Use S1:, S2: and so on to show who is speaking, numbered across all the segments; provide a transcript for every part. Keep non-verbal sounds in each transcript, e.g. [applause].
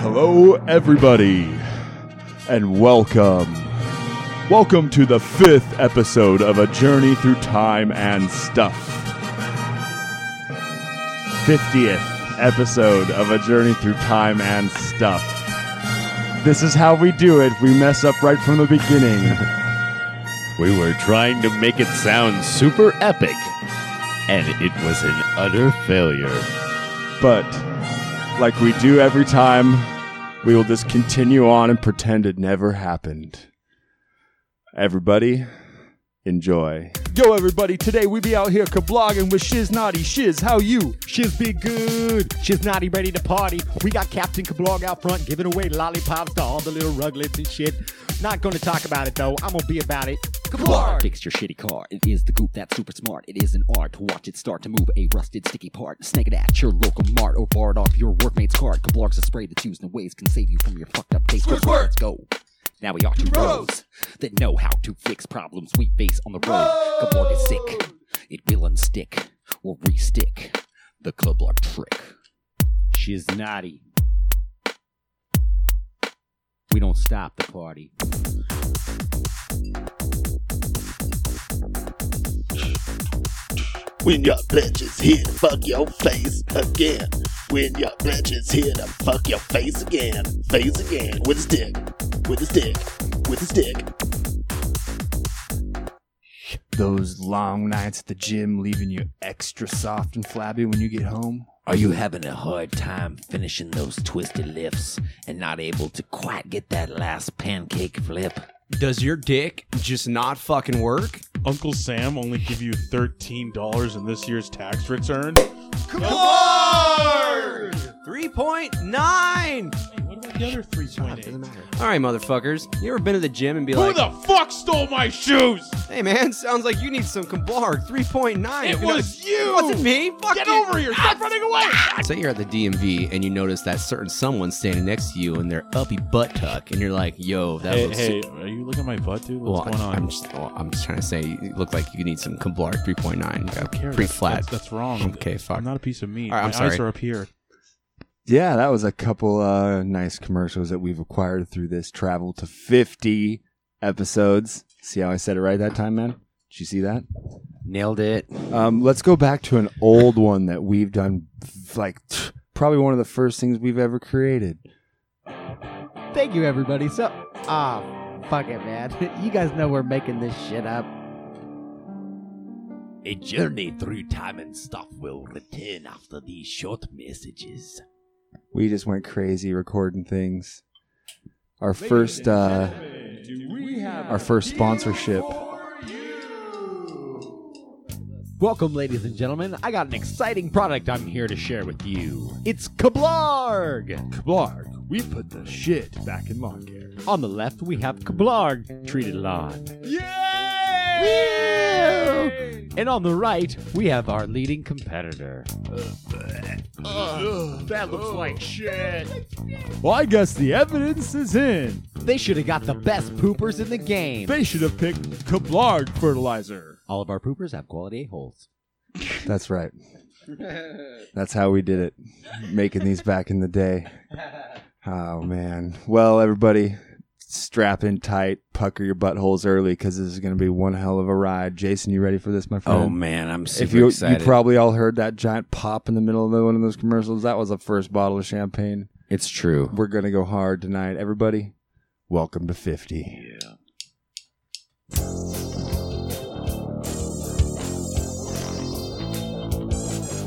S1: Hello, everybody, and welcome. Welcome to the fifth episode of A Journey Through Time and Stuff. 50th episode of A Journey Through Time and Stuff. This is how we do it. We mess up right from the beginning.
S2: We were trying to make it sound super epic, and it was an utter failure.
S1: But, like we do every time, we will just continue on and pretend it never happened. Everybody, enjoy. Yo, everybody, today we be out here kablogging with Shiz Naughty Shiz. How you?
S3: She's be good. She's naughty, ready to party. We got Captain Kablog out front giving away lollipops to all the little ruglets and shit. Not gonna talk about it though. I'm gonna be about it. Kablog!
S4: Fix your shitty car. It is the goop that's super smart. It is an art to watch it start to move a rusted, sticky part. Snag it at your local mart or bar it off your workmate's card. Kablarg's a spray that's used in ways can save you from your fucked up face. Let's go. Now we are two bros that know how to fix problems we face on the road. Kablarg is sick. It will unstick or restick the Kablarg trick.
S3: She's naughty. We don't stop the party.
S5: When your bitches here to fuck your face again. When your bitches here to fuck your face again. Face again. With a stick. With a stick. With a stick.
S6: Those long nights at the gym leaving you extra soft and flabby when you get home?
S4: Are you having a hard time finishing those twisted lifts and not able to quite get that last pancake flip?
S6: Does your dick just not fucking work?
S7: Uncle Sam only give you thirteen dollars in this year's tax return?
S6: 3.9!
S7: Hey, what about the other three point eight?
S6: Alright, motherfuckers. You ever been to the gym and be
S7: Who
S6: like,
S7: the fuck stole my shoes?
S6: hey man, sounds like you need some Kablarg
S7: It
S6: 3.9? You know,
S7: was you.
S6: It wasn't me! Fuck
S7: Get
S6: you. Ah!
S7: over here! Stop running away!
S8: Say you're at the DMV and you notice that certain someone's standing next to you and they're uppy butt tuck and you're like, "Yo, that
S7: Hey,
S8: looks."
S7: hey, are you looking at my butt, dude?
S8: well,
S7: What's going on?
S8: I'm just, well, I'm just trying to say, you look like you need some Kevlar 3.9.
S7: I don't care.
S8: Pretty
S7: That's-
S8: flat.
S7: That's, that's wrong.
S8: Okay, fuck.
S7: I'm not a piece of meat.
S8: All right,
S7: my
S8: I'm
S7: eyes
S8: sorry.
S7: are up here.
S1: Yeah, that was a couple uh, nice commercials that we've acquired through this travel to 50 episodes. See how I said it right that time, man? Did you see that?
S8: Nailed it.
S1: Um, let's go back to an old one that we've done, f- like probably one of the first things we've ever created.
S9: Thank you, everybody. So, ah, fuck it, man. You guys know we're making this shit up.
S4: A journey through time and stuff will return after these short messages.
S1: We just went crazy recording things. Our first, uh, our first sponsorship.
S3: Welcome, ladies and gentlemen. I got an exciting product I'm here to share with you. It's Kablarg!
S7: Kablarg, we put the shit back in lawn care.
S3: On the left, we have Kablarg treated lawn. Woo! And on the right, we have our leading competitor. that looks like shit.
S1: Well, I guess the evidence is in.
S3: They should have got the best poopers in the game.
S1: They should have picked Kablarg fertilizer.
S3: All of our poopers have quality holes.
S1: That's right. That's how we did it, making these back in the day. Oh man. Well, everybody, strap in tight, pucker your buttholes early because this is going to be one hell of a ride. Jason, you ready for this, my friend?
S8: Oh man, I'm super
S1: If you
S8: excited.
S1: you probably all heard that giant pop in the middle of one of those commercials, that was the first bottle of champagne.
S8: it's true.
S1: We're gonna go hard tonight, everybody. Welcome to fifty.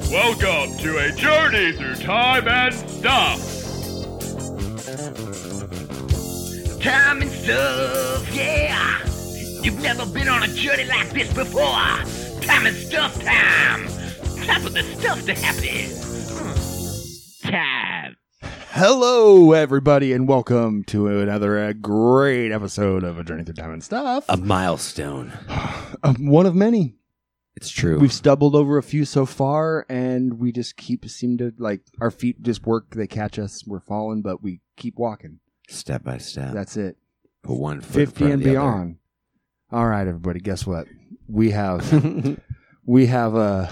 S10: Welcome to a journey through time and stuff.
S4: Time and stuff, yeah! You've never been on a journey like this before! Time and stuff time! Time for the stuff to happen! Time!
S1: Hello, everybody, and welcome to another uh, great episode of A Journey Through Time and Stuff.
S8: A milestone.
S1: Um, one of many.
S8: It's true.
S1: We've stumbled over a few so far, and we just keep seem to like our feet just work. They catch us, we're falling, but we keep walking.
S8: step by step.
S1: That's it.
S8: Put one foot in
S1: Fifty
S8: front of
S1: and
S8: the other.
S1: beyond. All right, everybody. Guess what?
S8: [laughs]
S1: We have we have a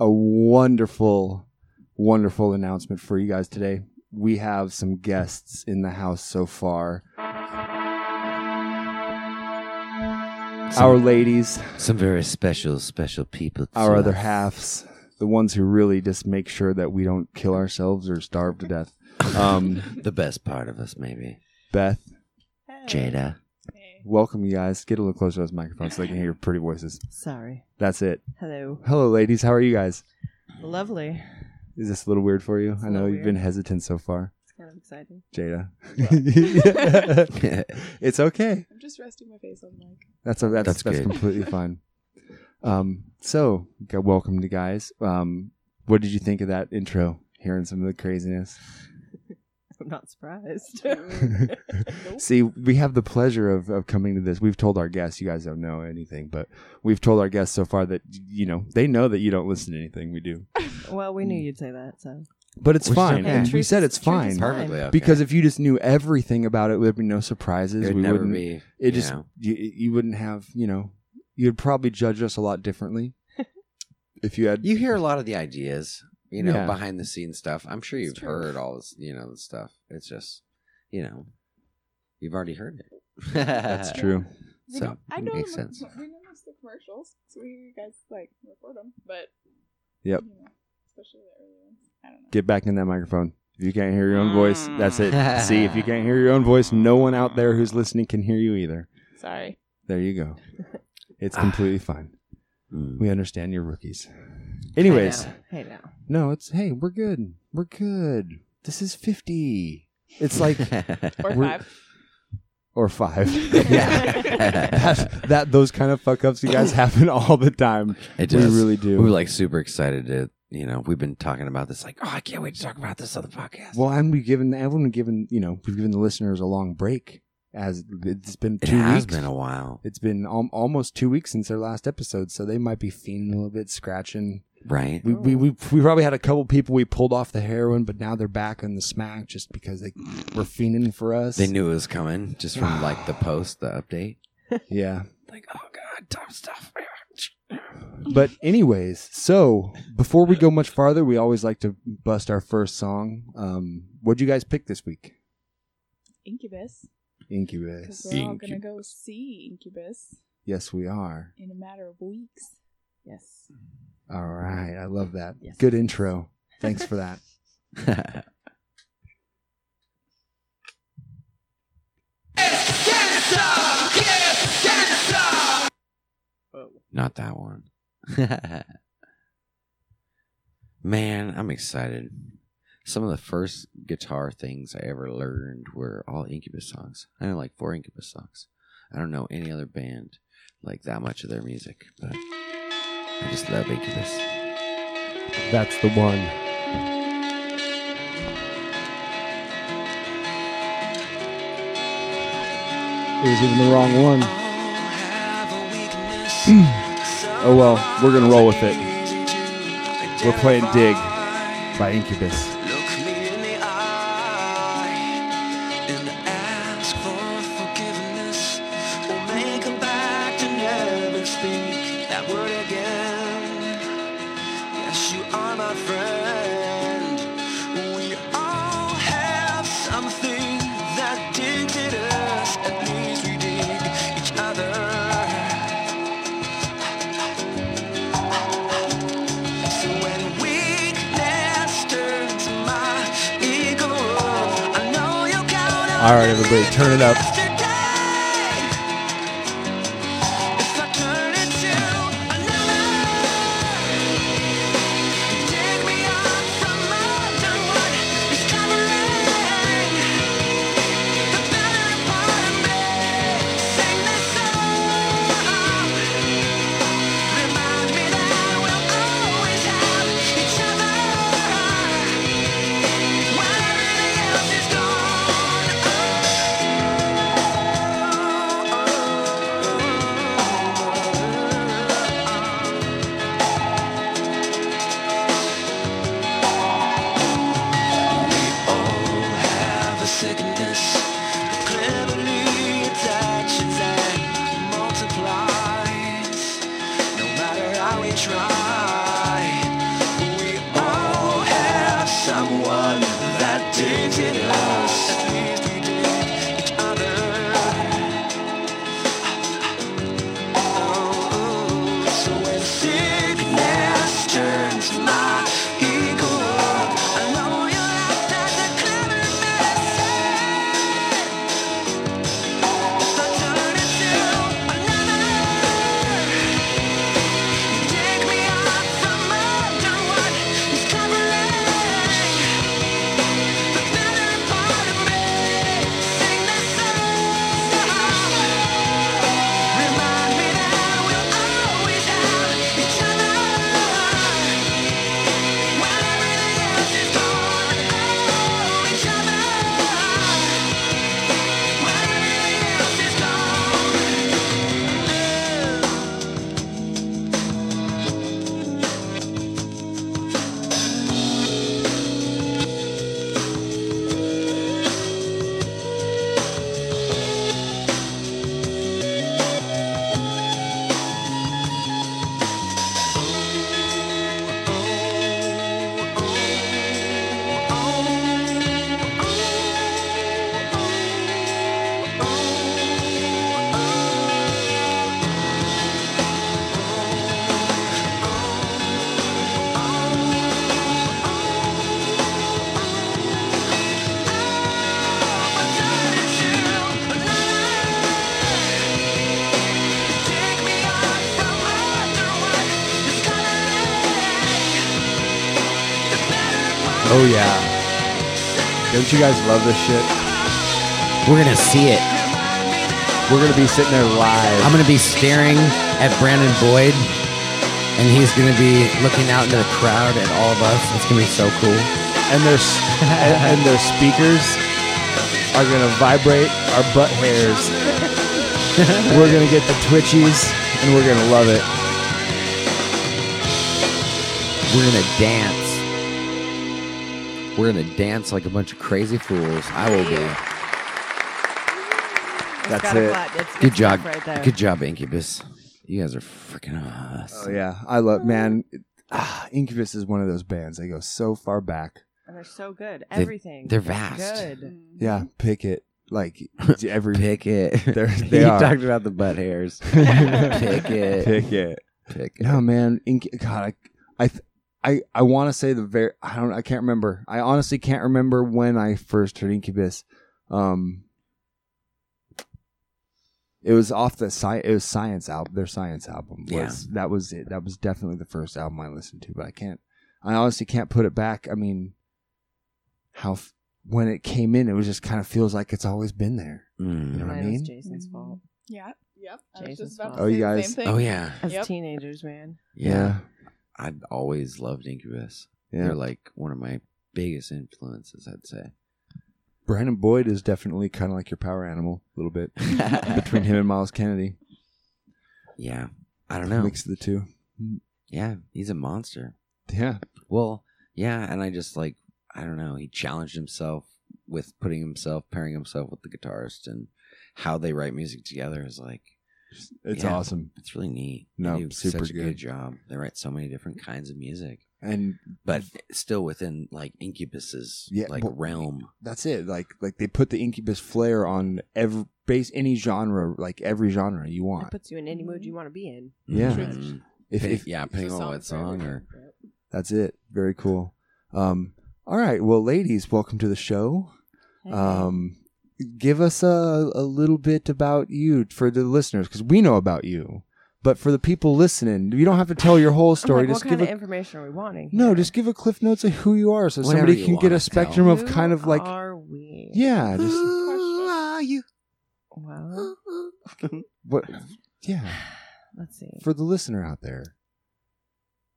S1: a wonderful, wonderful announcement for you guys today. we have some guests in the house so far. Our ladies,
S9: some very special, special people.
S1: our
S9: to
S1: other
S9: us.
S1: halves, the ones who really just make sure that we don't kill ourselves or starve
S8: [laughs]
S1: to death. Um,
S9: the best part of us, maybe.
S1: Beth,
S9: Jada.
S1: welcome you guys. Get a little closer to those microphones so they can hear your pretty voices.
S6: Sorry.
S1: That's it.
S6: Hello.
S1: Hello, ladies. How are you guys?
S6: Lovely.
S1: Is this a little weird for you? I know you've
S6: weird.
S1: been hesitant so far.
S6: It's kind of exciting.
S1: Jada.
S6: Yeah.
S1: [laughs] it's okay.
S6: I'm just resting my face on the mic.
S1: That's that's that's,
S9: That's good.
S1: completely fine. Um, so g- welcome to guys. Um, what did you think of that intro? Hearing some of the craziness.
S6: I'm not surprised.
S1: See, we have the pleasure of, of coming to this. We've told our guests, you guys don't know anything, but we've told our guests so far that you know they know that you don't listen to anything we do.
S6: [laughs] well, we knew you'd say that, so.
S1: But it's
S6: Which is
S1: fine.
S6: okay.
S1: And
S6: Yeah,
S1: we
S6: truth
S1: said
S6: is-
S1: it's
S6: truth
S1: fine.
S6: is fine. Perfectly okay.
S1: Because if you just knew everything about it, there'd be no surprises.
S9: There'd
S1: we
S9: never
S1: wouldn't
S9: be,
S1: it
S9: you
S1: just
S9: know.
S1: you, you wouldn't have, you know, you'd probably judge us a lot differently. if you had
S9: You hear a lot of the ideas, you know,
S1: Yeah.
S9: behind the scenes stuff. I'm sure you've heard all this, you know, this stuff. It's just, you know, you've already heard it. [laughs]
S1: That's true.
S11: We
S9: So
S11: know- I know
S9: it makes
S11: them-
S9: sense.
S11: We know most of the commercials, so we guys like record them. But
S1: Yep.
S11: you know, especially the early ones. I don't know.
S1: Get back in that microphone. If you can't hear your own voice, that's it.
S9: Mm.
S1: See, if you can't hear your own voice, no one out there who's listening can hear you either.
S11: Sorry.
S1: There you go. It's completely fine.
S9: Mm. [laughs]
S1: We understand you're rookies. Anyways,
S6: Hey now.
S1: no, it's hey, we're good. We're good. This is 50. It's like
S6: Or
S1: we're-
S6: five.
S1: Or five.
S6: [laughs]
S1: [laughs] yeah. that, that those kind of fuck ups you guys happen all the time.
S9: It does.
S1: We really do.
S9: We were like super excited to, you know, we've been talking about this. Like, oh, I can't wait to talk about this on the podcast.
S1: Well, and we've given everyone given you know we've given the listeners a long break as it's been
S9: It
S1: two
S9: has
S1: weeks.
S9: been a while.
S1: It's been al- almost two weeks since their last episode, so they might be fiending a little bit, scratching.
S9: Right.
S1: We, we we we probably had a couple people we pulled off the heroin, but now they're back on the smack just because they were fiending for us.
S9: They knew it was coming just from like [sighs] the post, the update.
S1: Yeah.
S9: Like, oh god, dumb stuff.
S1: But anyways, so before we go much farther, we always like to bust our first song. Um, what'd you guys pick this week?
S11: [laughs] Incubus. Because
S1: Incubus.
S11: we're all gonna go see Incubus
S1: Yes, we are.
S11: in a matter of weeks. Yes.
S1: All right. I love that. Good intro. Thanks for that.
S9: [laughs] Not that one. Man, I'm excited. Some of the first guitar things I ever learned were all Incubus songs. I know like four Incubus songs. I don't know any other band like that much of their music, but I just love Incubus.
S1: That's the one. It was even the [laughs] wrong one. [clears throat] oh well, we're gonna roll with it. We're playing Dig by Incubus.
S3: ask for forgiveness or make a pact to never speak that word again. Yes, you are my friend. We all have something that digs at us. At least we dig each other. So when weakness turns my ego, I know you count on
S1: All right, everybody, turn it up.
S3: Oh, Did it last? At least we did each other. Oh, so when sickness turns my ego up, I know you laughed at the clever medicine. I turn into another. Take me out from under what is covering. oh, oh,
S1: Oh yeah. Don't you guys love this shit?
S12: We're gonna see it.
S1: We're gonna be sitting there live.
S12: I'm gonna be staring at Brandon Boyd, and he's gonna be looking out into the crowd at all of us. It's gonna be so cool.
S1: And their s- [laughs] and, and their speakers are gonna vibrate our butt hairs. [laughs] we're gonna get the twitchies, and we're gonna love it.
S9: We're gonna dance. We're gonna dance like a bunch of crazy fools. I will be.
S1: That's got a it. lot. That's
S9: Good
S1: good
S9: job.
S1: stuff right there.
S9: Good job, Incubus. You guys are freaking awesome.
S1: Oh yeah, I love man. Ah, Incubus is one of those bands. They go so far back.
S6: And they're so good.
S1: They-
S6: Everything.
S1: they're vast.
S6: Good.
S11: Mm.
S1: Yeah, pick it. Like [laughs] every
S9: pick it.
S1: [laughs] They're, they
S9: you
S1: are.
S9: talked about the butt hairs.
S1: [laughs]
S9: Pick it.
S1: Pick it.
S9: Pick it.
S1: No man, Inc- God, I, I, th- I, I want to say the very. I don't. I can't remember. I honestly can't remember when I first heard Incubus. Um, it was off the science. It was science album. Their science album was that was it. That was definitely the first album I listened to. But I can't. I honestly can't put it back. I mean, how f- when it came in, it was just kind of feels like it's always been there.
S9: Mm.
S1: You know what I
S6: Mine was
S1: mean?
S6: Jason's fault.
S11: Yeah. Yep. I was
S6: Jason's
S11: just about
S6: fault.
S11: to
S1: Oh,
S11: say
S1: you
S11: the
S1: guys-
S11: same thing.
S9: Oh, yeah.
S6: As
S11: Yep.
S6: teenagers, man.
S9: Yeah. I've always loved Incubus.
S1: Yeah.
S9: They're like one of my biggest influences, I'd say.
S1: Brandon Boyd is definitely kind of like your power animal a little bit between him and Miles Kennedy.
S9: Yeah. I don't know.
S1: Mix of the two.
S9: Yeah, he's a monster.
S1: Yeah.
S9: Well, yeah, and I just like I don't know, he challenged himself with putting himself pairing himself with the guitarist and how they write music together is like
S1: It's
S9: yeah,
S1: awesome.
S9: It's really neat. They
S1: No,
S9: do
S1: super
S9: such a
S1: good.
S9: good job. They write so many different kinds of music.
S1: And
S9: but still within like Incubus's
S1: Yeah,
S9: like
S1: well,
S9: realm.
S1: That's it. Like like they put the Incubus flair on every base any genre, like every genre you
S6: It
S1: want.
S6: puts you in any mood you want to be in.
S1: Yeah.
S9: Mhm.
S1: If,
S9: Pick-
S1: if
S9: yeah, depending on what song or
S1: that's it. Very cool. Um all right, well ladies, welcome to the show. Um give us a a little bit about you for the listeners cuz we know about you. But for the people listening, you don't have to tell your whole story.
S6: I'm like,
S1: just
S6: what
S1: give
S6: kind
S1: a
S6: of information are we wanting?
S1: No, just give a cliff notes of who you are so
S6: Whatever
S1: somebody
S6: you
S1: can get
S6: wanna
S1: a spectrum
S6: tell.
S1: of kind of
S6: Who
S1: like
S6: are we? [gasps]
S1: Yeah, just
S6: Who are you? Well,
S1: what yeah.
S6: [sighs] let's see.
S1: For the listener
S9: [laughs]
S1: out there.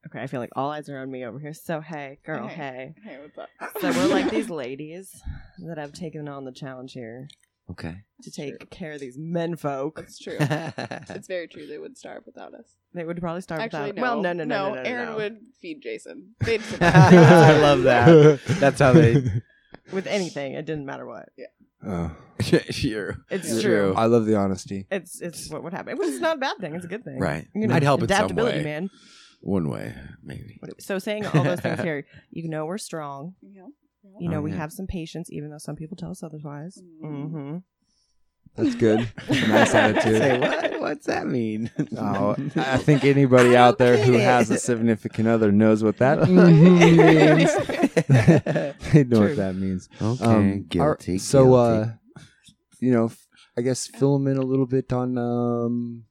S6: Okay, I feel like all eyes are on me over here. So hey, girl, hey.
S11: Hey, what's up?
S6: [laughs] So we're like
S11: [laughs]
S6: these ladies that have taken on the challenge here
S1: [laughs]
S9: Okay.
S6: to take care of these men folk. [laughs]
S11: It's true. it's very true. They would starve without us.
S6: They would probably start
S11: Actually,
S6: without.
S11: no.
S6: Well, no, no, no, no, no, no,
S11: Aaron
S6: no.
S11: would feed Jason.
S6: [laughs]
S11: They'd
S1: [laughs]
S6: I
S11: [laughs]
S9: love that. That's how they-
S6: With anything, it didn't matter what. Yeah.
S9: [laughs]
S1: Oh.
S9: Sure.
S6: It's It's true. true.
S1: I love the honesty.
S6: It's it's what would happen. Which is not a bad thing. It's a good thing.
S9: Right.
S6: You know,
S9: I'd help in some
S6: adaptability,
S9: way.
S6: man.
S9: One way, maybe. [laughs]
S6: So saying all those things here, you know we're strong.
S11: Yeah.
S6: You know,
S9: Oh,
S6: we
S9: yeah.
S6: have some patience, even though some people tell us otherwise. Mm-hmm.
S1: That's good.
S9: [laughs]
S6: [laughs]
S1: nice attitude.
S9: Say, what? What's that mean?
S1: Oh,
S9: [laughs]
S1: I think anybody out there who
S9: get it.
S1: has a significant other knows what
S9: [laughs]
S1: that [laughs]
S9: Mm-hmm.
S6: [laughs]
S9: Mm.
S1: means. they know
S9: True.
S1: what that means. Um,
S9: Okay,
S1: all right,
S9: guilty,
S1: So,
S9: guilty.
S1: uh, you know, f- I guess fill them in a little bit on um,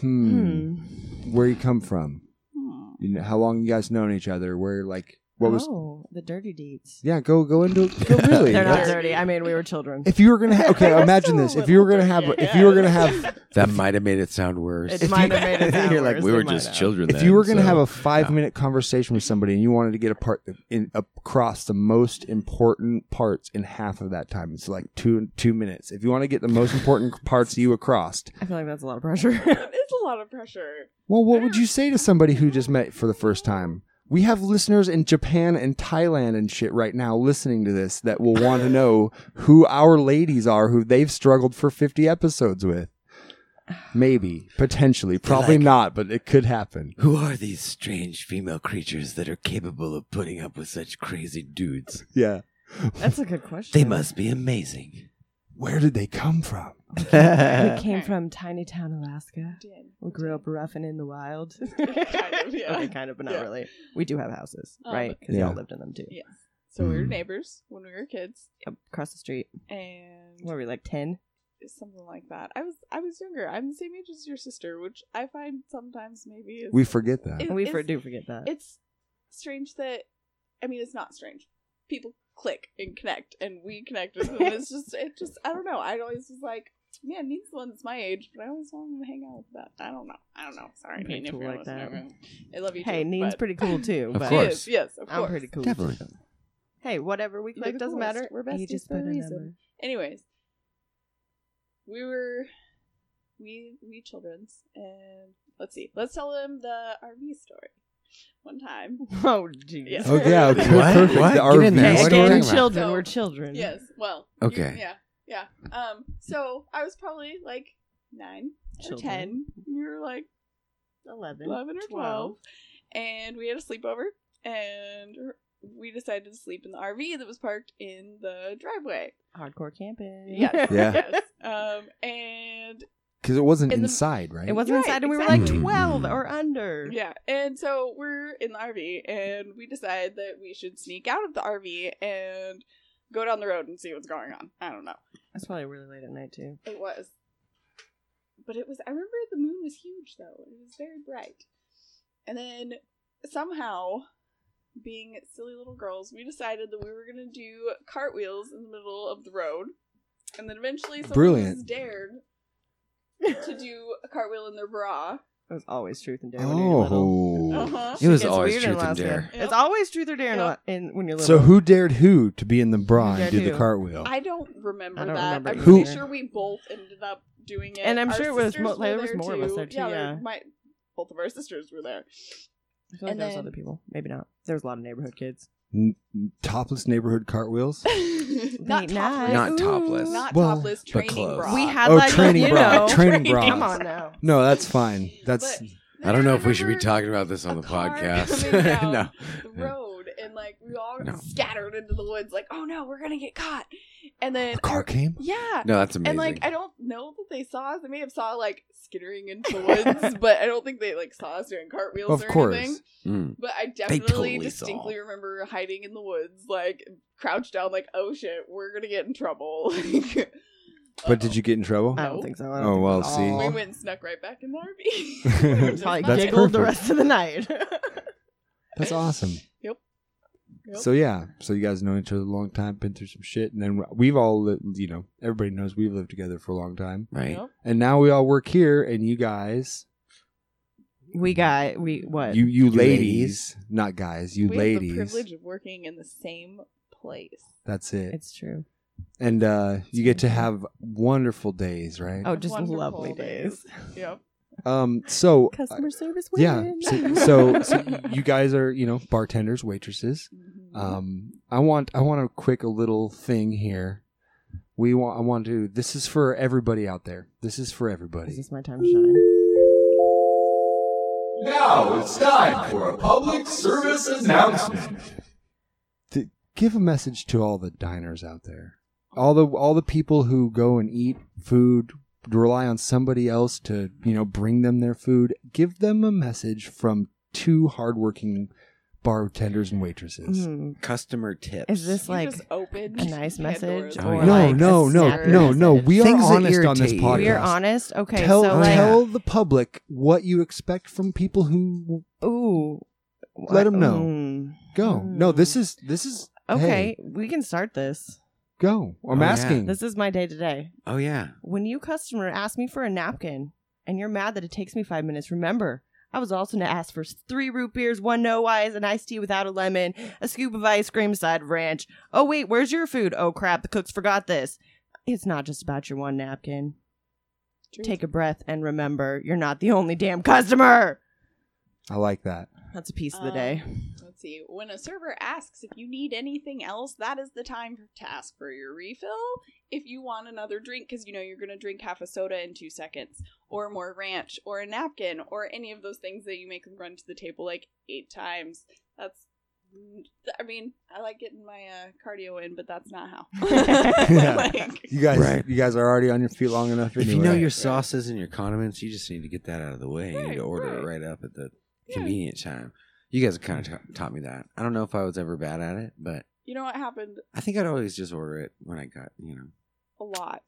S1: hmm, where you come from. You know, how long you guys known each other? Where like what was?
S6: Hmm. oh, the dirty deeds.
S1: Yeah, go go into
S6: [laughs]
S1: go really.
S6: They're not
S1: That's-
S6: dirty. I mean, we were children.
S1: If you were gonna ha-
S11: [laughs]
S1: okay, imagine this. If you were gonna have, if you were gonna have
S9: That might have made it sound worse.
S6: It might have made it sound
S9: [laughs] You're like
S6: worse.
S9: we
S6: It
S9: were
S6: might
S9: just
S6: have.
S9: children.
S1: If
S9: then,
S1: you were going to
S9: so-
S1: have a five minute conversation with somebody and you wanted to get a part in, across the most important parts in half of that time, it's like two two minutes. If you want to get the
S11: [laughs]
S1: most important parts you across,
S6: I feel like that's a lot of pressure. [laughs]
S11: it's a lot of pressure.
S1: well, what would you say to somebody who just met for the first time? We have listeners in Japan and Thailand and shit right now listening to this that will want
S11: [laughs]
S1: to know who our ladies are who they've struggled for 50 episodes with. Maybe, potentially, probably
S9: like-
S1: not, but it could happen.
S9: Who are these strange female creatures that are capable of putting up with such crazy dudes?
S1: Yeah.
S6: That's a good question.
S9: They must be amazing.
S1: Where did they come from?
S6: we came from tiny town Alaska. We grew up rough and in the wild. [laughs]
S11: [laughs] kind of, yeah.
S6: Okay, kind of, but not
S11: Yeah.
S6: really. We do have houses,
S11: Oh,
S6: right?
S11: but-
S6: Because
S1: Yeah.
S6: y'all lived in them too.
S11: Yes. So we were
S6: Mhm.
S11: neighbors when we were kids,
S6: Yep, across the street.
S11: and
S6: What were we like ten?
S11: something like that. I was I was younger. I'm the same age as your sister, which I find sometimes maybe is,
S1: We forget that.
S11: is-
S6: we
S11: is-
S6: for, do forget that.
S11: [laughs] It's strange that I mean it's not strange. People click and connect, and we connect with them. It's just it just I don't know. I always was like. Man, Nick's the one that's my age, but I always wanted to hang out with that. I don't know. I don't know. Sorry,
S6: Pretty
S11: Neen, if
S6: cool
S11: you're
S6: like that.
S11: listening. I love you.
S6: Hey,
S11: too,
S6: Neen's
S11: but-
S6: pretty
S11: [laughs]
S6: cool too.
S11: Of
S6: but
S11: course. She is, yes, of
S6: I'm
S11: course.
S6: pretty cool.
S11: Definitely.
S6: too. Hey, whatever we
S11: You're
S6: click
S11: the
S6: doesn't
S11: coolest.
S6: matter.
S11: We're
S6: He
S11: besties
S6: just
S11: for a
S6: put a
S11: reason.
S6: number.
S11: Anyways, we were we we childrens, and let's see, let's tell them the RV story. One time,
S6: [laughs] Oh, jeez.
S11: Yes.
S1: Oh, yeah, okay, What? perfect. What? The Get in RV there.
S6: Hey,
S1: story.
S6: again,
S1: So-
S6: children. we're children.
S11: Yes. Well.
S6: Okay.
S11: you- yeah. Yeah. Um. So I was probably like nine or
S6: Children.
S11: ten. We were like
S6: 11,
S11: 11 or 12. And we had a sleepover, and we decided to sleep in the RV that was parked in the driveway.
S6: Hardcore camping.
S11: [laughs] Yes.
S1: Yeah.
S11: Yes. Um, and
S1: Because it wasn't
S11: In the-
S1: inside, right?
S6: It wasn't
S11: Right,
S6: inside, and we were like
S1: exactly. Mm.
S6: 12 or under.
S11: yeah, and so we're in the RV, and we decide that we should sneak out of the RV and go down the road and see what's going on. I don't know.
S6: That's probably really late at night, too.
S11: It was. But it was I remember the moon was huge though. and It was very bright. And then somehow being silly little girls, we decided that we were going to do cartwheels in the middle of the road. And then eventually someone
S1: Brilliant.
S11: was [laughs] dared to do a cartwheel in their bra.
S6: It was always truth and dare. When you're
S1: Oh.
S6: little.
S11: Uh-huh.
S6: Shit
S1: It was
S6: gets
S1: always
S6: weird in
S1: truth and
S6: Alaska.
S1: dare.
S6: It's always truth or dare in, Ala- in, when you're little.
S1: So who dared who to be in the bra and
S6: dared
S1: do the
S6: who?
S1: cartwheel?
S11: I don't remember
S6: I don't
S11: that.
S6: remember
S11: I'm
S1: Who-
S11: pretty sure we both ended up doing it.
S6: And I'm
S11: Our
S6: sure it was
S11: sisters
S6: mo-
S11: were
S6: there was more of us
S11: too.
S6: there too,
S11: there-
S6: yeah.
S11: my both of our sisters
S6: [laughs]
S11: were there.
S6: I feel like
S11: And
S6: there was
S11: then-
S6: other people. Maybe not. There was a lot of neighborhood kids.
S1: N- n- topless neighborhood cartwheels.
S11: Not
S6: Late night.
S11: topless.
S1: Not
S11: topless. Not
S1: Well,
S11: topless.
S1: but
S11: Training
S1: close.
S11: bra.
S6: We had
S1: oh,
S6: like
S1: training
S6: you
S1: bra,
S6: know,
S1: training bra.
S6: Come on now.
S1: No, that's fine. That's
S9: I don't know if we should be talking about this on the podcast.
S11: coming down
S9: [laughs] no.
S11: the road, and like we all
S9: No.
S11: scattered into the woods, like, oh no, we're gonna get caught. And then a
S1: car came.
S11: Yeah.
S9: No, that's
S11: And like,
S9: amazing.
S11: I don't know that they saw us. They may have saw like skittering into the woods, but I don't think they like saw us doing cartwheels
S9: Of
S11: or
S9: course.
S11: anything.
S9: Mm.
S11: But I
S9: They
S11: definitely
S9: totally
S11: distinctly remember hiding in the woods, like crouched down, like, oh shit, we're gonna get in trouble. [laughs]
S1: But did you get in trouble?
S6: I don't think so. I don't
S1: Oh
S6: think
S1: well,
S6: so at
S1: see.
S11: we
S6: all.
S11: went and snuck right back in the [laughs] RV.
S1: That's
S6: Probably
S1: perfect.
S6: giggled the rest of the night.
S1: [laughs] That's awesome.
S11: Yep. Yep.
S1: So yeah, so you guys know each other a long time, been through some shit, and then we've all, li- you know, everybody knows we've lived together for a long time,
S9: Right. Yep.
S1: And now we all work here, and you guys,
S6: we got we what?
S1: you you ladies, not guys, you
S11: Uh, we have the
S1: ladies.
S11: privilege of working in the same place.
S1: That's it.
S6: It's true.
S1: And uh, you get to have wonderful days, right?
S6: Oh, just
S11: Wonderful
S6: lovely days.
S11: Yep.
S1: Um. So
S6: Customer service
S1: yeah.
S6: women.
S1: So, so, so you guys are you know bartenders, waitresses.
S11: Mm-hmm.
S1: Um. I want I want to quick a little thing here. We want I want to. This is for everybody out there. This is for everybody. This
S6: is my time to shine.
S13: Now it's time for a public service announcement.
S1: give a message to all the diners out there, all the all the people who go and eat food, rely on somebody else to you know bring them their food. Give them a message from two hardworking bartenders and waitresses.
S6: Mm.
S9: Customer tips.
S6: Is this like
S11: just opened
S6: a nice message?
S1: Oh,
S6: or
S1: yeah. No,
S6: like a
S1: no, no,
S6: snappy
S1: no, no.
S6: message?
S1: We are Things that honest on this irritate.
S6: We are
S1: podcast.
S6: honest. Okay,
S1: tell
S6: so like,
S1: tell the public what you expect from people who
S6: ooh,
S1: let them know.
S6: Mm.
S1: Go. No, this is this is
S6: okay,
S1: hey,
S6: we can start this.
S1: go. I'm
S9: Oh, yeah.
S1: asking.
S6: This is my day to day.
S9: Oh yeah.
S6: When you customer ask me for a napkin and you're mad that it takes me five minutes, remember I was also going to ask for three root beers, one no ice, an iced tea without a lemon, a scoop of ice cream, side of ranch. Oh wait, where's your food? Oh crap, the cooks forgot this. It's not just about your one napkin. Take a breath and remember, you're not the only damn customer.
S1: I like that.
S6: That's a piece of the day.
S11: Um, Let's see. When a server asks if you need anything else, that is the time to ask for your refill. If you want another drink, because you know you're going to drink half a soda in two seconds, or more ranch, or a napkin, or any of those things that you make them run to the table like eight times. That's. I mean, I like getting my uh, cardio in, but that's not how. [laughs] Like-
S1: You guys,
S9: Right.
S1: you guys are already on your feet long enough.
S9: If
S1: Anyway.
S9: you know your sauces and your condiments, you just need to get that out of the way. you need
S11: Right, Mm.
S9: to order it right up at the convenient time. You guys kind of ta- taught me that. I don't know if I was ever bad at it, but
S11: you know what happened
S9: I think I'd always just order it when I got, you know.
S11: a lot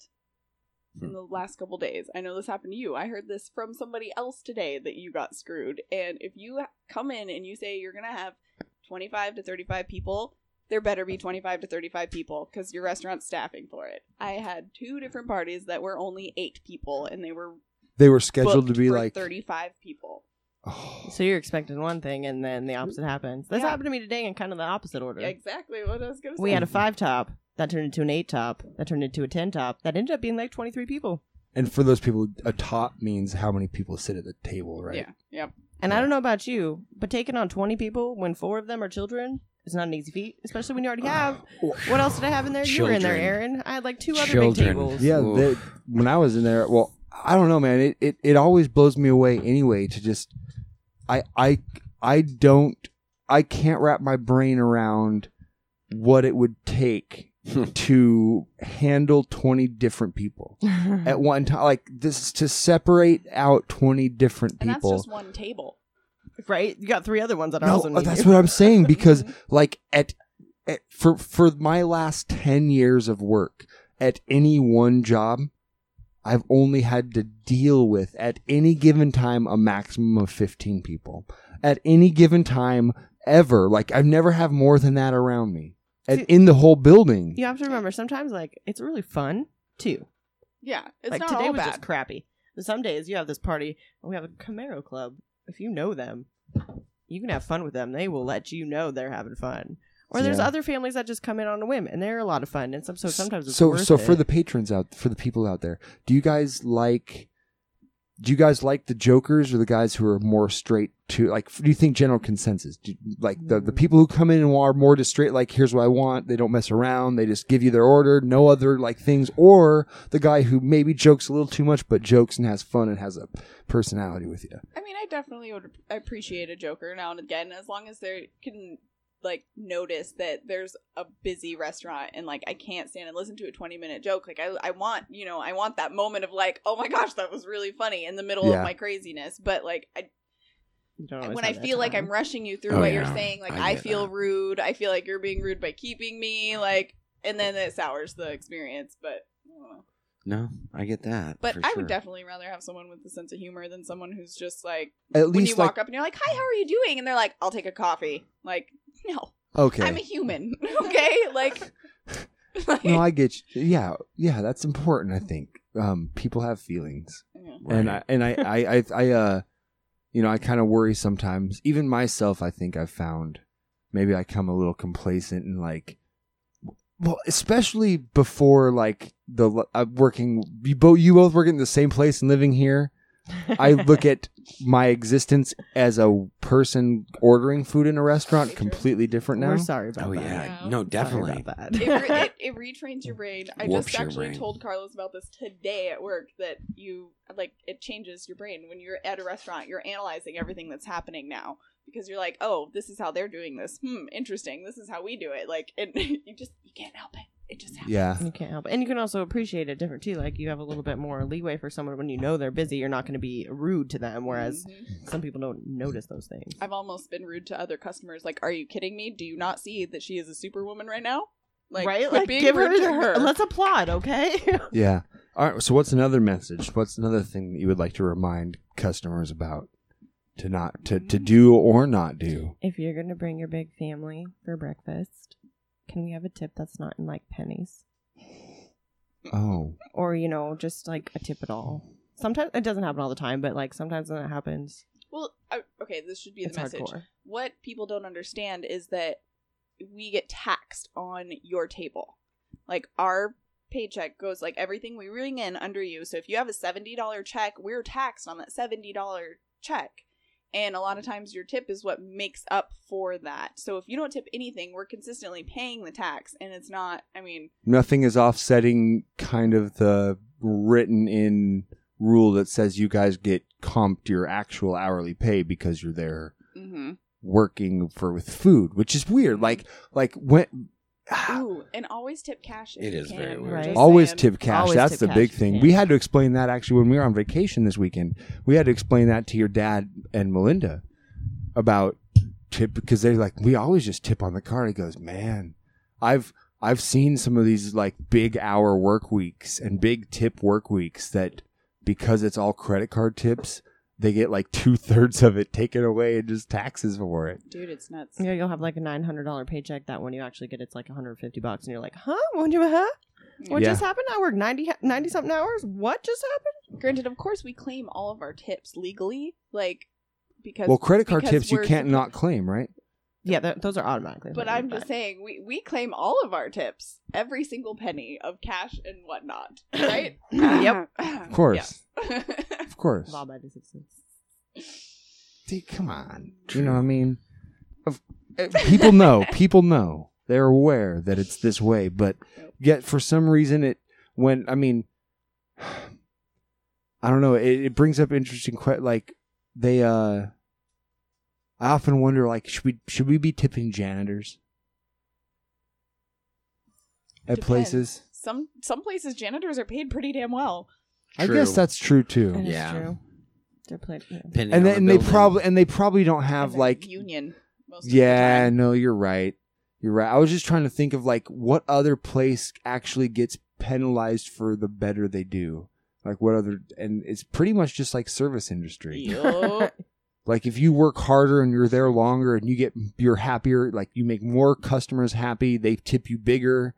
S1: Hmm.
S11: in the last couple days. I know this happened to you. I heard this from somebody else today that you got screwed. And if you come in and you say you're going to have 25 to 35 people, there better be 25 to 35 people because your restaurant's staffing for it. I had two different parties that were only eight people and they were
S1: They were scheduled to
S11: booked
S1: be
S11: for
S1: like
S11: 35 people.
S6: So you're expecting one thing and then the
S1: Mm,
S6: opposite happens. This
S11: Yeah.
S6: happened to me today in kind of the opposite order.
S11: Exactly what I was going to say.
S6: We had a five top that turned into an eight top that turned into a ten top that ended up being like twenty three people.
S1: [sighs] And for those people, a top means how many people sit at the table, right?
S11: Yep.
S6: And I don't know about you, but taking on twenty people when four of them are children is not an easy feat, especially when you already
S1: [sighs]
S6: have.
S9: [sighs]
S6: What else did I have in there? You were in there,
S9: Children.
S6: Aaron. I had like two other big
S1: Children. [laughs]
S6: tables. [laughs]
S1: Yeah,
S9: Oof.
S1: they, when I was in there, well, I don't know, man. It, it it always blows me away anyway to just I I I don't I can't wrap my brain around what it would take to handle 20 different people
S11: Mm-hmm.
S1: at one time like this to separate out 20 different
S11: And that's
S1: people
S11: just one table.
S6: Right? You got three other ones that are
S1: No,
S6: also
S1: uh,
S6: need
S1: that's
S6: you.
S1: what I'm saying because like at, at for for my last 10 years of work at any one job I've only had to deal with at any given time a maximum of 15 people. At any given time ever, like I've never have more than that around me. And
S6: See-
S1: in the whole building.
S6: [laughs] You have to remember sometimes like it's really fun too.
S11: Yeah, it's
S6: like
S11: not
S6: today
S11: all
S6: was
S11: bad.
S6: just crappy. But some days you have this party and we have a Camaro club. If you know them, you can have fun with them. They will let you know they're having fun. Or there's
S1: Yeah.
S6: other families that just come in on a whim and they're a lot of fun. And some, so sometimes it's
S1: so
S6: worth
S1: so for
S6: it.
S1: the patrons out for the people out there do you guys like do you guys like the jokers or the guys who are more straight to like do you think general consensus do, like the,
S6: Mm.
S1: the people who come in and are more just straight like here's what i want they don't mess around they just give you their order no other like things or the guy who maybe jokes a little too much but jokes and has fun and has a personality with you
S11: I mean, I definitely would appreciate a Joker now and again, as long as they can like notice that there's a busy restaurant and like I can't stand and listen to a 20 minute joke. Like I, I want, you know, I want that moment of like, oh my gosh, that was really funny in the middle
S1: Yeah.
S11: of my craziness. But like, I
S6: You don't always
S11: when I
S6: have Oh, that
S11: feel like
S6: time.
S11: I'm rushing you through
S6: Oh,
S11: what
S6: yeah.
S11: you're saying, like
S6: I
S11: I,
S6: get
S11: feel rude. I feel like you're being rude by keeping
S6: [laughs]
S11: me. Like, and then it sours the experience. But I don't know.
S9: No, I get that.
S11: But
S9: for
S11: I
S9: sure.
S11: would definitely rather have someone with a sense of humor than someone who's just like
S1: At
S11: when you
S1: least,
S11: walk
S1: like-
S11: up and you're like, "Hi, how are you doing?" and they're like, "I'll take a coffee." Like, no,
S1: okay
S11: I'm a human, [laughs] okay?
S1: [laughs]
S11: Like, [laughs]
S1: no i get you. yeah yeah that's important i think um people have feelings and I and I I I, I uh, you know, I kind of worry sometimes. Even myself, I think I've found maybe I come a little complacent and like, well, especially before like the uh, working. You both you both work in the same place and living here.
S6: [laughs]
S1: I look at my existence as a person ordering food in a restaurant completely different now.
S6: We're sorry about
S9: Oh
S6: that.
S9: yeah, no,
S6: Sorry
S9: definitely.
S6: about that.
S11: it,
S6: [laughs]
S11: re- it, it retrains your brain. I
S9: Warps
S11: just
S9: your
S11: actually
S9: brain.
S11: told Carlos about this today at work that you like it changes your brain when you're at a restaurant. You're analyzing everything that's happening now because you're like, oh, this is how they're doing this. Hmm, interesting. This is how we do it. Like, and [laughs] you just you can't help it. It just happens.
S1: Yeah.
S6: You can't help it. And you can also appreciate it different too. Like you have a little bit more leeway for someone when you know they're busy. You're not going to be rude to them. Whereas
S11: Mm-hmm.
S6: some people don't notice those things.
S11: I've almost been rude to other customers. Like, are you kidding me? Do you not see that she is a superwoman right now? Like,
S6: right?
S11: quit
S6: Like
S11: being
S6: give her,
S11: rude to her.
S6: Let's applaud, okay? [laughs]
S1: Yeah. All right. So, what's another message? What's another thing that you would like to remind customers about to not to, to do or not do?
S6: if you're going to bring your big family for breakfast, can we have a tip that's not in like pennies?
S1: Oh,
S6: Or, you know, just like a tip at all. Sometimes it doesn't happen all the time, but like sometimes when that happens,
S11: Well, I, okay, this should be the
S6: It's
S11: message.
S6: hardcore.
S11: What people don't understand is that we get taxed on your table. Like our paycheck goes like everything we ring in under you. So if you have a $70 check, we're taxed on that $70 check. And a lot of times your tip is what makes up for that. So if you don't tip anything, we're consistently paying the tax and it's not, I mean,
S1: nothing is offsetting kind of the written in rule that says you guys get comped your actual hourly pay because you're there
S6: Mm-hmm.
S11: mhm.
S1: working for with food, which is weird. Like like when
S11: Ooh, and always tip cash. If
S9: Ah. It
S11: you
S9: is
S11: can,
S9: very weird. Right.
S11: Just
S1: always
S11: saying.
S1: tip cash. That's the big thing. We had to explain that actually when we were on vacation this weekend. We had to explain that to your dad and Melinda about tip because they're like, we always just tip on the card. He goes, man, I've I've seen some of these like big hour work weeks and big tip work weeks that because it's all credit card tips, they get like two thirds of it taken away and just taxes for it.
S11: Dude, it's nuts.
S6: Yeah, you'll have like a nine hundred dollar paycheck. That when you actually get, it's like one hundred fifty bucks, and you're like, "Huh? What, you- huh? what
S1: Yeah.
S6: just happened? I worked 90, 90 something hours. What just happened?"
S11: Granted, of course, we claim all of our tips legally, like because
S1: Well, credit card
S11: because
S1: tips you
S11: we're-
S1: can't not claim, right?
S6: Yeah, th- those are automatically.
S11: [laughs] But I'm just saying, we we claim all of our tips, every single penny of cash and whatnot,
S9: [coughs]
S11: right?
S6: [laughs]
S11: [laughs] [coughs]
S6: yep,
S1: Of course.
S11: Yeah.
S1: Of course.
S6: Law by existence.
S1: Dude, come on. You know what I mean? Of, [laughs] eh, people know. People know. They're aware that it's this way, but yet for some reason it when I mean [sighs] I don't know, it, it brings up interesting que- like they uh I often wonder like should we should we be tipping janitors? At places?
S11: Some some places janitors are paid pretty damn well.
S1: I guess that's true too.
S11: That is
S6: Yeah. true. They're played.
S9: Depending
S1: and
S9: on
S1: then
S9: the
S1: and they
S9: building.
S1: probably and they probably don't have like
S11: union.
S1: yeah, no, you're right. You're right. I was just trying to think of like what other place actually gets penalized for the better they do. Like what other and it's pretty much just like service industry. [laughs]
S11: Yup.
S1: like if you work harder and you're there longer and you get you're happier, like you make more customers happy, they tip you bigger,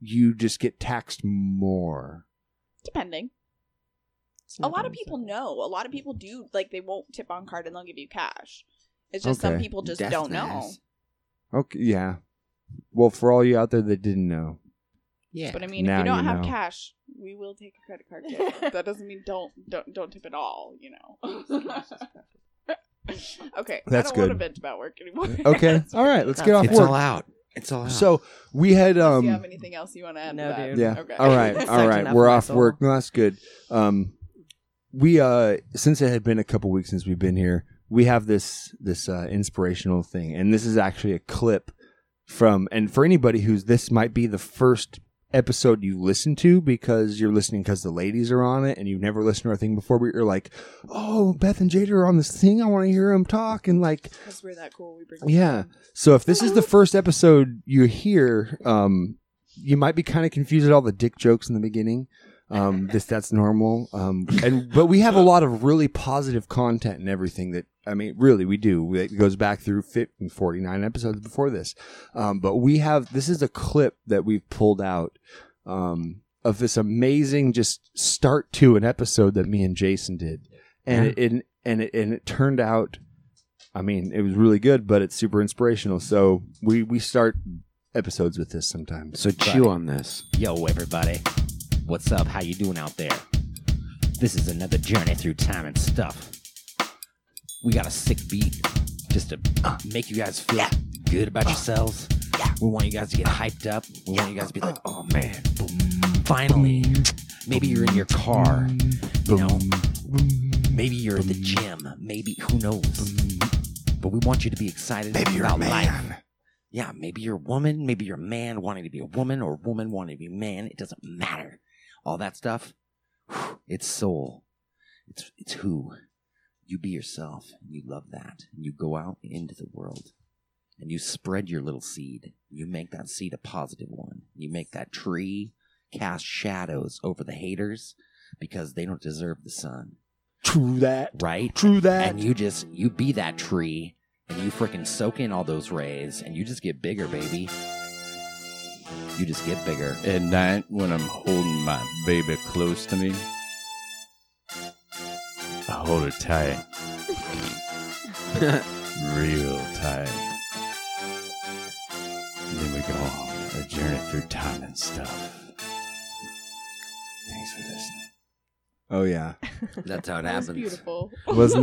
S1: you just get taxed more.
S11: Depending. A lot of people know. A lot of people do like they won't tip on card and they'll give you cash. It's just some
S1: Okay.
S11: people just
S9: That's
S11: don't know.
S9: nice.
S1: Okay, yeah. Well, for all you out there that didn't know.
S9: Yeah.
S11: But I mean, if
S1: Now
S11: you don't
S1: you
S11: have
S1: know.
S11: cash, we will take a credit card
S1: [laughs]
S11: tip. that doesn't mean don't don't don't tip at all, you know. okay, I
S1: That's
S11: don't want to
S1: good.
S11: vent about work anymore.
S1: [laughs]
S11: [laughs]
S1: Okay. all right, let's get off
S9: It's
S1: work.
S9: all out. It's all out.
S1: So, we had
S11: Unless
S1: um
S11: you have anything else you want to add? to that.
S1: Yeah.
S11: Okay. [laughs]
S1: All right. All right. We're off work. No, that's good. Um, we uh, since it had been a couple weeks since we've been here, we have this this uh, inspirational thing, and this is actually a clip from. And for anybody who's this might be the first episode you listen to because you're listening because the ladies are on it and you've never listened to our thing before, but you're like, oh, Beth and Jada are on this thing. I want to hear them talk and like
S11: Because we're that cool. We bring.
S1: yeah. So if this is the first episode you hear, um, you might be kind of confused at all the dick jokes in the beginning. Um, this that's normal. Um, and but we have a lot of really positive content and everything that I mean, really we do. It goes back through fit and forty nine episodes before this. Um, but we have this is a clip that we've pulled out. Um, of this amazing just start to an episode that me and Jason did, and it, and and it, and it turned out I mean, it was really good, but it's super inspirational. So we we start episodes with this sometimes.
S9: So chew on this.
S14: Yo, everybody. What's up? How you doing out there? This is another journey through time and stuff. We got a sick beat just to uh, make you guys feel good about yourselves. We want you guys to get hyped up. We want you guys to be like, oh man, finally. Maybe you're in your car. You know, maybe you're at the gym. Maybe, who knows?
S9: but we want you to be excited about life. Yeah, maybe you're a woman, maybe you're a man wanting to be a woman, or a woman wanting to be a man. It doesn't matter. All that stuff, [sighs] whew, it's soul. It's it's who. You be yourself, and you love that, and you go out into the world, and you spread your little seed. You make that seed a positive one. You make that tree cast shadows over the haters because they don't deserve the sun.
S1: True that.
S9: Right?
S1: True that. [laughs]
S9: And you just you be that tree and you freaking soak in all those rays and you just get bigger, baby. You just get bigger.
S7: At night, when I'm holding my baby close to me, I hold her [laughs] tight. Real tight. And then we go on a journey through time and stuff. Thanks for listening.
S1: Oh yeah.
S9: That's how it
S11: That was
S9: happens.
S11: beautiful.
S1: Wasn't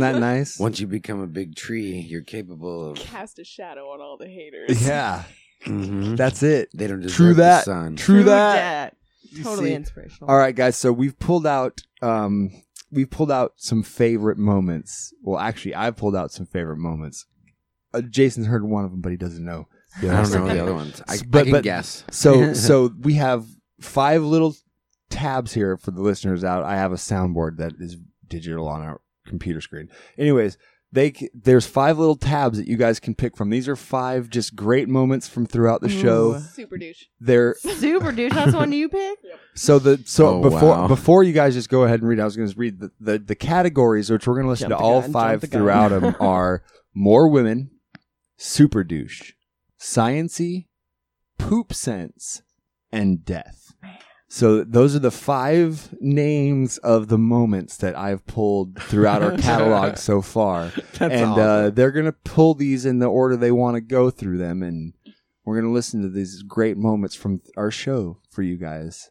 S11: [laughs]
S1: that
S14: [laughs]
S1: nice?
S9: Once you become a big tree, you're capable of
S11: Cast a shadow on all the haters.
S1: Yeah. That's it.
S9: They don't deserve
S1: Mm-hmm. True
S9: the
S1: that.
S9: sun.
S1: True,
S11: True
S1: that.
S11: that.
S1: You
S11: Totally inspirational.
S1: All right, guys. So we've pulled out. Um, we pulled out some favorite moments. Well, actually, I pulled out some favorite moments. Uh, Jason's heard one of them, but he doesn't know.
S9: I
S1: the
S9: don't
S1: others.
S9: know the other ones. I-
S1: S-
S9: I can guess.
S1: So, so we have five little tabs here for the listeners out. I have a soundboard that is digital on our computer screen. Anyways, they c- there's five little tabs that you guys can pick from. These are five just great moments from throughout the show.
S11: Super douche.
S1: They're
S6: Super douche. That's the one you pick.
S1: so the so
S9: Oh,
S1: before
S9: wow.
S1: before you guys just go ahead and read, I was going to read the, the the categories which we're going to listen
S8: Jump
S1: to
S8: the
S1: all
S8: gun,
S1: five
S8: jump the gun. [laughs]
S1: throughout them are more women, super douche, sciency, poop sense, and death. So those are the five names of the moments that I've pulled
S8: [laughs]
S1: throughout our catalog so far,
S8: That's
S1: and uh,
S8: awesome.
S1: they're going to pull these in the order they want to go through them, and we're going to listen to these great moments from our show for you guys.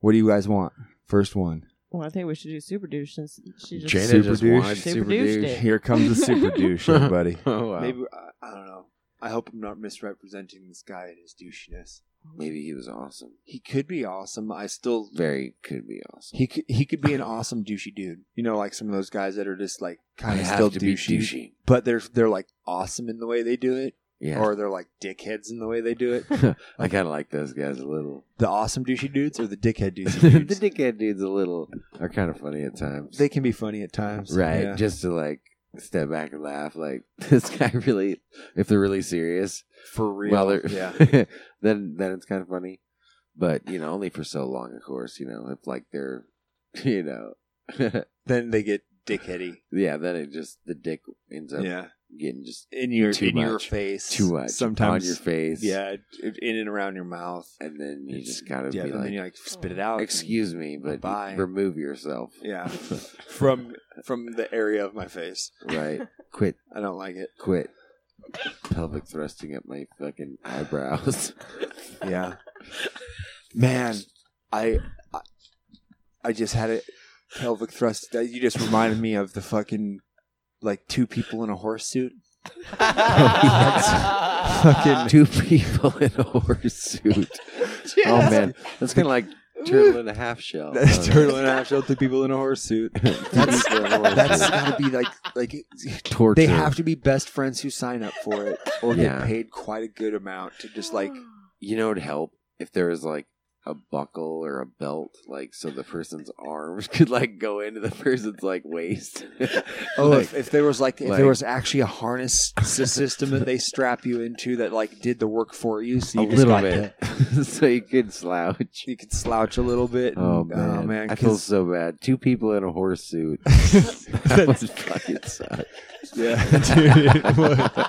S1: What do you guys want? First one.
S6: Well, I think we should do super douche since she just
S1: Jada Super just douche. wanted
S6: Super,
S1: super
S6: douche.
S1: douche. Here comes the
S8: [laughs]
S1: super douche, everybody.
S9: [laughs] Oh, wow. Maybe-
S1: uh, I don't know. I hope I'm not misrepresenting this guy and his douchiness.
S9: Maybe he was awesome.
S1: He could be awesome. I still
S9: Very could be awesome.
S1: he could he could be an awesome douchey dude. You know, like some of those guys that are just like kind
S9: They
S1: of
S9: have
S1: still
S9: to be
S1: douchey,
S9: douchey.
S1: but they're they're like awesome in the way they do it,
S9: Yeah.
S1: or they're like dickheads in the way they do it.
S9: [laughs] I kind of like those guys a
S1: [laughs]
S9: little.
S1: the awesome douchey dudes or
S9: [laughs]
S1: the dickhead douchey
S9: the
S1: dudes.
S9: dickhead dudes a little are kind of funny at times.
S1: they can be funny at times,
S9: right.
S1: yeah.
S9: Just to like step back and laugh. Like [laughs] this guy really, if they're really serious,
S1: for real.
S9: well, they're-
S1: yeah.
S9: [laughs] then then it's kind of funny. But you know, only for so long, of course. You know, if like they're, [laughs] you know, [laughs]
S1: Then they get dickheady.
S9: yeah, then it just the dick ends up
S1: Yeah.
S9: getting just
S1: in your
S9: too
S1: in your
S9: much.
S1: face,
S9: too much
S1: Sometimes
S9: on your face.
S1: Yeah, in and around your mouth.
S9: and then you
S1: It's-
S9: just gotta
S1: yeah,
S9: be
S1: and
S9: like,
S1: then you like spit it out.
S9: excuse me, but
S1: Bye.
S9: remove yourself. [laughs]
S1: Yeah, from from the area of my face.
S9: Right,
S1: [laughs]
S9: quit,
S1: I don't like it.
S9: quit. Pelvic thrusting at my fucking eyebrows.
S1: Yeah, [laughs] man, I I, I just had a pelvic thrust. That you just reminded me of the fucking like two people in a horse suit. [laughs] That's fucking
S9: two people in a horse suit.
S11: [laughs]
S9: Oh man, that's kind of like turtle in a half shell.
S1: That's turtle in a half shell. Two people in a horse suit.
S9: [laughs]
S1: That's,
S9: people in a horse
S1: that's
S9: suit.
S1: gotta be like like
S9: Torture.
S7: [laughs]
S1: They have [laughs] to be best friends who sign up for it, or
S9: Yeah.
S1: get paid quite a good amount to just like
S9: You know, it'd help if there was like a buckle or a belt, like so the person's [laughs] arms could like go into the person's like waist. [laughs]
S1: Oh,
S9: Like,
S1: if, if there was like, if
S9: like-
S1: there was actually a harness s- system that they strap you into that like did the work for you, so
S9: a
S1: you just
S9: little
S1: got
S9: bit, [laughs]
S1: to-
S9: so you could slouch.
S1: you could slouch a little bit. and-
S9: Oh man, I feel
S1: 'cause-
S9: so bad. Two people in a horse
S1: [laughs]
S9: suit. that would fucking suck.
S1: yeah, dude,
S9: [laughs]
S1: it [laughs] would.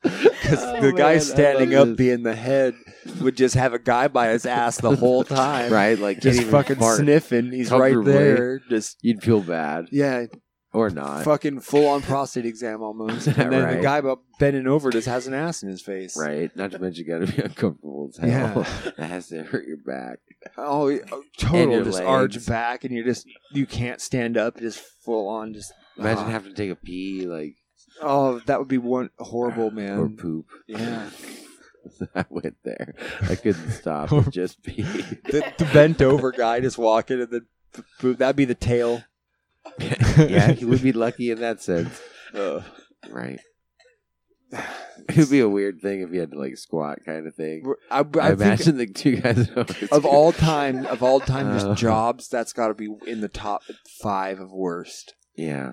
S1: 'Cause
S9: Oh,
S1: the guy
S9: man, I
S1: standing
S9: love
S1: up being the head would just have a guy by his ass the whole
S9: [laughs]
S1: time,
S9: Right, like, can't
S1: just
S9: even
S1: fucking
S9: fart
S1: sniffing. He's right
S9: comfortably.
S1: there, just
S9: You'd feel bad
S1: yeah,
S9: or not,
S1: fucking full on prostate exam [laughs] almost. And then the
S9: Right.
S1: guy bu- bending over just has an ass in his face,
S9: right? Not to mention, you got to be [laughs] uncomfortable as
S1: [laughs]
S9: hell. [laughs]
S1: Yeah.
S9: that has to hurt your back.
S1: Oh, yeah, oh,
S9: And
S1: total
S9: your
S1: just
S9: legs.
S1: arch back, and you're just you can't stand up, just full on. Just
S9: Imagine
S1: ah.
S9: having to take a pee, like
S1: oh, that would be one horrible man.
S9: or poop.
S1: yeah,
S9: [laughs] I went there. I couldn't [laughs] stop. It just pee.
S1: the, [laughs] the bent over guy just walking, and then p- poop. That'd be the tail.
S9: yeah, he would be lucky in that sense.
S1: Uh,
S9: [sighs] Right. It would be a weird thing if you had to like squat kind of thing.
S1: I,
S9: I,
S1: I think-
S9: imagine the two guys [laughs]
S1: of all time, of all time,
S9: Oh.
S1: just jobs. That's got to be in the top five of worst.
S9: Yeah,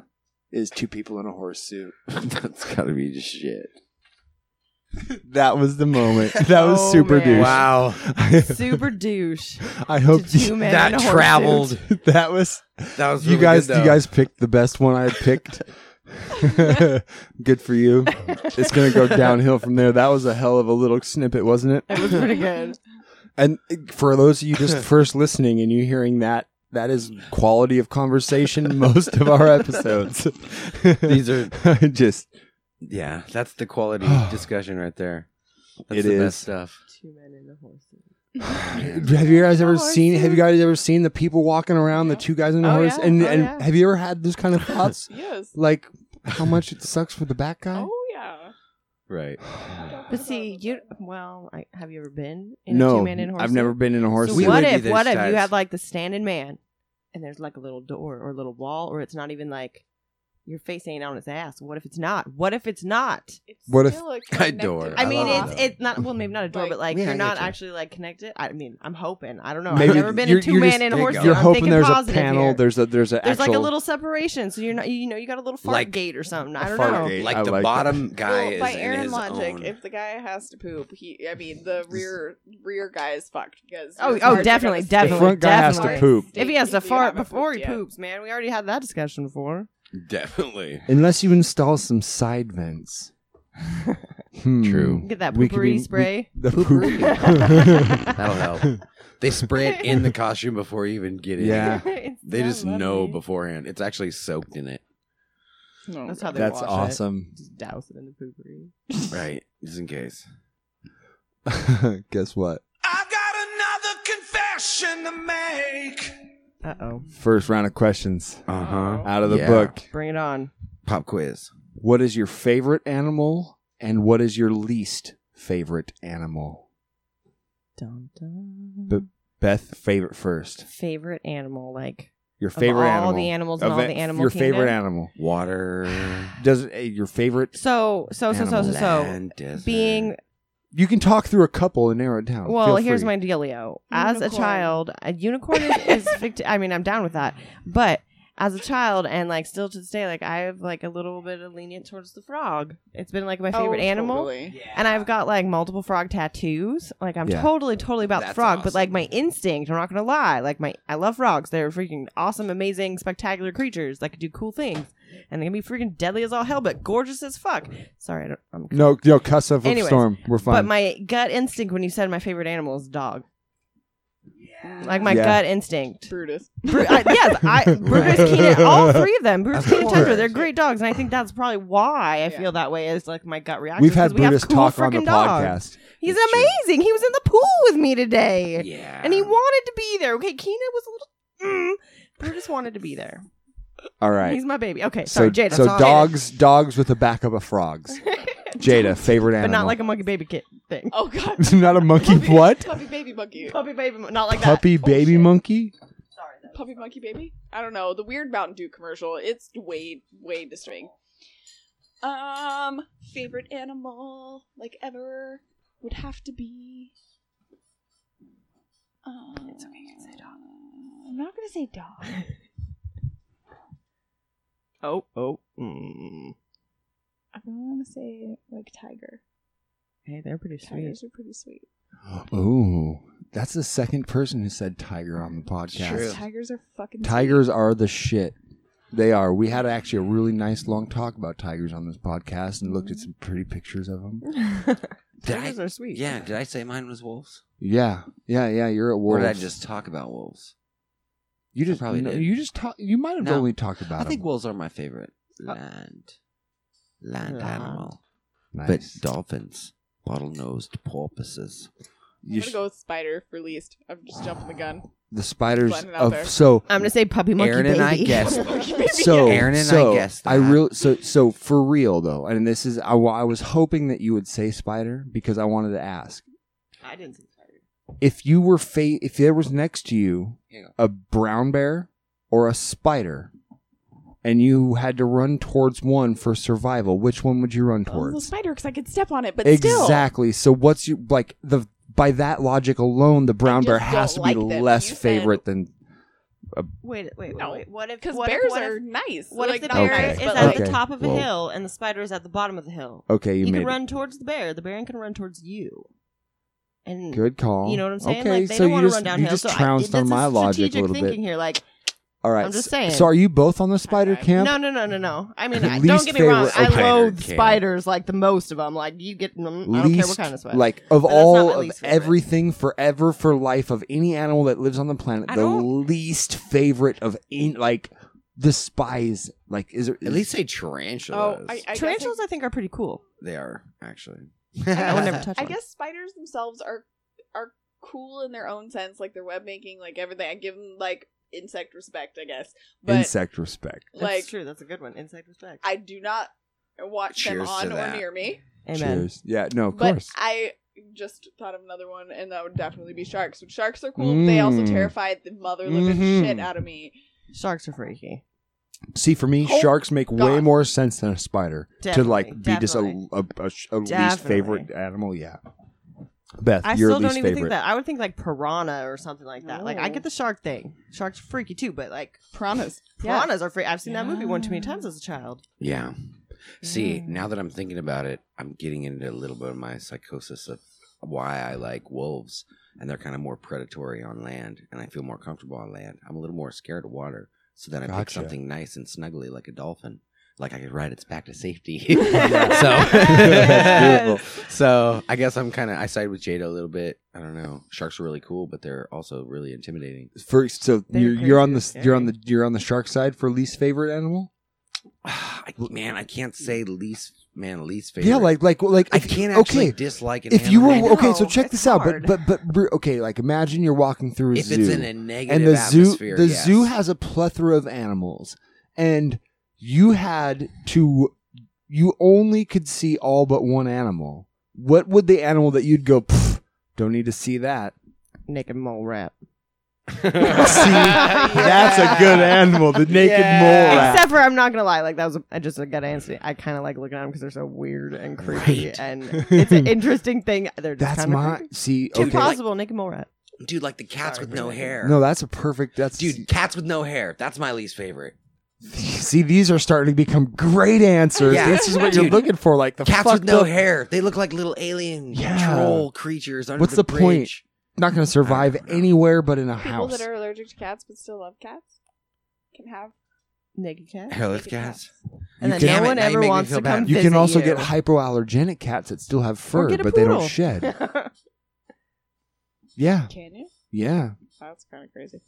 S1: Is two people in a horse
S6: [laughs]
S1: suit.
S9: that's gotta be just shit.
S1: That was the
S6: [laughs]
S1: moment. That was
S6: Oh,
S1: super
S6: man.
S1: douche.
S6: Wow. [laughs]
S1: [laughs]
S6: Super douche.
S1: I hope
S6: To two men That in a horse traveled. suit.
S1: [laughs] that was.
S6: That was
S1: you
S6: really
S1: guys.
S6: good,
S1: you
S6: though.
S1: guys picked the best one I had picked. [laughs] good for you. It's
S6: [laughs]
S1: gonna go downhill from there. That was a hell of a little snippet, wasn't it?
S6: It was pretty [laughs] good.
S1: And for those of
S6: [laughs]
S1: you just first listening and you hearing that, that is quality of conversation most of
S6: [laughs]
S1: our episodes. [laughs]
S9: These are-
S1: just
S9: [laughs] Yeah, that's the quality discussion right there. That's
S1: It
S9: the
S1: is.
S9: best stuff.
S6: Two men in a horse.
S1: [sighs] have you guys ever seen have you guys ever seen the people walking around the two guys in the
S6: Oh,
S1: horse
S6: yeah.
S1: and
S6: Oh,
S1: and
S6: yeah.
S1: have you ever had those kind of [laughs] thoughts?
S11: Yes.
S1: Like how much it sucks for the back guy?
S11: Oh yeah.
S9: Right.
S6: But see, you well, I, have you ever been in a
S1: No,
S6: two man in horse?
S1: I've never
S6: suit?
S1: been in a horse
S6: So
S1: suit.
S6: what
S1: We would
S6: if
S1: be
S6: what
S1: those
S6: if you
S1: types.
S6: had like the standing man, and there's like a little door or a little wall, or it's not even like your face ain't on his ass. What if it's not? What if it's not?
S1: What if [laughs]
S6: I I mean, it's it's not well, maybe not a door, but like
S1: Yeah, I
S6: you're not
S1: get you.
S6: actually like connected. I mean, I'm hoping. I don't know.
S1: Maybe
S6: I've never been
S1: you're-
S6: a two
S1: you're
S6: man
S1: just-
S6: in a
S1: there you
S6: horse.
S1: go.
S6: suit.
S1: You're
S6: I'm
S1: hoping
S6: thinking
S1: there's a
S6: positive
S1: panel,
S6: here.
S1: there's a- there's a
S6: there's like a
S1: actual-
S6: little separation, so you're not you know you got a little fart
S9: Like-
S6: gate or something. I don't
S9: fart
S6: know.
S9: gate.
S6: Like
S9: Like the bottom guy
S11: Well, by
S9: is in
S11: Aaron
S9: his
S11: logic,
S9: own.
S11: if the guy has to poop, he I mean the rear rear guy is fucked because
S6: Oh,
S11: your
S6: oh,
S11: parts are
S6: definitely,
S11: gonna
S6: definitely.
S11: stink.
S1: front guy has to
S6: definitely.
S1: poop.
S6: [laughs] If he has to
S11: If you
S6: fart
S11: haven't
S6: before he
S11: pooped yet.
S6: poops, man, we already had that discussion before.
S9: [laughs] Definitely.
S1: Unless you install some side [laughs] vents. Hmm.
S9: True.
S6: Get that
S1: We could
S6: poopery
S1: we-
S6: spray.
S1: [laughs] the
S6: Poopery.
S1: poopery.
S9: That'll help. They spray it in the costume before you even get in.
S1: Yeah.
S6: [laughs] It's
S9: they just know beforehand. It's actually soaked in it.
S6: That's how they
S1: That's
S6: wash it.
S1: awesome.
S6: Just douse it in the poopery.
S9: Right. Just in case.
S1: [laughs] Guess what?
S10: Confession to make.
S6: Uh oh.
S1: First round of questions.
S9: Uh huh.
S1: Out of the
S9: Yeah.
S1: book.
S6: Bring it on.
S9: Pop quiz.
S1: What is your favorite animal and what is your least favorite animal?
S6: Dun, dun.
S1: But Beth, favorite first.
S6: Favorite animal, like
S1: Your
S6: of
S1: favorite
S6: all
S1: animal. [laughs]
S6: the animals
S1: Of
S6: and all
S1: it-
S6: the animal.
S1: Your
S6: kingdom?
S1: favorite animal.
S9: Water.
S1: Does uh, your favorite?
S6: So so so so so so
S9: Land, desert.
S6: being
S1: You can talk through a couple and narrow it down.
S6: Well,
S1: Oh, Feel
S6: here's my
S1: free.
S6: dealio. As a
S11: Unicorn.
S6: child, a unicorn
S11: [laughs]
S6: is, is fict- I mean, I'm down with that. But as a child, and like still to this day, like I have like a little bit of lenient towards the frog. It's been like my
S11: Oh,
S6: favorite animal,
S11: totally.
S6: and I've got like multiple frog tattoos. Like I'm
S11: Yeah.
S6: totally, totally about the
S11: That's
S6: frog. But like my instinct, I'm not gonna lie. Like my, I love frogs. They're freaking awesome, amazing, spectacular creatures that can do cool things, and they can be freaking deadly as all hell, but gorgeous as fuck. Sorry, I don't, I'm
S1: No, no, cuss up with
S6: Anyways,
S1: storm. We're fine.
S6: But my gut instinct when you said my favorite animal is dog. Like my
S1: Yeah.
S6: gut instinct.
S11: Brutus.
S6: [laughs] Bru- I, yes,
S1: [laughs]
S6: I, Brutus, Keenan, all three of them, Brutus, Keenan, Tundra, they're great dogs, and I think that's probably why I feel that way. Is like my gut reaction.
S1: We've had
S6: 'cause we
S1: Brutus
S6: have cool
S1: talk on the
S6: freaking dogs.
S1: podcast.
S6: He's amazing. He was in the pool with me today. Yeah, and he wanted to be there. Okay, Keenan was a little. Mm, Brutus wanted to be there.
S1: All right.
S6: He's my baby. Okay, sorry,
S1: so,
S6: Jada.
S1: So
S6: sorry.
S1: dogs, dogs with a backup of frogs. Jada,
S6: [laughs]
S1: favorite
S6: but
S1: animal.
S6: not like a monkey baby kit thing.
S11: Oh god,
S1: not a [laughs] monkey. what?
S11: puppy baby monkey,
S6: puppy baby, mon- not [laughs] like that.
S1: Puppy baby monkey.
S11: puppy monkey baby. I don't know the weird Mountain Dew commercial. It's way way disturbing. Um, favorite animal like ever would have to be. Um, it's okay to say dog. um, I'm not gonna say dog.
S6: Oh, oh. Mm.
S11: I'm gonna say like tiger.
S6: Hey, they're pretty sweet.
S11: Tigers are pretty sweet.
S1: Ooh, that's the second person who said tiger on the podcast.
S11: Tigers are fucking
S1: Tigers are the shit. They are. We had actually a really nice long talk about tigers on this podcast and looked at some pretty pictures
S11: [laughs]
S1: of them.
S9: Did
S6: Tigers are sweet.
S9: Yeah. Did I say mine was wolves?
S1: Yeah, yeah, yeah. You're at
S9: Or
S1: wolves.
S9: did I just talk about wolves?
S1: You just
S9: probably
S1: no,
S9: did.
S1: you just talk. You might have
S9: No.
S1: only talked about.
S9: I think
S1: 'em.
S9: wolves are my favorite land land
S11: Land.
S9: animal.
S1: Nice.
S9: But dolphins, bottlenosed porpoises.
S11: I'm gonna go with spider for least. I'm just jumping the gun.
S1: the spiders
S11: Just letting it out
S1: of
S11: there.
S1: so.
S6: I'm gonna say puppy monkey
S9: Aaron and I
S6: baby. [laughs]
S9: guessed-
S1: so
S9: Aaron and I
S1: so
S9: guessed
S1: I real so so for real though, and this is I, wa- I was hoping that you would say spider because I wanted to ask
S6: I didn't. Say
S1: if you were fa- if there was next to you a brown bear or a spider, and you had to run towards one for survival, which one would you
S6: Oh,
S1: run
S11: The
S1: towards?
S11: spider, because I could step on it, but still.
S1: exactly. So what's you like the by that logic alone, the brown bear
S11: just
S1: has to
S11: don't
S1: be
S11: like them.
S1: less
S11: You said-
S1: favorite than a
S6: Wait, wait, wait, wait. What if
S11: Because
S6: what if-
S11: bears
S6: what if-
S11: are nice.
S6: What
S11: Like,
S6: if the
S1: not
S6: bear
S1: nice,
S6: is
S1: but
S6: at
S1: like-
S6: the top of a
S1: Okay, well-
S6: hill and the spider is at the bottom of the hill?
S1: Okay, you
S6: you
S1: made
S6: can
S1: it.
S6: run towards the bear. The bear can run towards you. And
S1: Good call.
S6: You know what I'm saying?
S1: Okay,
S6: like, they
S1: so
S6: don't
S1: you
S6: want to
S1: just-
S6: run
S1: you
S6: downhill.
S1: just
S6: so I-
S1: trounced
S6: this
S1: on
S6: is
S1: my logic a
S6: strategic
S1: little bit.
S6: thinking here, like.
S1: All right.
S6: I'm just
S1: s-
S6: saying. Uh,
S1: So are you both on the spider camp?
S6: No, no, no, no, no. I mean, I, don't
S1: Least
S6: get me wrong.
S1: favorite-
S6: I
S1: okay.
S6: loathe
S1: Spider camp.
S6: spiders like the most of them. Like you get, them, I don't care what
S1: least
S6: kind of spider.
S1: like of
S6: But that's not
S1: all
S6: my
S1: of
S6: least favorite.
S1: everything forever for life of any animal that lives on the planet the least favorite of in like despise like is, there,
S9: At least say tarantula.
S11: Oh, I, I
S6: Tarantulas, I think, are pretty cool.
S9: They are actually.
S6: I would [laughs]
S9: [laughs]
S6: never touch
S11: I
S6: one.
S11: guess spiders themselves are are cool in their own sense, like their web making, like everything. I give them like insect respect, I guess. But
S1: insect respect
S6: That's
S11: like-
S6: true. That's a good one. Insect respect.
S11: I do not watch them
S1: Cheers to
S11: on or
S1: that.
S11: near me.
S1: cheers yeah no of
S11: but
S1: course
S11: I just thought of another one, and that would definitely be sharks. Which sharks are cool. They also
S1: Mm.
S11: terrified the mother living
S1: Mhm.
S11: shit out of me.
S6: Sharks are freaky.
S1: see for me
S11: Oh,
S6: [laughs]
S1: sharks make way
S11: God.
S1: more sense than a spider to like be
S6: Definitely,
S1: just a, a, a, a least
S6: Definitely.
S1: favorite animal yeah beth
S6: I
S1: your
S6: still
S1: least
S6: don't even
S1: favorite
S6: think that. I would think like piranha or something like that. Like I
S11: No.
S6: get the shark thing. Sharks are freaky too, but like
S11: piranhas.
S6: Piranhas are free. I've seen that movie one too many times as a child.
S9: Yeah. See, now that I'm thinking about it, I'm getting into a little bit of my psychosis of why I like wolves, and they're kind of more predatory on land, and I feel more comfortable on land. I'm a little more scared of water, so then I pick
S1: Gotcha.
S9: something nice and snuggly like a dolphin, like I could ride its back to safety. [laughs]
S1: Yes.
S9: so, so I guess I'm kind of I side with Jada a little bit. I don't know. Sharks are really cool, but they're also really intimidating. [sighs]
S1: first so
S9: They're
S1: you're, you're on the
S9: crazy
S1: you're on the you're on the shark side for least favorite animal
S9: I, man, I can't say least man least favorite.
S1: Yeah, like like like
S9: I
S1: if-
S9: can't
S1: okay.
S9: actually dislike an
S1: If you
S9: animal.
S1: were okay, so
S9: No,
S1: check
S9: it's
S1: this out.
S9: hard.
S1: But but but br- okay, like imagine you're walking through a
S9: If
S1: zoo,
S9: it's in a
S1: and
S9: negative
S1: the zoo
S9: atmosphere,
S1: the
S9: yes.
S1: zoo has a plethora of animals, and you had to you only could see all but one animal. What would the animal that you'd go? "Pff, Don't need to see that.
S6: Naked mole rat. [laughs]
S1: [laughs] See, that's a good animal. The naked mole rat.
S6: Except for I'm not gonna lie, like that was a, I just got to answer. I kind of like looking at them because they're so weird and creepy,
S9: Right.
S1: [laughs]
S6: and it's an interesting thing. They're just
S1: That's
S6: kinda
S1: my
S6: creepy.
S1: see.
S6: Too
S1: Okay,
S6: possible, naked mole rat.
S9: Dude, like the cats with no hair.
S1: no, that's a perfect. That's
S9: dude, cats with no hair. That's my least favorite.
S1: see. These are starting to become great answers.
S9: Yeah.
S1: This is what you're
S9: Dude,
S1: looking for. Like the
S9: Cats with
S1: fucked
S9: no
S1: up-
S9: hair. They look like little alien
S1: Yeah.
S9: troll creatures under
S1: What's
S9: the,
S1: the,
S9: bridge.
S1: point? Not going to survive anywhere but in a
S11: People
S1: house.
S11: that are allergic to cats but still love cats can have
S6: naked cats.
S9: Hell, it's cats.
S6: And then no
S1: You can- Damn it,
S6: one
S1: now you
S6: ever
S1: make me
S6: wants
S1: feel
S6: to
S1: bad.
S6: come.
S1: You
S6: visit
S1: can also
S6: you.
S1: get hypoallergenic cats that still have
S6: Or
S1: fur,
S6: get a
S1: but they
S6: poodle.
S1: don't
S6: [laughs]
S1: shed. Yeah,
S11: Can you?
S1: yeah.
S11: That's kind of crazy.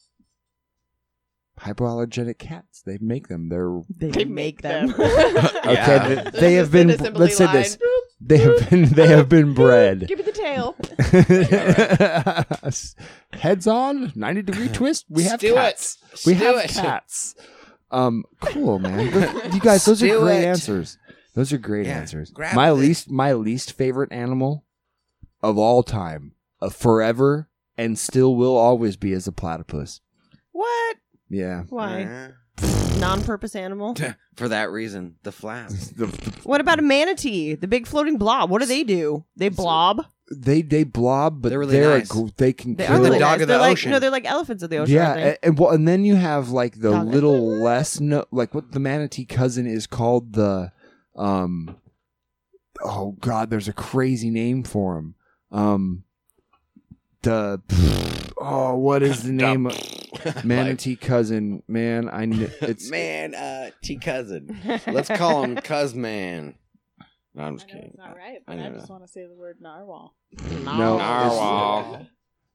S1: Hypoallergenic cats. They make them. They're
S6: they make them. [laughs]
S1: [laughs] okay.
S11: Yeah.
S1: th- They have been.
S11: There's an
S1: Let's say
S11: assembly
S1: this.
S11: line. Boop,
S1: They [laughs] have been. They have been bred.
S11: Give me the tail.
S1: [laughs] Heads on, ninety degree twist. We have
S11: Stew it.
S1: cats. We
S11: Stew
S1: have
S11: it.
S1: cats. Um, cool, man. Th- You guys, those are
S9: Stew
S1: great
S9: it.
S1: answers. Those are great answers.
S9: grab
S1: My
S9: the-
S1: least, my least favorite animal of all time, of forever, and still will always be, is a platypus.
S6: What?
S1: Yeah.
S6: Why? Non-purpose animal.
S9: For that reason, the flaps.
S6: What about a manatee? The big floating blob. What do they do? They blob.
S1: They they blob, but they're,
S9: They're really
S1: a
S9: nice.
S1: gr- they can
S6: They
S1: kill
S6: are really
S1: it.
S6: nice. they're like, No, they're like elephants of the ocean.
S1: yeah,
S6: Yeah.
S1: and, and well, and then you have like the little less no, like what the manatee cousin is called the, um, oh god, there's a crazy name for him. Um, the oh, what is the
S9: [laughs]
S1: name? of Manatee cousin, man. I kn- it's
S9: man, uh, T cousin.
S1: eh,
S6: [laughs]
S9: Let's call him Cuz Man. No, I'm just kidding.
S11: It's not right,
S9: I
S11: but I,
S9: know.
S11: just want to say the word narwhal.
S1: no it's-
S9: Narwhal.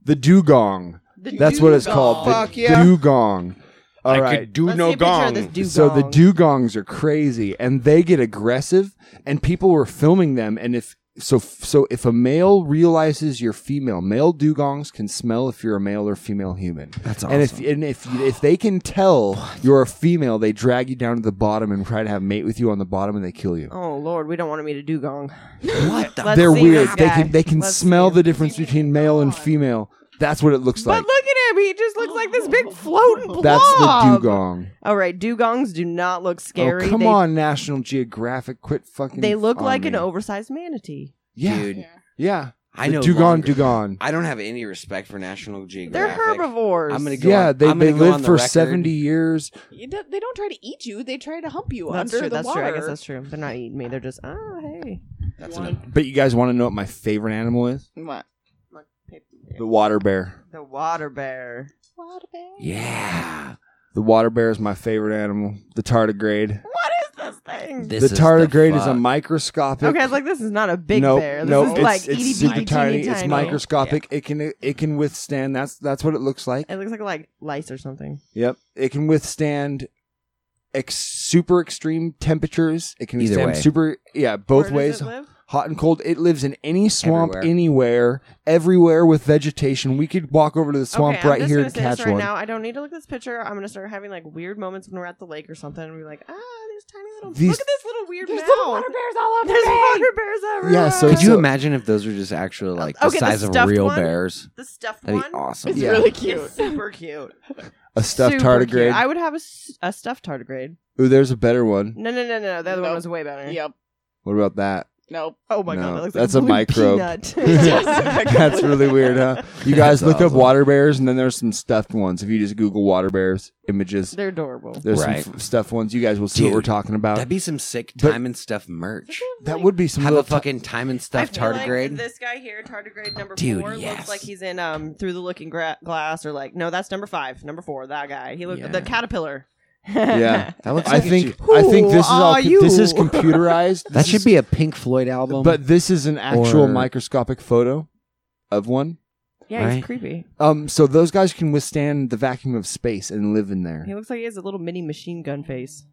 S1: the dugong.
S11: The
S1: That's what it's called. The
S11: dugong. Fuck yeah.
S1: dugong. All
S9: I could
S1: right.
S9: do Let's no see a picture of this gong.
S1: So the dugongs are crazy, and they get aggressive, and people were filming them. And if so, so if a male realizes you're female, male dugongs can smell if you're a male or female human. [laughs] That's And if
S9: awesome.
S1: and if if they can tell you're a female, they drag you down to the bottom and try to have mate with you on the bottom, and they kill you.
S6: Oh Lord, we don't want to meet a dugong.
S9: [gasps] What
S6: the? Let's
S1: They're
S6: see
S1: weird.
S6: this
S1: They
S6: guy.
S1: can they can
S6: Let's
S1: smell the difference between male and female. That's what it looks like.
S6: But look at him. He just looks like this big floating blob.
S1: [laughs] That's the dugong.
S6: All right, dugongs do not look scary.
S1: Oh, come
S6: They-
S1: on, National Geographic, quit fucking.
S6: They look
S1: on
S6: like an
S1: me.
S6: oversized manatee.
S1: yeah,
S9: Dude.
S1: yeah.
S9: I
S1: The
S9: know
S1: dugong,
S9: longer-
S1: dugong.
S9: I don't have any respect for National
S6: They're
S9: Geographic.
S6: herbivores.
S9: I'm gonna go.
S1: Yeah,
S9: on-
S1: they
S9: I'm
S1: they
S9: gonna go on
S1: lived
S9: the
S1: for
S9: record.
S1: seventy years.
S11: You don't- they don't try to eat you. They try to hump you
S6: That's
S11: under
S6: true.
S11: the
S6: That's
S11: water.
S6: true. I guess that's true. They're not eating me. They're just ah hey.
S9: That's
S1: But you guys want to know what my favorite animal is?
S11: What?
S1: The water bear.
S6: The water bear.
S11: Water bear.
S9: Yeah.
S1: The water bear is my favorite animal. The tardigrade.
S6: What is this thing?
S1: the tardigrade is, a microscopic.
S6: Okay, I was like, this is not a big
S1: no,
S6: bear. This
S1: no,
S6: is
S1: it's,
S6: like
S1: it's
S6: itty
S1: super
S6: bitty
S1: tiny.
S6: teeny
S1: It's
S6: tiny.
S1: microscopic. It can it can withstand. That's that's what it looks like.
S6: It looks like like lice or something.
S1: Yep. It can withstand ex- super extreme temperatures. It can
S9: Either
S1: withstand
S9: way.
S1: super yeah, both ways. Hot and cold. It lives in any swamp,
S9: Everywhere.
S1: anywhere, everywhere with vegetation. We could walk over to the swamp
S6: okay, I'm
S1: right
S6: just
S1: here
S6: gonna
S1: and
S6: say this
S1: catch
S6: right
S1: one.
S6: now. I don't need to look at this picture. I'm gonna start having like weird moments when we're at the lake or something, and be like, ah, there's tiny little.
S1: These-
S6: look at this little weird.
S11: There's
S6: mouth.
S11: little water bears all over
S6: There's
S11: me.
S6: water bears everywhere.
S1: Yeah, so-
S9: Could you
S1: so-
S9: imagine if those were just actually like the
S6: Okay, the
S9: size of
S6: stuffed
S9: real
S6: one?
S9: bears?
S6: The stuffed
S9: That'd be
S6: one?
S9: awesome.
S6: It's
S9: Yeah.
S6: really
S11: It's
S6: cute. super cute.
S1: A stuffed
S6: Super cute.
S1: tardigrade.
S6: I would have a, s- a stuffed tardigrade.
S1: Ooh, there's a better one.
S6: No, no, no, no. no. The other one was way better.
S11: [laughs] Yep.
S1: What about that?
S11: Nope.
S6: Oh my god,
S1: No,
S6: that looks
S1: that's
S6: like
S1: a
S6: blue [laughs]
S1: microbe.
S6: peanut.
S1: That's really weird, huh? You guys
S9: That's
S1: look up water bears, and then there's some stuffed ones. If you just Google water bears
S6: [laughs]
S1: images,
S6: They're adorable.
S1: there's
S9: Right.
S1: some f- stuffed ones. You guys will see what
S9: Dude,
S1: we're talking about.
S9: That'd be some sick
S1: But-
S9: time and stuff merch.
S1: that would be some
S9: Have a
S1: little ti-
S9: fucking time and
S6: I
S9: stuff
S6: feel like
S9: tardigrade.
S6: this guy here, tardigrade number
S9: Dude,
S6: four, looks
S9: yes.
S6: like he's in um through the looking gra- glass, or like no, that's number five, number four, that guy. He looked
S9: Yeah.
S6: the [laughs] caterpillar.
S1: yeah.
S9: That looks
S1: I
S9: like
S1: think
S6: you.
S1: I think this is
S6: Who
S1: all
S6: are
S1: co- this is
S6: you?
S1: computerized.
S9: That
S1: This
S9: should
S1: is-
S9: be a Pink Floyd album.
S1: But this is an actual
S9: or-
S1: microscopic photo of one.
S6: yeah, he's
S9: Right.
S6: creepy.
S1: Um, so those guys can withstand the vacuum of space and live in there.
S6: He looks like he has a little mini machine gun face.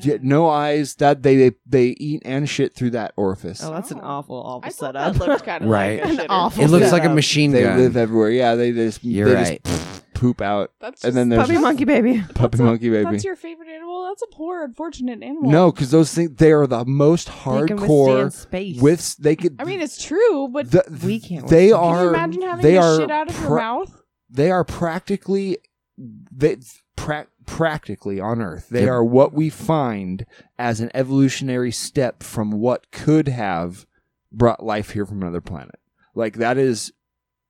S1: Yeah, no eyes. That they, they they eat and shit through that orifice.
S6: Oh, that's an awful, awful
S11: thought
S6: setup.
S11: That looked kind of
S9: Right.
S11: Like
S6: [laughs]
S11: a
S6: An
S11: shitter.
S6: awful
S9: it looks like a
S6: setup.
S9: machine
S1: they
S9: gun.
S1: live everywhere. Yeah, they just
S9: You're
S1: they
S9: right.
S1: just poop out,
S11: That's
S1: and then there's
S6: Puppy monkey baby.
S1: puppy monkey baby.
S11: That's your favorite animal. That's a poor, unfortunate animal.
S1: No, because those things they are the most
S6: can
S1: hardcore
S6: withstand space.
S1: with s- they could.
S11: I mean it's true, but
S1: the,
S6: We can't. withstand-
S11: can
S1: they
S11: you
S1: are
S11: imagine having
S1: they
S11: the
S1: are
S11: shit out of your
S1: pra-
S11: mouth?
S1: they are practically they pra- practically on Earth. They
S9: Yep.
S1: are what we find as an evolutionary step from what could have brought life here from another planet. Like that is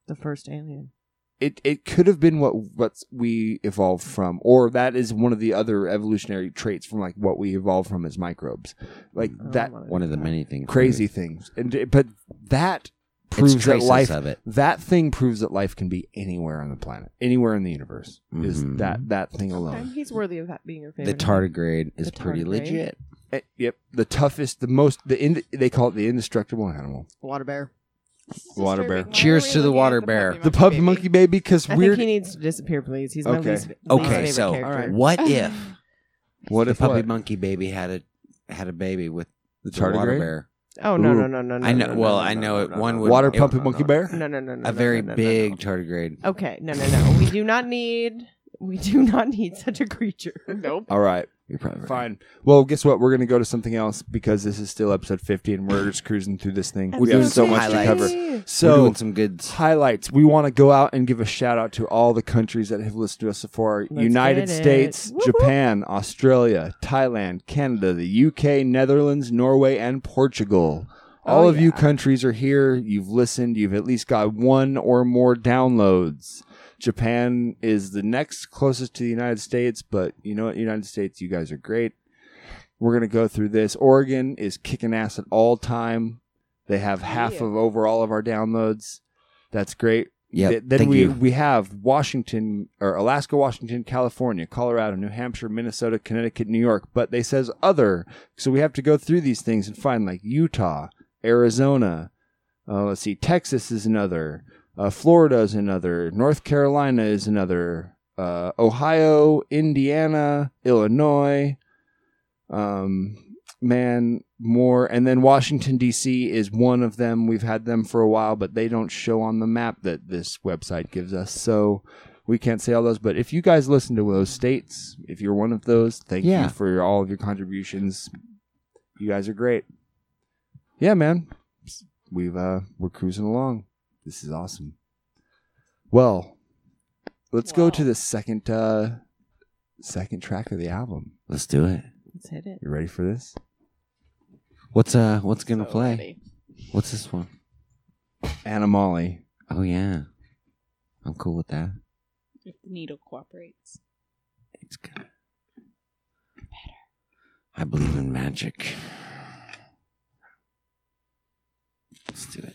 S6: the first alien.
S1: it it could have been what what we evolved from or that is one of the other evolutionary traits from like what we evolved from as microbes like that
S9: One of the many things.
S1: crazy things and it- but that proves that
S9: traces
S1: life
S9: of it.
S1: that thing proves that life can be anywhere on the planet anywhere in the universe is
S9: Mhm.
S1: that that thing alone
S6: He's worthy of ha- being your favorite.
S9: The tardigrade is
S6: The
S9: pretty
S6: tardigrade.
S9: legit.
S1: Eh, yep the toughest the most the ind- they call it the indestructible animal
S6: water bear.
S1: water bear
S9: Cheers to the water bear.
S1: the puppy monkey baby because
S6: I
S1: weird
S6: think he needs to disappear, please. He's my
S1: Okay.
S6: least, least
S9: Okay,
S6: favorite
S9: so
S6: character. [sighs]
S9: what if
S1: what
S9: the
S1: if
S9: puppy
S1: what?
S9: monkey baby had a had a baby with the,
S1: tardigrade?
S9: water bear?
S6: Oh no
S1: Ooh.
S6: no no no no!
S9: I know.
S6: No, no,
S9: well,
S6: no,
S9: I
S6: no,
S9: know
S6: no,
S9: it.
S6: no,
S9: one
S6: no,
S9: would
S1: water
S9: it-
S1: puppy monkey bear
S6: No no no no. no,
S9: a very
S6: no, no, no.
S9: big tardigrade.
S6: Okay, no no no. We do not need. We do not need such a creature.
S11: Nope.
S1: all right
S9: You're probably right.
S1: Fine. Well, guess what? We're going to go to something else because this is still episode 50 and we're just cruising through this thing. we have
S9: doing
S1: so
S9: some
S1: much to
S9: highlights.
S1: cover.
S9: We're
S1: So,
S9: doing some good. s-
S1: highlights. We want to go out and give a shout out to all the countries that have listened to us so far
S6: Let's
S1: United
S6: get it.
S1: States,
S6: Woo-hoo.
S1: Japan, Australia, Thailand, Canada, the UK, Netherlands, Norway, and Portugal. All
S6: Oh,
S1: of you
S6: yeah.
S1: countries are here. You've listened. You've at least got one or more downloads. Japan is the next closest to the United States, but you know what? United States, you guys are great. We're going to go through this. Oregon is kicking ass at all time. They have
S6: Oh,
S1: half
S11: Yeah.
S1: of over all of our downloads. That's great.
S9: Yep,
S1: Th- then
S9: thank
S1: we
S9: you.
S1: we have Washington or Alaska, Washington, California, Colorado, New Hampshire, Minnesota, Connecticut, New York, but they says other. So we have to go through these things and find like Utah, Arizona, uh, let's see, Texas is another, uh, Florida is another, North Carolina is another, uh, Ohio, Indiana, Illinois, um, man, more, and then Washington D.C. is one of them. We've had them for a while, but they don't show on the map that this website gives us, so we can't say all those. But if you guys listen to those states, if you're one of those, thank
S9: Yeah.
S1: you for all of your contributions. You guys are great. Yeah, man, we've uh, we're cruising along. This is awesome. Well, Let's go to the second uh second track of the album.
S9: Let's do it.
S6: Let's hit it.
S1: You ready for this?
S9: What's uh what's gonna play? What's this one?
S1: Animali.
S9: Oh yeah. I'm cool with that.
S13: If the needle cooperates.
S9: I believe in magic.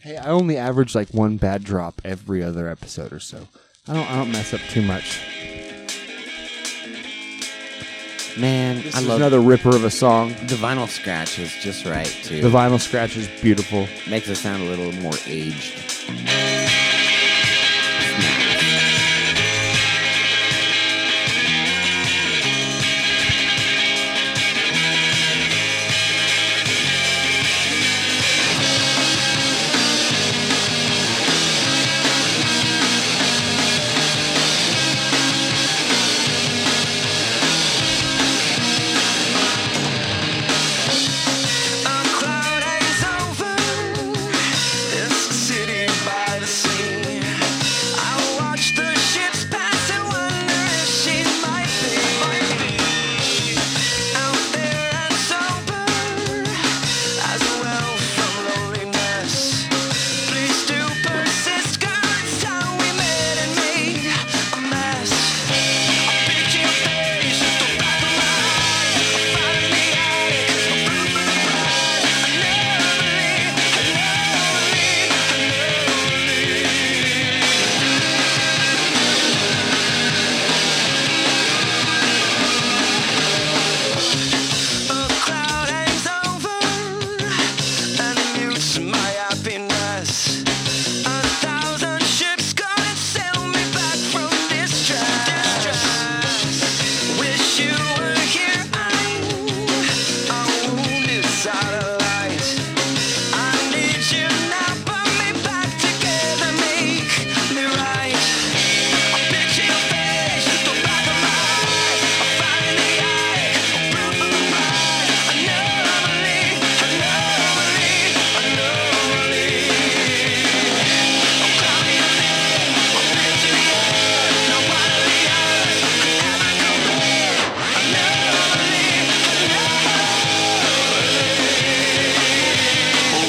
S1: Hey, I only average like one bad drop every other episode or so. I don't I don't mess up too much.
S9: Man,
S1: This
S9: I
S1: is
S9: love
S1: another ripper of a song.
S9: The vinyl scratch is just right too.
S1: The vinyl scratch is beautiful.
S9: makes it sound a little more aged.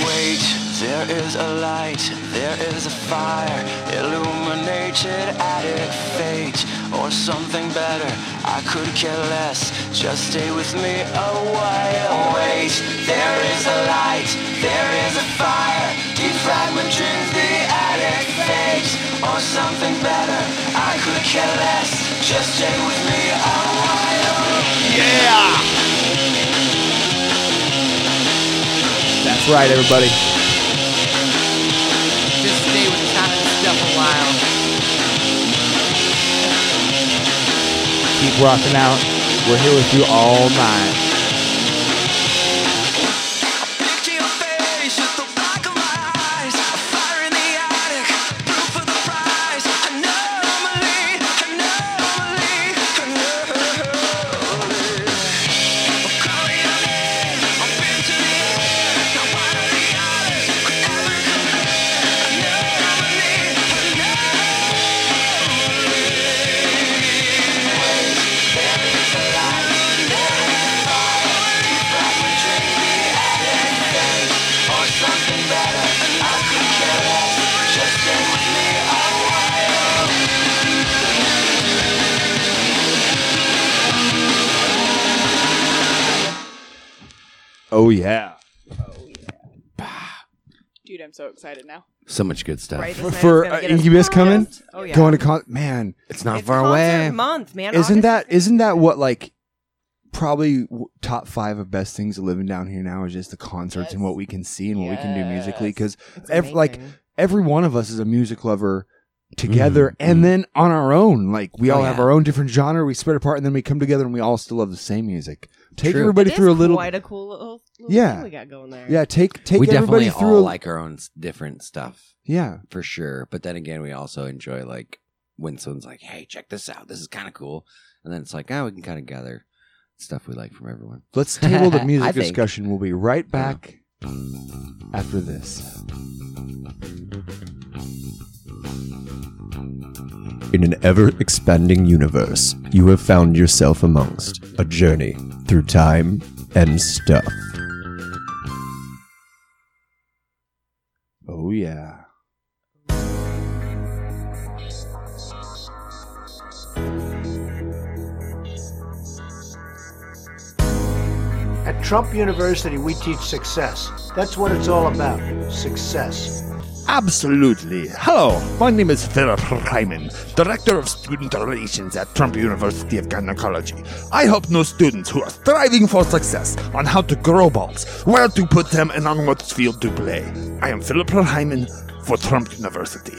S3: Wait, there is a light, there is a fire, illuminated at it, fate, or something better. I could care less, just stay with me a while. Wait, there is a light, there is a fire, defragmenting the attic, fate, or something better. I could care less, just stay with me a while. Yeah!
S1: That's right, everybody.
S15: Just stay with the kind of stuff a while.
S1: Keep rocking out. We're here with you all night.
S9: Oh yeah.
S11: Dude, I'm so excited now.
S9: So much good stuff.
S11: Right, this night is
S1: For, for
S11: gonna
S1: uh,
S11: get us
S1: Incubus coming,
S11: buzzed. Oh, yeah.
S1: going to con- man,
S9: It's not It's
S1: far
S9: concert
S1: away.
S6: month, man.
S1: Isn't
S6: August
S1: that isn't that what like probably w- top five of best things of living down here now is just
S7: [laughs]
S1: the concerts and what we can see and what we can do musically because ev- like every one of us is a music lover together and then on our own like we
S9: Oh,
S1: all have
S9: yeah.
S1: our own different genre we split apart and then we come together and we all still love the same music take
S9: True.
S1: everybody
S9: It
S1: through a
S9: is
S1: little
S6: quite a cool little, little
S1: yeah
S6: thing we got going there.
S1: yeah take take
S9: we
S1: everybody
S9: definitely
S1: through
S9: all
S1: a-
S9: like our own s- different stuff.
S1: Yeah.
S9: for sure. But then again, we also enjoy like when someone's like, "Hey, check this out. This is kind of cool," and then it's like, "Ah, we can kind of gather stuff we like from everyone."
S1: let's table
S9: [laughs]
S1: the
S9: I
S1: music
S9: think.
S1: discussion we'll be right back after this
S3: Thank you.
S16: In an ever expanding universe, you have found yourself amongst a journey through time and stuff.
S1: Oh, yeah.
S3: At Trump University, we teach success. That's what it's all about success.
S7: Absolutely. Hello, my name is Philip Hyman, Director of Student Relations at Trump University of Gynecology. I help new students who are striving for success on how to grow balls, where to put them, and on what field to play. I am Philip Hyman for Trump University.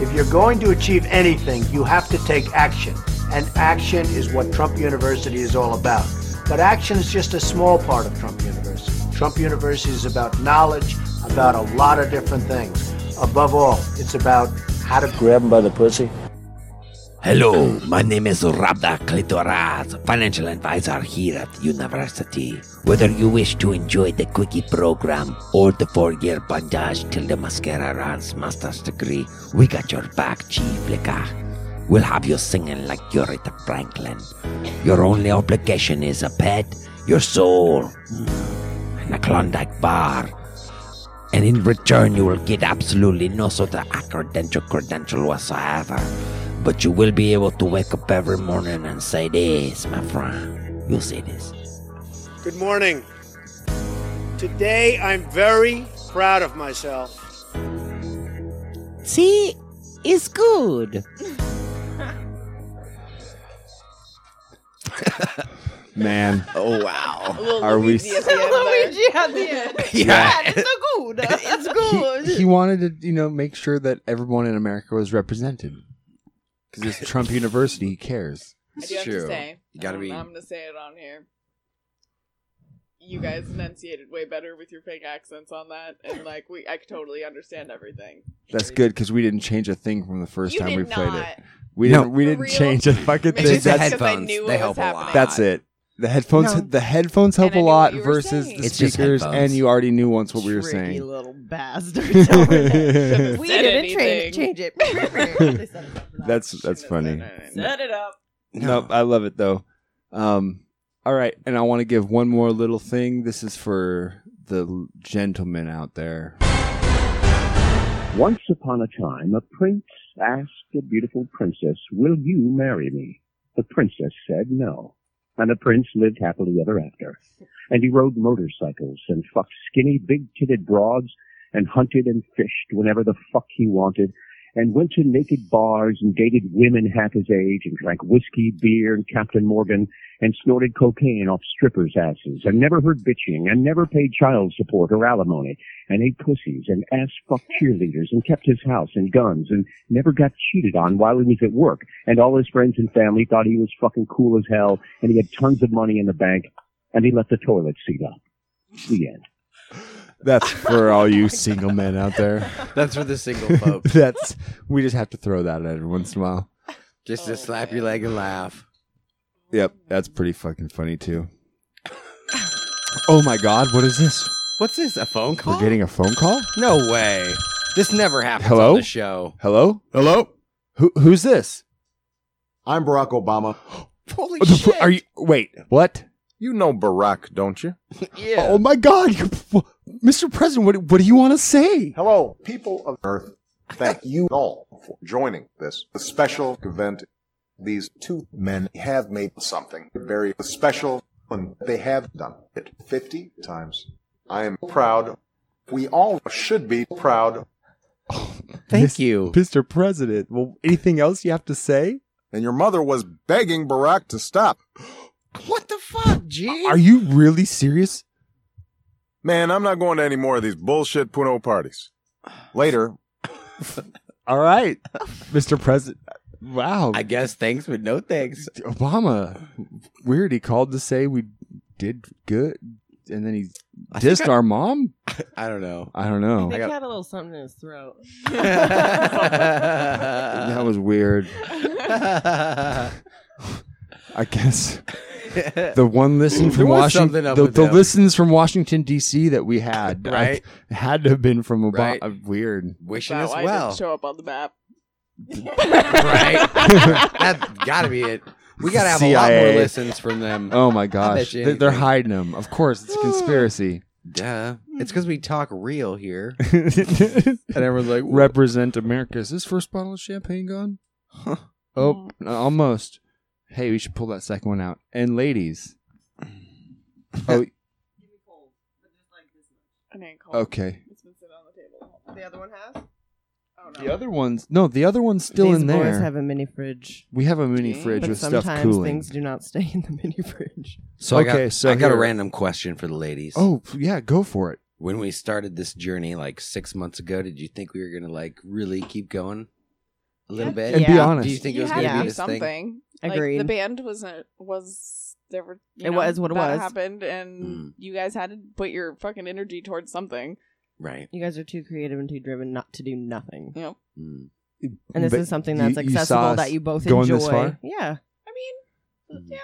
S3: If you're going to achieve anything, you have to take action. And action is what Trump University is all about. But action is just a small part of Trump University. Trump University is about knowledge, about a lot of different things. Above all, it's about how to grab them by the pussy.
S4: Hello, my name is Rabda Klitoraz, financial advisor here at the university. Whether you wish to enjoy the quickie program or the four-year bondage till the mascara runs master's degree, we got your back, Chief Flicka. We'll have you singing like you're at the Franklin. Your only obligation is a pet, your soul, mm, and a Klondike bar. And in return, you will get absolutely no sort of academic credential whatsoever. But you will be able to wake up every morning and say this, my friend. You'll say this.
S3: Good morning. Today, I'm very proud of myself.
S17: See, it's good.
S1: Man.
S4: Oh, wow.
S1: Are we. s-
S6: [laughs] [laughs] Luigi at the end. [laughs]
S1: Yeah.
S6: Man, it's so
S1: [laughs]
S6: good. It's
S9: Oh,
S6: good.
S18: He wanted to, you know, make sure that everyone in America was represented. Because it's
S9: [laughs]
S18: Trump University, he cares.
S11: I do have to
S18: true.
S11: say,
S18: You gotta
S11: um,
S18: be-
S11: I'm gonna say it on here. You guys enunciated way better with your fake accents on that, and like we, I totally understand everything.
S1: That's good because we didn't change a thing from the first
S11: You
S1: time
S11: did
S1: we played
S11: not.
S1: it. We
S11: No.
S1: didn't. We
S11: For
S1: didn't
S11: real?
S1: change a fucking
S11: Maybe
S1: thing.
S11: it's the It's just 'cause I headphones. knew They what help was a lot. happening.
S1: That's it. The headphones.
S6: No.
S1: The headphones help a lot versus the
S6: It's
S8: just
S1: speakers,
S8: headphones.
S1: and you already knew once what we were
S6: Tricky
S11: [laughs]
S1: saying.
S6: little [laughs] bastards over
S1: [laughs]
S6: there. we
S11: Said
S6: didn't tra-
S11: anything.
S6: change it.
S1: that's that's funny.
S11: Set it up.
S1: Nope, I love it though. Um, all right, and I want to give one more little thing. This is for the gentlemen out there.
S19: Once upon a time, a prince asked a beautiful princess, Will you marry me? The princess said no. And the prince lived happily ever after. And he rode motorcycles and fucked skinny, big titted broads and hunted and fished whenever the fuck he wanted and went to naked bars and dated women half his age and drank whiskey, beer, and Captain Morgan and snorted cocaine off strippers' asses and never heard bitching and never paid child support or alimony and ate pussies and ass fucked cheerleaders and kept his house and guns and never got cheated on while he was at work and all his friends and family thought he was fucking cool as hell and he had tons of money in the bank and he left the toilet seat up. The end.
S1: That's for all [laughs] you single men out there.
S9: That's for the single folk.
S1: [laughs] that's we just have to throw that at every once in a while.
S9: Just to slap your leg and laugh.
S1: Yep, that's pretty fucking funny too. Oh my god, what is this?
S9: What's this? A phone call?
S1: We're getting a phone call.
S9: No way. This never happens
S1: Hello?
S9: on the show.
S1: Hello?
S20: Hello?
S1: Who who's this?
S20: I'm Barack Obama.
S1: Holy shit. Are you wait, what?
S20: You know Barack, don't you?
S1: [laughs] Yeah. Oh my god, you- wh- Mr. President, what what do you want to say?
S20: Hello, people of Earth. Thank you all for joining this special event. These two men have made something very special, and they have done it 50 times. I am proud. We all should be proud.
S1: Thank you. Mr. President. Well, anything else you have to say?
S20: And your mother was begging Barack to stop.
S1: Are you really serious?
S20: Man, I'm not going to any more of these bullshit Puno parties. Later.
S1: All [laughs] right. Mr. President. Wow.
S9: I guess thanks, but no thanks.
S1: Obama. Weird. He called to say we did good, and then he
S9: I think
S1: dissed
S9: I-
S1: our mom.
S9: I don't
S1: [laughs]
S9: know. [laughs]
S1: I don't
S6: I
S1: know.
S6: think he had a little something in his
S1: [laughs]
S6: throat.
S21: Uh,
S9: [laughs]
S1: that was weird. I guess the one listen
S9: There
S1: from
S9: was something
S1: Washington,
S9: up
S1: the,
S9: with
S1: the
S9: them.
S1: listens from Washington D.C. that
S9: [laughs]
S1: we had, I-
S9: Right.
S1: had to have been from Obama.
S9: Right.
S1: Weird.
S9: [laughs] Wishing
S11: Wow,
S9: us
S11: I
S9: well.
S11: didn't show up on the map.
S6: [laughs]
S21: right?
S1: Oh
S21: that gotta be it. We gotta have a lot
S1: CIA.
S21: more listens from them.
S1: Oh my
S21: I
S1: gosh,
S21: bet you
S1: They- they're
S21: anything.
S1: hiding them. Of course, it's
S9: [laughs]
S1: a conspiracy.
S21: Duh. It's because we talk real here.
S1: [laughs] and
S21: everyone's like,
S1: represent America. Is this first bottle of champagne gone? Huh.
S9: [laughs]
S1: Oh, almost. Hey, we should pull that second one out. And ladies. Oh,
S11: I mean, call
S1: okay.
S11: It's been sitting on the table. The other one has? Oh,
S1: The other one's no, the other one's still
S6: These
S1: in
S6: boys
S1: there.
S6: have a mini fridge.
S1: We have a mini fridge
S6: but
S1: with stuff
S6: sometimes
S1: cooling.
S6: things do not stay in the mini fridge.
S9: So I
S1: Okay,
S9: got,
S1: so
S9: I got a
S1: here-
S9: random question for the ladies.
S1: Oh p- yeah, go for it.
S9: When we started this journey like six months ago, did you think we were gonna like really keep going a little bit?
S1: And be Yeah. honest.
S9: Do you think it
S11: you
S9: was
S11: had
S9: gonna
S11: to
S9: be
S11: do
S9: this thing?
S11: something. Like,
S6: Agreed.
S11: the band wasn't was there were you
S6: It
S11: know,
S6: was what it
S11: that
S6: was.
S11: happened, and you guys had to put your fucking energy towards something.
S9: Right.
S6: You guys are too creative and too driven not to do nothing.
S11: Yep.
S9: Hmm.
S6: And this
S1: But
S6: is something
S1: you-
S6: that's
S1: you saw
S6: accessible
S1: us
S6: that you both
S1: going
S6: enjoy.
S1: this far?
S6: Yeah.
S11: Yeah.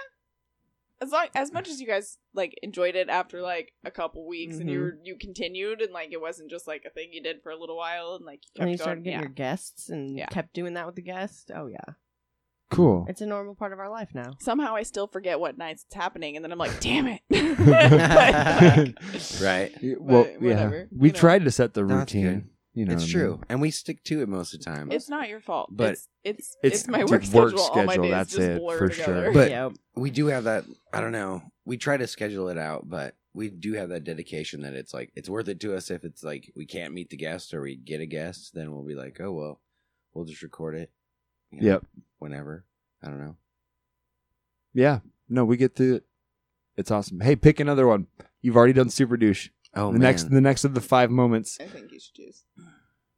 S11: As long as much as you guys like enjoyed it after like a couple weeks, and you
S6: Mhm.
S11: were, you continued, and like it wasn't just like a thing you did for a little while, and like you kept
S6: And you
S11: going.
S6: started getting
S11: yeah.
S6: your guests and kept doing that with the guests. Oh yeah.
S1: Cool.
S6: It's a normal part of our life now.
S11: Somehow I still forget what nights it's happening, and then I'm
S9: [laughs]
S11: like, damn [laughs] it.
S1: [laughs]
S9: right.
S1: Y- Well,
S9: But
S1: yeah.
S9: whatever,
S1: We
S9: you know.
S1: tried to set the
S9: No, it's good.
S1: routine. You know,
S9: it's
S1: what I
S9: true,
S1: mean?
S9: and we stick to it most of the time.
S11: It's not your fault,
S9: but
S11: it's it's it's, my work, schedule. All my days just blur together.
S9: But we do have that. I don't know. We try to schedule it out, but we do have that dedication that it's like it's worth it to us. If it's like we can't meet the guest or we get a guest, then we'll be like, oh well, we'll just record it. you know,
S1: Yep.
S9: Whenever. I don't know.
S1: Yeah. No, we get through it. It's awesome. Hey, pick another one. You've already done super douche.
S9: Oh
S1: the next
S9: man.
S1: the next of the five moments.
S11: I think you should choose.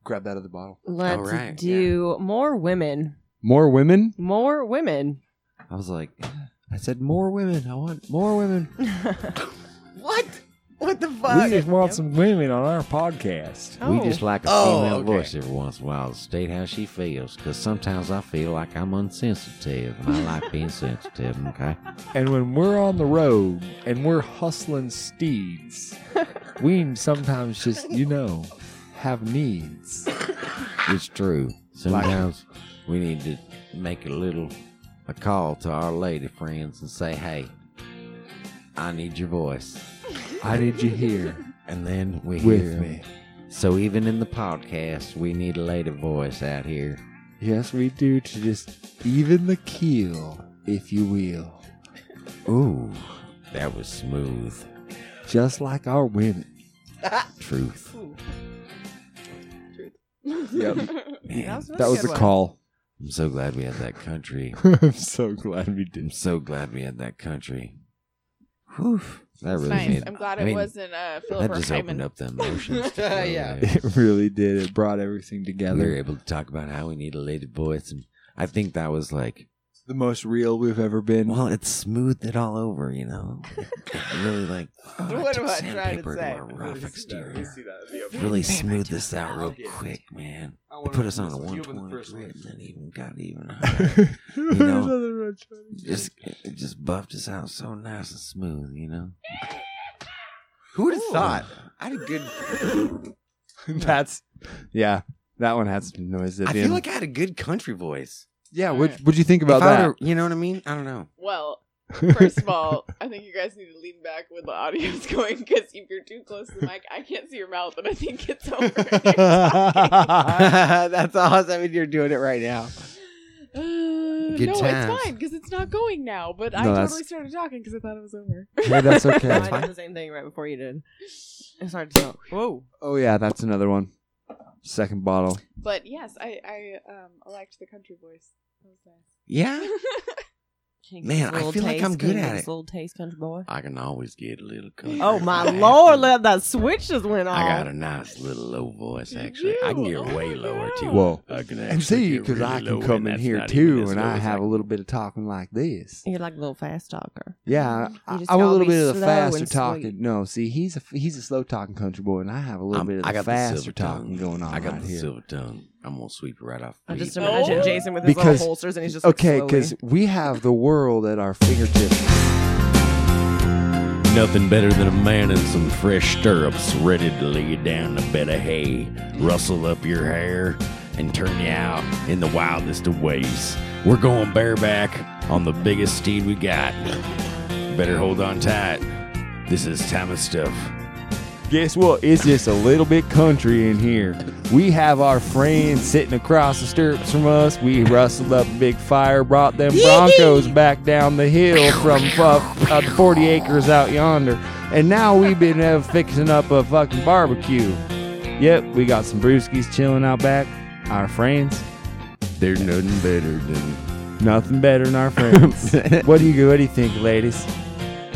S1: Grab that out of the bottle.
S6: Let's do more women.
S1: More women?
S6: More [laughs] women.
S9: I was like, I said more women. I want more women.
S6: What? What the
S22: We just want some women on our podcast.
S6: Oh.
S9: We just like a
S22: Oh,
S9: female
S22: okay.
S9: voice every once in a while to state how she feels, because sometimes I feel like I'm unsensitive,
S22: [laughs]
S9: and I like being sensitive, okay?
S22: And when we're on the road and we're hustling
S9: [laughs]
S22: steeds, we sometimes just, you know, have needs.
S9: It's true. Sometimes we need to make a little a call to our lady friends and say, "Hey, I need
S22: [laughs]
S9: your voice.
S1: I need you here."
S9: And then we
S1: With
S9: hear 'em.
S1: me.
S9: So even in the podcast, we need a lady voice out here.
S1: Yes, we do to just even the keel, if you will.
S9: Ooh, that was smooth.
S1: Just like our women.
S9: Truth.
S6: Oh. [laughs]
S1: Yep.
S9: Man,
S1: that was the call.
S9: I'm so glad we had that country.
S1: [laughs] I'm so glad we did. [laughs]
S9: I'm so glad we had that country. Whew. That
S11: It's
S9: really
S11: nice.
S9: made-
S11: I'm glad it wasn't, uh, Philip
S9: That just
S11: Hyman.
S9: opened up the
S3: [laughs]
S9: emotions. to
S11: Yeah.
S9: really-
S1: It really did. It brought everything
S9: We
S1: together.
S9: were able to talk about how we need a lady voice, and I think that was like
S1: the most real we've ever been.
S9: Well, it smoothed it all over, you know. It really like
S3: [laughs] What am I trying to
S9: sandpaper
S3: say?
S9: to our rough exterior.
S3: video.
S9: Really
S3: Damn
S9: smoothed this out real quick, man. They put us on a one twenty, and then even got
S3: [laughs]
S9: even
S1: [laughs]
S9: higher. you [laughs] know, just it just buffed us out so nice and smooth, you [laughs] know.
S21: Who would have thought? I had a good.
S1: That's yeah. That one had some noise. At
S9: I
S1: the
S9: feel
S1: end.
S9: like I had a good country voice.
S1: yeah. What What'd you think about
S9: If I
S1: that?
S9: would've- you know what I mean? I don't
S1: [laughs]
S9: know. [laughs]
S11: Well, first of all, I think you guys need to lean back when the audio's [laughs] going because if you're too close to the mic, I can't see your mouth, and I think it's
S9: [laughs]
S11: over. [laughs]
S21: That's awesome. and You're doing it right now.
S11: Uh,
S21: Good
S11: no,
S21: times.
S11: it's fine because it's not going now. But I
S21: No,
S11: totally
S21: that's-
S11: started talking because I thought it was over.
S1: Hey, that's okay.
S6: No,
S1: That's
S6: I
S1: fine.
S6: did the same thing right before you did. It's hard to tell. Whoa.
S1: Oh yeah, that's another one. Second bottle.
S11: But yes, I I um I liked the country voice. That was nice.
S9: Yeah. Man, I feel like I'm good at it.
S6: Little taste, country boy.
S9: I can always get a little country.
S1: [laughs]
S6: Oh my lord! Let that switch just went off.
S9: I got a nice little low voice actually. I can get way lower too.
S1: Whoa.
S9: I can
S1: and see,
S9: because
S1: because I can come in here too, and I have a little bit of talking like this.
S6: You're like a little fast talker.
S1: Yeah, I,
S6: just
S1: I'm a
S6: gotta
S1: little
S6: be
S1: bit of the
S6: slow
S1: faster
S6: and
S1: talking.
S6: sweet.
S1: No, see, he's a he's a slow talking country boy, and I have a little bit of
S9: I
S1: the
S9: got the
S1: faster
S9: silver
S1: talking
S9: tongue
S1: going on
S9: I got
S1: right
S9: the
S1: here.
S9: silver tongue. I'm gonna sweep it right off.
S6: I
S9: feet.
S6: just imagine Jason with his
S1: Because-
S6: little holsters and he's just
S1: okay,
S6: because
S1: we have the world at our fingertips.
S7: Nothing better than a man in some fresh stirrups ready to lay down a bed of hay, rustle up your hair, and turn you out in the wildest of ways. We're going bareback on the biggest steed we got. Better hold on tight. This is time of stuff.
S1: Guess what? It's just a little bit country in here. We have our friends sitting across the stirrups from us. We rustled up a big fire, brought them Broncos back down the hill from uh, uh, 40 acres out yonder. And now we've been uh, fixing up a fucking barbecue. Yep, we got some brewskis chilling out back. Our friends.
S7: There's nothing better than
S1: Nothing better than our [laughs] friends. what do you what do you think, ladies?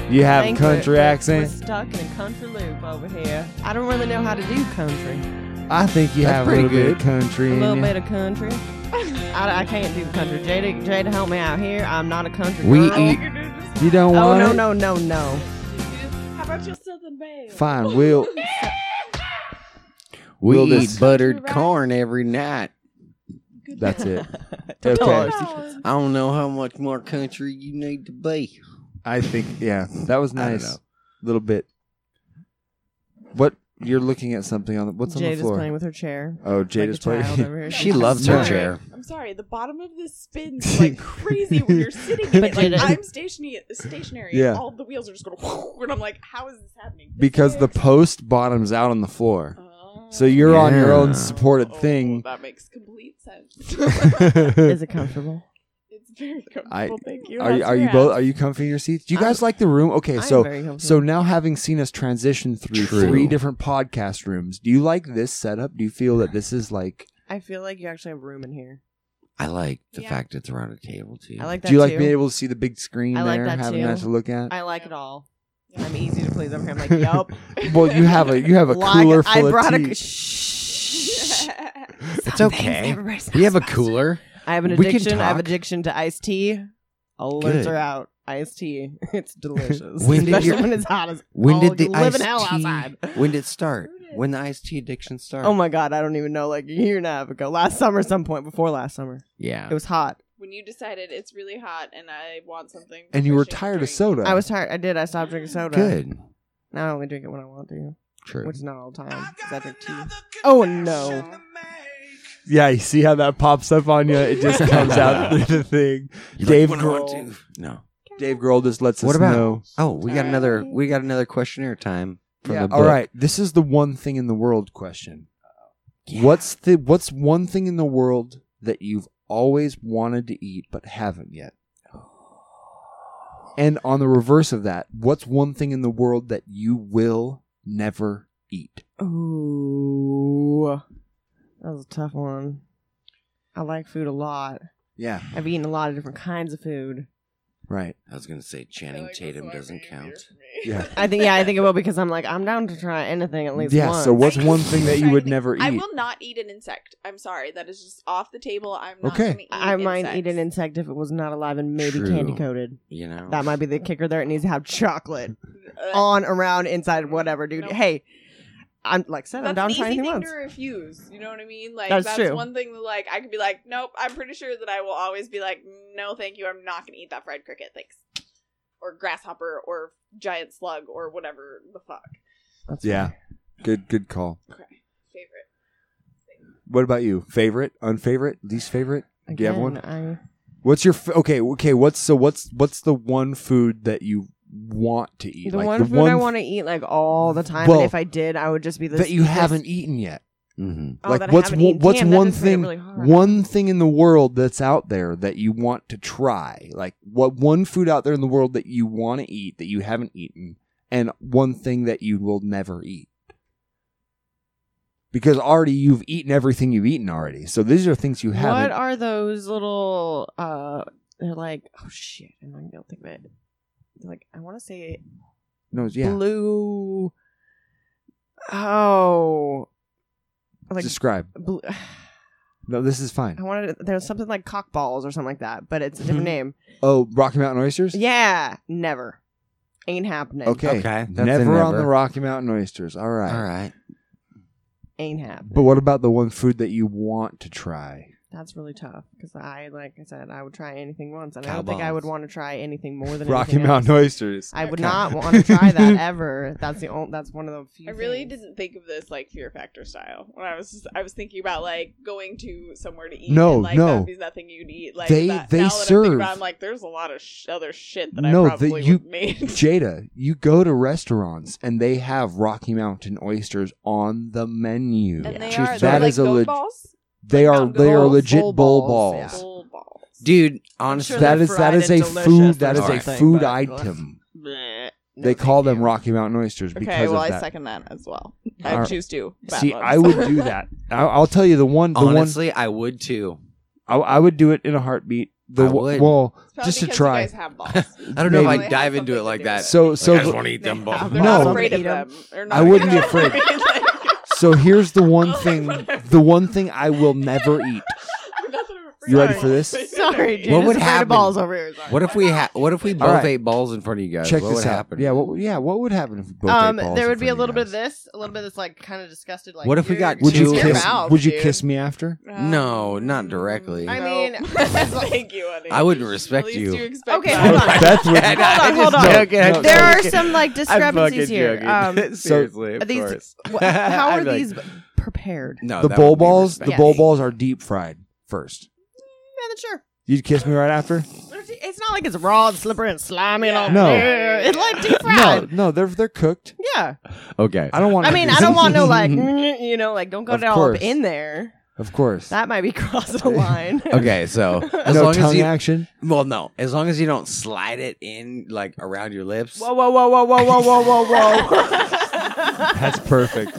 S1: You have a
S6: Think
S1: country
S6: we're- we're-
S1: accent?
S6: We're stuck in a country loop over here. I don't really know how to do country.
S1: I think you
S6: That's
S1: have a
S6: pretty
S1: little bit of
S6: good.
S1: country
S6: A
S1: in
S6: little
S1: you.
S6: bit of country. I, I can't do the country. Jada, Jada, help me out here. I'm not a country
S1: We
S6: girl.
S1: eat. You don't
S6: Oh
S1: want
S6: no
S1: it?
S6: no no no.
S11: How about your southern belle? [laughs]
S1: Fine, we'll.
S9: We
S1: Will
S9: eat
S1: this-
S9: buttered corn every night.
S6: [laughs]
S1: That's it.
S9: Okay.
S1: Okay.
S9: I don't know how much more country you need to be.
S1: I think yeah, that was
S9: I don't
S1: nice.
S9: know.
S1: Little bit. What you're looking at something on the what's on
S6: Jada's
S1: the floor?
S6: playing with her chair.
S1: Oh,
S6: Like
S1: Jada's
S6: a
S1: playing. [laughs]
S6: child over here.
S9: She loves her
S1: Smart.
S9: chair.
S11: I'm sorry, the bottom of this
S1: [laughs]
S11: spins like crazy when you're sitting in it. Like
S9: [laughs]
S1: But-
S11: I'm stationary, stationary.
S1: Yeah.
S11: And all the wheels are just going, [laughs] and I'm like, how is this happening?
S1: Because the post bottoms out on the floor. So you're on your
S9: Yeah.
S1: own supported thing.
S11: Oh, That makes complete
S1: [laughs]
S11: sense.
S1: Is
S6: it comfortable?
S11: It's very comfortable.
S1: I,
S11: thank you.
S1: Are, you-
S11: That's
S1: are you
S11: rad. [laughs]
S1: both? Are you comfy in your seats? Do you guys like the room? Okay,
S11: I'm very
S1: so
S11: comfortable.
S1: so now having seen us transition through
S9: True.
S1: three different podcast rooms, do you like this setup? Do you feel that this is like?
S6: I feel like you actually have room in here.
S9: I like the fact it's around a table too.
S6: I like that
S1: do you like
S6: too.
S1: being able to see the big screen
S6: I like
S1: there,
S6: that
S1: having
S6: too.
S1: that to look at?
S6: I like it all. I'm easy to please over here. I'm
S9: [laughs]
S6: like, yup.
S1: well, you have a
S6: [laughs]
S1: you have a
S6: Like,
S1: cooler
S6: I
S1: full
S6: brought
S1: of
S6: a-
S1: tea.
S9: It's okay. We have a cooler.
S6: I have an
S9: We can
S6: addiction. I have
S9: talk.
S6: addiction to iced tea. Alerts
S9: Good.
S6: are out. Iced tea. [laughs]
S9: [laughs]
S6: It's delicious.
S9: When did
S6: Especially
S9: your-
S6: when it's hot as
S9: When
S6: all-
S9: did the
S6: you live
S9: iced
S6: in hell
S9: tea?
S6: outside.
S9: [laughs] When did it start? When the iced tea addiction started?
S6: [laughs] Oh my god, I don't even know. Like a year and a half ago, last summer, some point before last summer.
S9: Yeah.
S6: it was hot.
S11: When you decided it's really hot and I want something.
S1: And you were tired of soda.
S6: I was tired. I did. I stopped drinking soda.
S9: Good.
S6: Now I only drink it when I want to.
S9: True.
S6: Which is not all the time. 'cause I drink tea. Oh no.
S1: Yeah, you see how that pops up on you? It just comes [laughs] out through the thing.
S9: You like
S1: Dave
S9: when I want
S1: Grohl.
S9: to. No.
S1: Dave Grohl just lets
S9: What
S1: us
S9: about?
S1: know.
S9: Oh, we got another. We got another questionnaire time. From
S1: Yeah,
S9: the book.
S1: all right. This is the one thing in the world question. What's the what's one thing in the world that you've always wanted to eat but haven't yet? And on the reverse of that, what's one thing in the world that you will never eat?
S6: Ooh, that was a tough one. I like food a lot.
S1: Yeah.
S6: I've eaten a lot of different kinds of food.
S1: Right.
S9: I was gonna say Channing Tatum doesn't count.
S1: Yeah.
S6: I think yeah, I think it will because I'm like I'm down to try anything at least.
S1: Yeah,
S6: once.
S1: so what's one thing that you would never
S11: I
S1: eat?
S11: will not eat an insect. I'm sorry. That is just off the table. I'm not
S1: Okay.
S11: gonna eat
S6: I might
S11: insects.
S6: eat an insect if it was not alive and maybe
S9: True.
S6: candy coated.
S9: You know.
S6: That might be the kicker there. It needs to have chocolate
S11: Uh,
S6: on, around, inside, whatever, dude. Hey, I'm like I said, I'm
S11: That's
S6: down
S11: an
S6: to
S11: easy
S6: try
S11: thing
S6: anything once.
S11: to refuse. You know what I mean? Like
S6: That's
S11: that's,
S6: true.
S11: one thing that like I could be like, nope. I'm pretty sure that I will always be like, no, thank you. I'm not gonna eat that fried cricket. Thanks. Or grasshopper, or giant slug, or whatever the fuck
S1: yeah. Good good call.
S11: favorite.
S1: What about you? Favorite, unfavorite, least favorite? Do you have one?
S6: I-
S1: What's your f- okay? Okay, what's so what's what's the one food that you want to eat?
S6: The
S1: Like,
S6: one food I
S1: f-
S6: want to eat like all the time,
S1: Well,
S6: and if I did, I would just be this
S1: that you
S6: this-
S1: haven't eaten yet.
S6: Oh,
S1: like
S6: that I
S1: what's
S6: haven't
S1: one-
S6: eaten.
S1: what's
S6: Damn, that
S1: one
S6: just made it
S1: thing
S6: really hard.
S1: one thing in the world that's out there that you want to try? Like what one food out there in the world that you want to eat that you haven't eaten, and one thing that you will never eat. Because already you've eaten everything you've eaten already, so these are things you
S6: What
S1: haven't.
S6: are those little? uh They're like oh shit, I don't think of it. They're like I want to say
S1: no, yeah.
S6: blue. Oh, like
S1: Describe.
S6: Blue, [sighs]
S1: No, this is fine.
S6: I wanted there's something like cock balls or something like that, but it's a different name.
S1: Oh, Rocky Mountain oysters.
S6: Yeah, never. Ain't happening.
S1: Okay.
S9: Okay, that's a
S1: Never, on
S9: never.
S1: the Rocky Mountain oysters. All right.
S9: All right.
S6: Ain't happening.
S1: But what about the one food that you want to try?
S6: That's really tough because I, like I said, I would try anything once, and I
S8: Cow
S6: don't think I would
S8: bones.
S6: want to try anything more
S1: [laughs]
S6: than
S8: Rocky
S6: anything else.
S8: Mountain oysters.
S6: I would
S8: Cow-
S6: not want to try that
S9: [laughs]
S6: ever. That's the only. That's one of the few.
S11: I really didn't think of this like Fear Factor style. When I was, I was thinking about like going to somewhere to eat.
S1: No,
S11: and, like,
S1: no.
S11: that'd be nothing you'd eat. Like
S1: They-
S11: that,
S1: they
S11: now that I'm, thinking about,
S1: serve.
S11: I'm like, there's a lot of sh- other shit that I
S1: no,
S11: probably
S1: that you
S11: would've made.
S1: Jada, you go to restaurants and they have Rocky Mountain oysters on the menu.
S11: [laughs] And they
S1: That is
S11: are- they're like
S1: a
S11: goat
S1: leg-
S11: balls?
S1: They are they are
S23: balls?
S1: legit
S23: Full
S1: bowl
S23: balls,
S1: balls.
S23: yeah.
S1: Dude,
S23: honestly- sure
S1: that
S23: they're
S1: is that
S23: fried
S1: is a
S23: and
S1: food
S23: delicious
S1: that
S23: or
S1: is a
S23: something,
S1: food
S23: but-
S1: item. they call them Rocky Mountain oysters
S11: Okay,
S1: because
S11: well,
S1: of
S11: I
S1: that.
S11: second that as well.
S1: All
S11: I
S1: right.
S11: choose to. bat
S1: See,
S11: lungs.
S1: I
S11: [laughs]
S1: would do that. I, I'll tell you the one. The
S9: Honestly,
S1: one,
S9: I would too.
S1: I, I would do it in a heartbeat. The
S9: I would.
S1: well,
S9: It's probably
S1: just to
S9: because you
S1: try.
S9: guys
S1: [laughs]
S9: have balls. I don't know if
S1: Maybe.
S9: I'd dive into it like that.
S1: So,
S9: Like,
S1: so
S9: I just
S1: the-
S9: wanna eat them
S11: [laughs]
S9: balls.
S11: They're
S1: no,
S11: not afraid of them. They're not
S1: I wouldn't be
S11: afraid.
S1: afraid.
S11: [laughs]
S1: so here's the one thing. The one thing I will never eat. You ready for this?
S6: [laughs] Sorry, dude.
S9: what would
S6: it's a pair
S9: happen?
S6: of balls over here. Sorry.
S9: What if we ha- What if we
S1: All
S9: both
S1: right.
S9: ate balls in front of you guys?
S1: Check
S9: what
S1: this
S9: would
S1: out.
S9: happen?
S1: Yeah, what, yeah. What would happen if we both
S6: Um,
S1: ate balls?
S6: there
S1: in
S6: would be a
S1: front
S6: little bit of this, a little bit of this, like kind of disgusted. Like,
S9: what if we
S6: you're-
S9: got?
S1: Would you
S9: two
S6: kiss-
S9: kiss-
S6: mouth,
S1: would you
S6: dude.
S1: kiss me after?
S9: No, not directly.
S6: Um, I mean, [laughs]
S11: [laughs] thank you. Honey.
S9: I wouldn't respect you.
S6: Okay, hold
S1: [laughs]
S6: on.
S9: Beth would-
S6: hold on, [laughs] hold
S9: I'm
S6: on.
S9: just joking, I'm
S6: there are
S9: joking.
S6: some like
S9: [laughs] I'm
S6: discrepancies
S9: fucking
S6: here.
S9: joking.
S6: Um,
S9: [laughs] Seriously,
S6: are
S9: of
S6: these,
S9: course.
S6: wh- how
S9: [laughs]
S6: are
S9: I'd be like-
S6: these prepared?
S9: No,
S1: the
S9: that
S1: bowl
S9: would be
S1: balls. The
S6: respect-
S1: bowl
S6: Yes.
S1: balls are deep fried first.
S6: Yeah, then sure.
S1: You'd kiss me right after?
S6: It's not like it's raw and slippery and slimy and all.
S1: No.
S6: It's like deep
S1: No,
S6: fried.
S1: Oh, no, they're they're cooked.
S6: Yeah.
S9: Okay.
S1: I don't want.
S6: I mean, I don't want no like, [laughs] you know, like don't go
S1: Of
S6: down
S1: course.
S6: up in there.
S1: [laughs] Of course.
S6: That might be [laughs] crossing
S1: [laughs]
S6: a line.
S9: Okay, so as
S1: No
S9: long as
S1: tongue
S9: you,
S1: action?
S9: Well, no, as long as you don't slide it in like around your lips.
S6: [laughs] Whoa, whoa, whoa, whoa, whoa, whoa, whoa, whoa, whoa.
S9: That's perfect.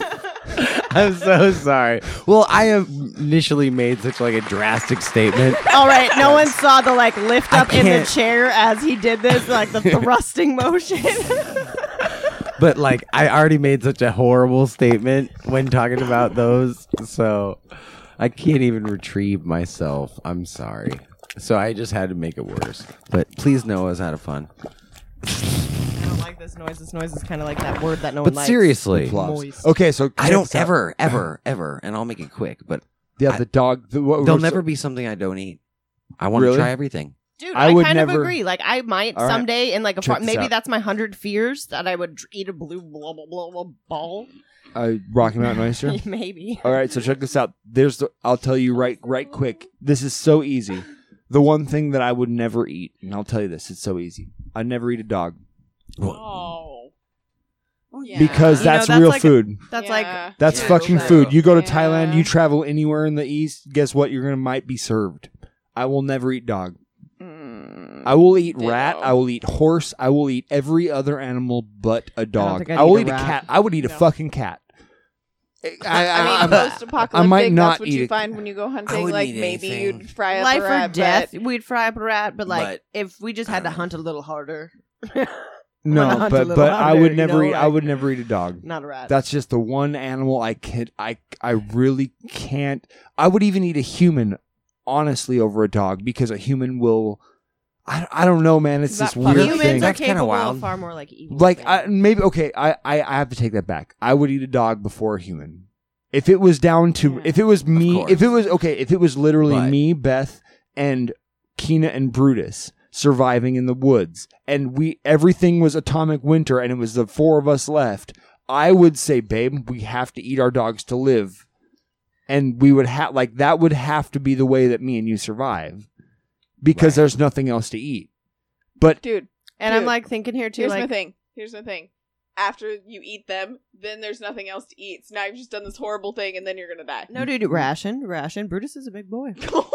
S9: I'm so sorry. Well, I have initially made such like a drastic statement.
S6: All right,
S1: [laughs]
S6: no one saw the like lift
S9: I
S6: up in the
S9: can't-
S6: chair as he did this, like
S1: [laughs]
S6: the thrusting motion. [laughs]
S9: but like I already made such a horrible statement when talking about those, so I can't even retrieve myself. I'm sorry. So I just had to make it worse. But please know it was out of fun.
S6: I don't like this noise. This noise is kind of like that word that no
S9: But
S6: one likes.
S9: seriously,
S6: Moist.
S1: Okay, so
S9: I
S1: check
S9: don't
S1: this out.
S9: ever, ever, ever, and I'll make it quick. But
S1: Yeah,
S9: I-
S1: the dog. The, what,
S9: there'll
S1: we're-
S9: never be something I don't eat. I want
S1: Really?
S9: to try
S1: [laughs]
S9: everything.
S6: Dude,
S1: I
S6: I,
S1: would
S6: kind
S1: never-
S6: of agree. Like, I might
S1: All right.
S6: someday, in like a
S1: Check
S6: far,
S1: this
S6: maybe
S1: out.
S6: that's my hundred fears that I would eat a blue blah blah blah, blah ball.
S1: Uh, Rocky
S6: [laughs]
S1: Mountain oyster.
S6: Maybe.
S1: All right, so check this out. There's. The, I'll tell you right, right, quick. This is so easy. The one thing that I would never eat, and I'll tell you this, it's so easy. I never eat a dog
S11: Oh. yeah.
S1: because that's, real food.
S6: That's like
S1: That's
S6: true,
S1: fucking
S6: but-
S1: food. You go to Thailand, you travel anywhere in the East, guess what? You're gonna might be served. I will never eat dog.
S6: mm.
S1: I will eat rat. I will eat horse. I will eat every other animal but a dog.
S8: think
S1: I,
S8: I'd
S1: will
S8: eat
S1: eat,
S8: a
S1: a
S8: rat.
S1: cat. I would eat a fucking cat. I,
S11: I mean,
S1: I'm-
S11: post-apocalyptic.
S1: I might not
S11: that's what
S1: eat
S11: you
S1: it.
S11: find when you go hunting. Like
S1: eat
S11: maybe you'd fry up
S6: life
S11: a rat,
S6: or death.
S11: but-
S6: We'd fry up a rat, but like
S11: But-
S6: if we just had to hunt a little harder. Wanna
S1: No,
S6: hunt a
S1: but
S6: little
S1: but I
S6: harder,
S1: would
S6: you
S1: never
S6: know,
S1: eat. I
S6: like-
S1: would never eat a dog.
S6: Not a rat.
S1: That's just the one animal I can I I really can't. I would even eat a human, honestly, over a dog because a human will. I, I don't know, man. It's this weird
S6: Humans
S1: thing.
S6: are capable of far more like evil.
S1: Like I, maybe okay. I, I I have to take that back. I would eat a dog before a human. If it was down to if it was me, if it was okay, if it was literally me, Beth, and Keena and Brutus surviving in the woods, and we everything was atomic winter, and it was the four of us left. I would say, babe, we have to eat our dogs to live, and we would have like that would have to be the way that me and you survive, because there's nothing else to eat. But
S11: dude.
S6: And I'm, like, thinking here, too,
S11: Here's my
S6: like-
S11: thing. Here's my thing. After you eat them, then there's nothing else to eat. So now you've just done this horrible thing, and then you're gonna die.
S6: No, dude, ration, ration. Brutus is a big boy.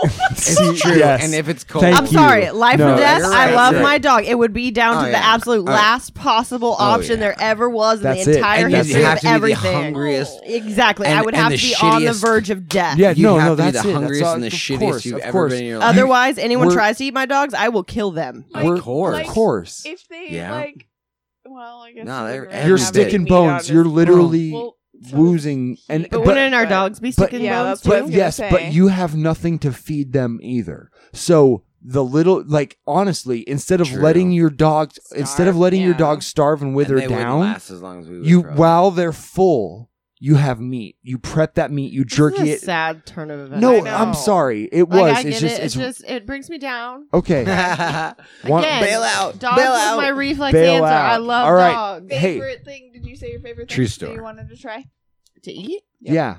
S9: It's true, Yes. and if it's cold-
S6: [laughs]
S9: Thank
S6: I'm
S9: you.
S6: sorry. Life
S9: No,
S6: or death.
S9: you're
S6: I
S9: right,
S6: love
S9: you're
S6: my
S9: right.
S6: dog. It would be down to
S9: Oh,
S6: the
S9: yeah.
S6: absolute
S9: Oh, yeah.
S6: last possible option there ever was in
S9: That's it.
S6: the entire
S9: And you'd
S6: history
S9: have
S6: of
S9: to be the
S6: everything.
S9: hungriest-
S6: Exactly. I
S9: and-
S6: would
S9: and
S6: have
S9: the
S6: to be on the
S9: shittiest-
S6: verge of death.
S9: Yeah,
S1: no,
S9: You'd have
S1: no,
S9: to be
S1: that's
S9: the
S1: it. That's
S9: hungriest
S1: all-
S9: and the
S1: of
S9: shittiest
S1: course,
S9: you've
S1: of
S9: ever
S1: course.
S9: been in your life.
S6: Otherwise, anyone
S1: We're-
S6: tries to eat my dogs, I will kill them.
S1: We're- of course.
S11: If they
S1: Yeah.
S11: like, well, I guess
S9: No,
S11: you
S9: they're
S11: don't
S9: every
S1: you're
S9: bit.
S1: sticking
S9: Meat on
S1: bones.
S9: his-
S1: You're literally
S11: Well,
S1: losing. And
S6: But wouldn't our dogs be sticking Yeah, bones that's what I
S1: But
S6: was gonna
S1: yes, but
S6: say.
S1: you have nothing to feed them either. So the little, like honestly, instead of letting your dog, instead of letting your dog starve and wither
S9: they wouldn't
S1: down,
S9: last as long as we would
S1: you
S9: probably.
S1: while they're full, you have meat. You prep that meat. You
S6: This
S1: jerky
S6: is
S1: it.
S6: a sad turn of events.
S1: No,
S6: I know.
S1: I'm sorry. It
S6: Like,
S1: was.
S6: I
S1: it's
S6: get
S1: just.
S6: it.
S1: It's
S6: just it brings me down.
S1: okay.
S6: [laughs]
S9: [laughs]
S1: One-
S6: Again, Dogs
S1: Bail
S6: is
S1: out.
S6: my reflex
S1: Bail
S6: answer.
S1: out.
S6: I love
S1: All right.
S6: dogs.
S1: Hey.
S11: Favorite thing? Did you say your favorite
S1: True
S11: thing that
S1: story.
S11: you wanted to try?
S6: To eat?
S1: Yeah.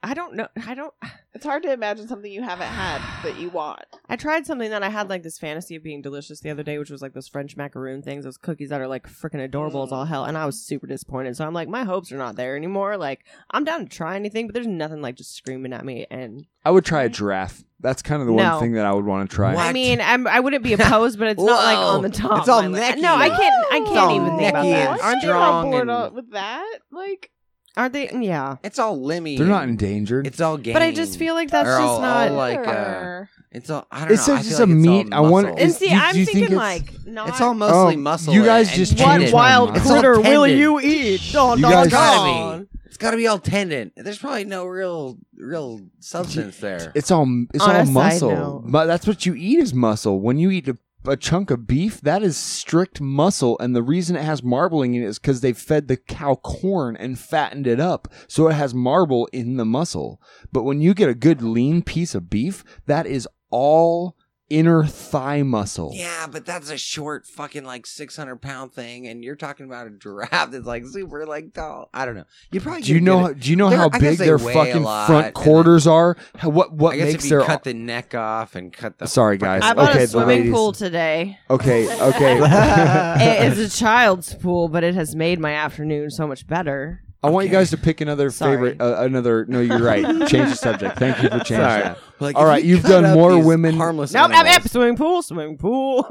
S6: I don't know. I don't.
S11: It's hard to imagine something you haven't had that you want.
S6: I tried something that I had like this fantasy of being delicious the other day, which was like those French macaroon things, those cookies that are like freaking adorable as all hell. And I was super disappointed. So I'm like, my hopes are not there anymore. Like, I'm down to try anything, but there's nothing like just screaming at me. And
S1: I would try a giraffe. That's kind of the
S6: No.
S1: one thing that I would want to try.
S6: I mean, I'm, I wouldn't be opposed, but it's not like
S1: Whoa.
S6: on the top.
S1: It's all
S6: of my list.
S1: necky
S6: No, I can't. I
S1: It's
S6: can't
S1: all
S6: even think about
S1: necky
S6: that.
S1: and
S6: Aren't they
S1: strong
S6: on board
S1: and-
S6: all-
S11: with that? Like,
S6: Aren't they? Yeah.
S9: It's all limmy.
S1: They're not endangered.
S9: It's all game.
S6: But I just feel like that's
S9: They're
S6: just
S9: all-
S6: not-
S9: all like uh, it's all. I don't
S1: It's
S9: know. I feel
S1: just a
S9: like it's all
S1: meat. I want-
S9: muscle.
S1: And see, Do you- I'm do you think
S6: thinking, it's- like, not-
S9: it's all mostly
S1: Oh,
S9: muscle.
S1: you
S9: in
S1: guys
S9: it
S1: just
S9: and
S1: changed
S9: tendon.
S1: my mind.
S9: It's all
S6: Critter, will
S9: tendon.
S6: you eat? Dog,
S9: You
S6: dog, dog.
S9: guys gotta be. It's gotta be all tendon. There's probably no real,
S1: [laughs]
S9: real substance there.
S1: It's all it's
S9: On
S1: all
S9: a side
S1: muscle.
S9: note-
S1: But that's what you eat is muscle. When you eat a, a chunk of beef, that is strict muscle, and the reason it has marbling in it is because they fed the cow corn and fattened it up, so it has marble in the muscle. But when you get a good lean piece of beef, that is all inner thigh muscle.
S9: Yeah, but that's a short fucking like 600 pound thing, and you're talking about a giraffe that's like super like tall. I don't know. You probably
S1: Do you
S9: could
S1: know?
S9: get
S1: How,
S9: it.
S1: do you know
S9: They're-
S1: how
S9: I guess
S1: big
S9: they
S1: their
S9: weigh a
S1: fucking
S9: lot,
S1: front
S9: and
S1: quarters are? How, what what
S9: I guess
S1: makes
S9: if you
S1: their
S9: cut the neck off and cut the
S1: Sorry, guys.
S6: I bought
S1: okay,
S6: a
S1: the
S6: swimming
S1: ladies.
S6: pool today.
S9: [laughs]
S1: Okay, okay.
S6: it is a child's pool, but it has made my afternoon so much better.
S1: I want you guys to pick another favorite. Uh, another. No, you're right. Change the subject. Thank you for changing
S9: Sorry.
S1: that.
S9: Like,
S1: All
S9: if
S1: right,
S9: you
S1: you've
S9: cut
S1: done
S9: up
S1: more
S9: these
S1: women.
S9: harmless
S6: Nope, nope, nope. Swimming pool, swimming pool.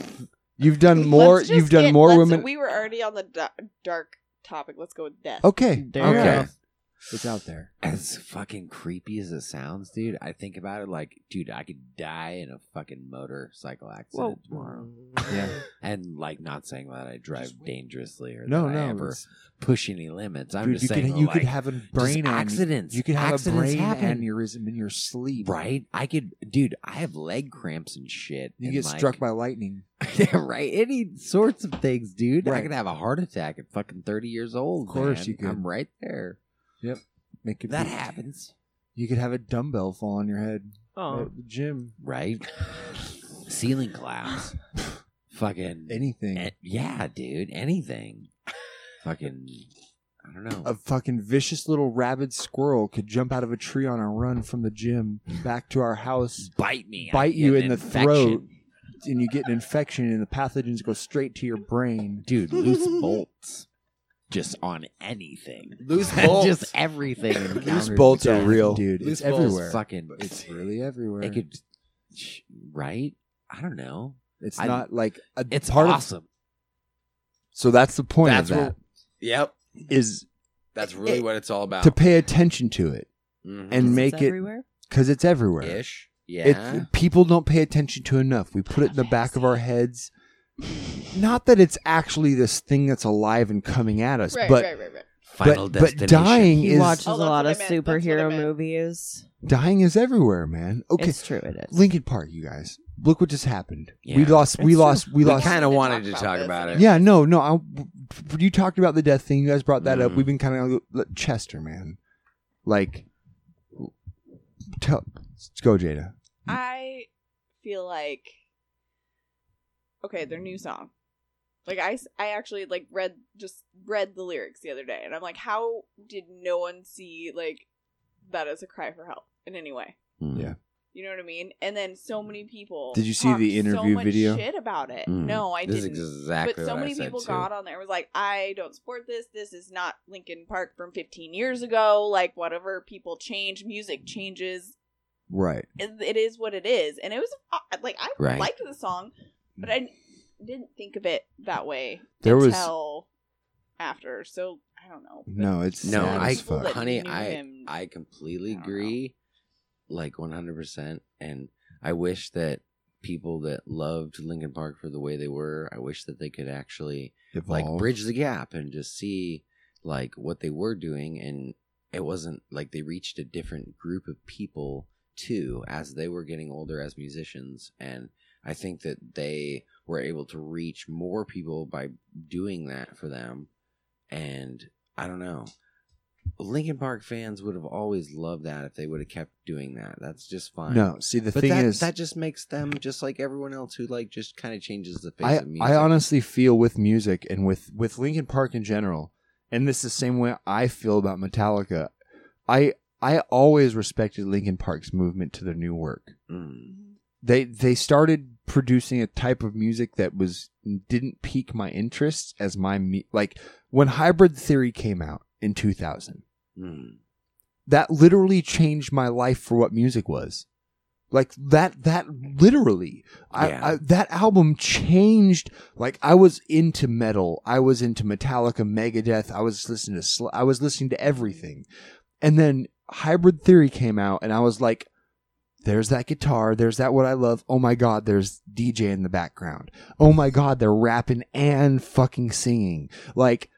S6: [laughs]
S1: You've done more.
S11: Just
S1: You've done
S11: get-
S1: more
S11: let's-
S1: women.
S11: We were already on the da- dark topic. Let's go with death.
S1: Okay.
S9: There
S1: okay.
S9: you go.
S1: It's out there.
S9: As fucking creepy as it sounds, dude, I think about it like, dude, I could die in a fucking motorcycle accident
S1: Whoa. [laughs]
S9: tomorrow.
S1: Yeah.
S9: and like not saying that I drive dangerously or
S1: No,
S9: that I
S1: no,
S9: ever
S1: it's-
S9: push any limits. I'm
S1: Dude,
S9: just
S1: you
S9: saying,
S1: could you
S9: like,
S1: could have a
S9: just
S1: brain an-
S9: accidents.
S1: You could have
S9: accidents
S1: a brain
S9: happen.
S1: aneurysm in your sleep.
S9: Right? I could, dude. I have leg cramps and shit.
S1: You
S9: and,
S1: get
S9: like- [laughs]
S1: struck by lightning.
S9: right? Any sorts of things, dude. I
S1: Right.
S9: could have a heart attack at fucking thirty years old.
S1: Of course
S9: man.
S1: you could.
S9: I'm right there.
S1: Yep. Make it
S9: That
S1: be-
S9: happens,
S1: You could have a dumbbell fall on your head.
S6: Oh.
S1: At the gym.
S9: right? Ceiling collapse. fucking
S1: Anything.
S9: eh, yeah, dude. Anything. fucking. I don't know.
S1: A fucking vicious little rabid squirrel could jump out of a tree on a run from the gym back to our house,
S9: bite me. I
S1: bite
S9: get
S1: you
S9: an
S1: in the
S9: infection.
S1: throat, and you get an infection, and the pathogens go straight to your brain.
S9: Dude, loose
S1: [laughs]
S9: bolts. Just on anything.
S1: Loose bolts.
S9: [laughs] Just
S1: [laughs]
S9: everything. encountered.
S1: bolts are real.
S9: dude. it's
S1: Loose bolts.
S9: everywhere. Fucking.
S1: It's really everywhere.
S9: It could. Right. I don't know.
S1: It's
S9: I-
S1: not like a
S9: It's
S1: part of-
S9: awesome.
S1: so that's the point
S9: That's
S1: of
S9: what-
S1: that
S9: yep.
S1: is
S9: That's really what it's all about.
S1: to pay attention to it
S9: Mhm. 'Cause
S1: and
S9: it's
S1: make it
S9: everywhere?
S1: because it's everywhere.
S9: Ish.
S1: It-
S9: Yeah.
S1: people don't pay attention to enough. We put it in the back of our heads. Not that it's actually this thing that's alive and coming at us,
S6: Right,
S1: but
S6: right, Oh. right, right.
S1: but- but dying
S6: he
S1: is
S6: watches a lot of superhero movies.
S1: dying is everywhere, man. Okay,
S6: It's true. It is.
S1: Lincoln Park, you guys. Look what just happened. We
S9: Yeah.
S1: lost. We
S9: It's
S1: lost.
S9: true.
S1: We
S9: We
S1: lost.
S9: kinda We wanted to talk talk about about it. it.
S1: Yeah. No. No. I, you talked about the death thing. You guys brought that up.
S9: Mhm.
S1: We've been kind of like, Chester, man. Like, tell, go, Jada.
S11: I feel like okay, their new song. Like I, s- I actually like read just read the lyrics the other day, and I'm like, how did no one see like that as a cry for help in any way?
S9: Hmm.
S1: Yeah.
S11: You know what I mean? And then so many people.
S1: Did you see the
S11: talked so
S1: interview
S11: much
S1: video?
S11: Shit about it.
S1: Mm.
S11: No, I
S9: This is
S11: didn't.
S9: exactly
S11: But so
S9: what I
S11: many
S9: said,
S11: people
S9: too.
S11: got on there and was like, I don't support this. This is not Linkin Park from 15 years ago. Like whatever people change, music changes.
S1: Right.
S11: It, it is what it is, and it was uh, like I
S1: Right.
S11: liked the song, but I didn't think of it that way
S1: There was-
S11: until after. So I don't know.
S1: No, it's
S9: no,
S1: sad
S9: I,
S1: as fuck.
S9: honey,
S11: That knew
S9: I,
S11: him.
S9: I completely agree, like one hundred percent. And I wish that people that loved Lincoln Park for the way they were, I wish that they could actually like
S1: Evolve.
S9: bridge the gap and just see like what they were doing, and it wasn't like they reached a different group of people too as they were getting older as musicians, and I think that they were able to reach more people by doing that for them. And I don't know. Lincoln Park fans would have always loved that if they would have kept doing that. That's just fine.
S1: No, see, the
S9: But
S1: thing
S9: that-
S1: is-
S9: that just makes them just like everyone else who like just kind of changes the face
S1: I,
S9: of music.
S1: I honestly feel with music and with with Linkin Park in general, and this is the same way I feel about Metallica. I I always respected Linkin Park's movement to their new work.
S9: Mm,
S1: They they started producing a type of music that was didn't pique my interest as my mu- like when Hybrid Theory came out in 2000.
S9: mm.
S1: That literally changed my life for what music was like that that literally I, I, that album changed like i was into metal i was into metallica megadeth i was listening to Sl- i was listening to everything and then hybrid theory came out and i was like there's that guitar there's that what i love oh my god there's dj in the background oh my god they're rapping and fucking singing like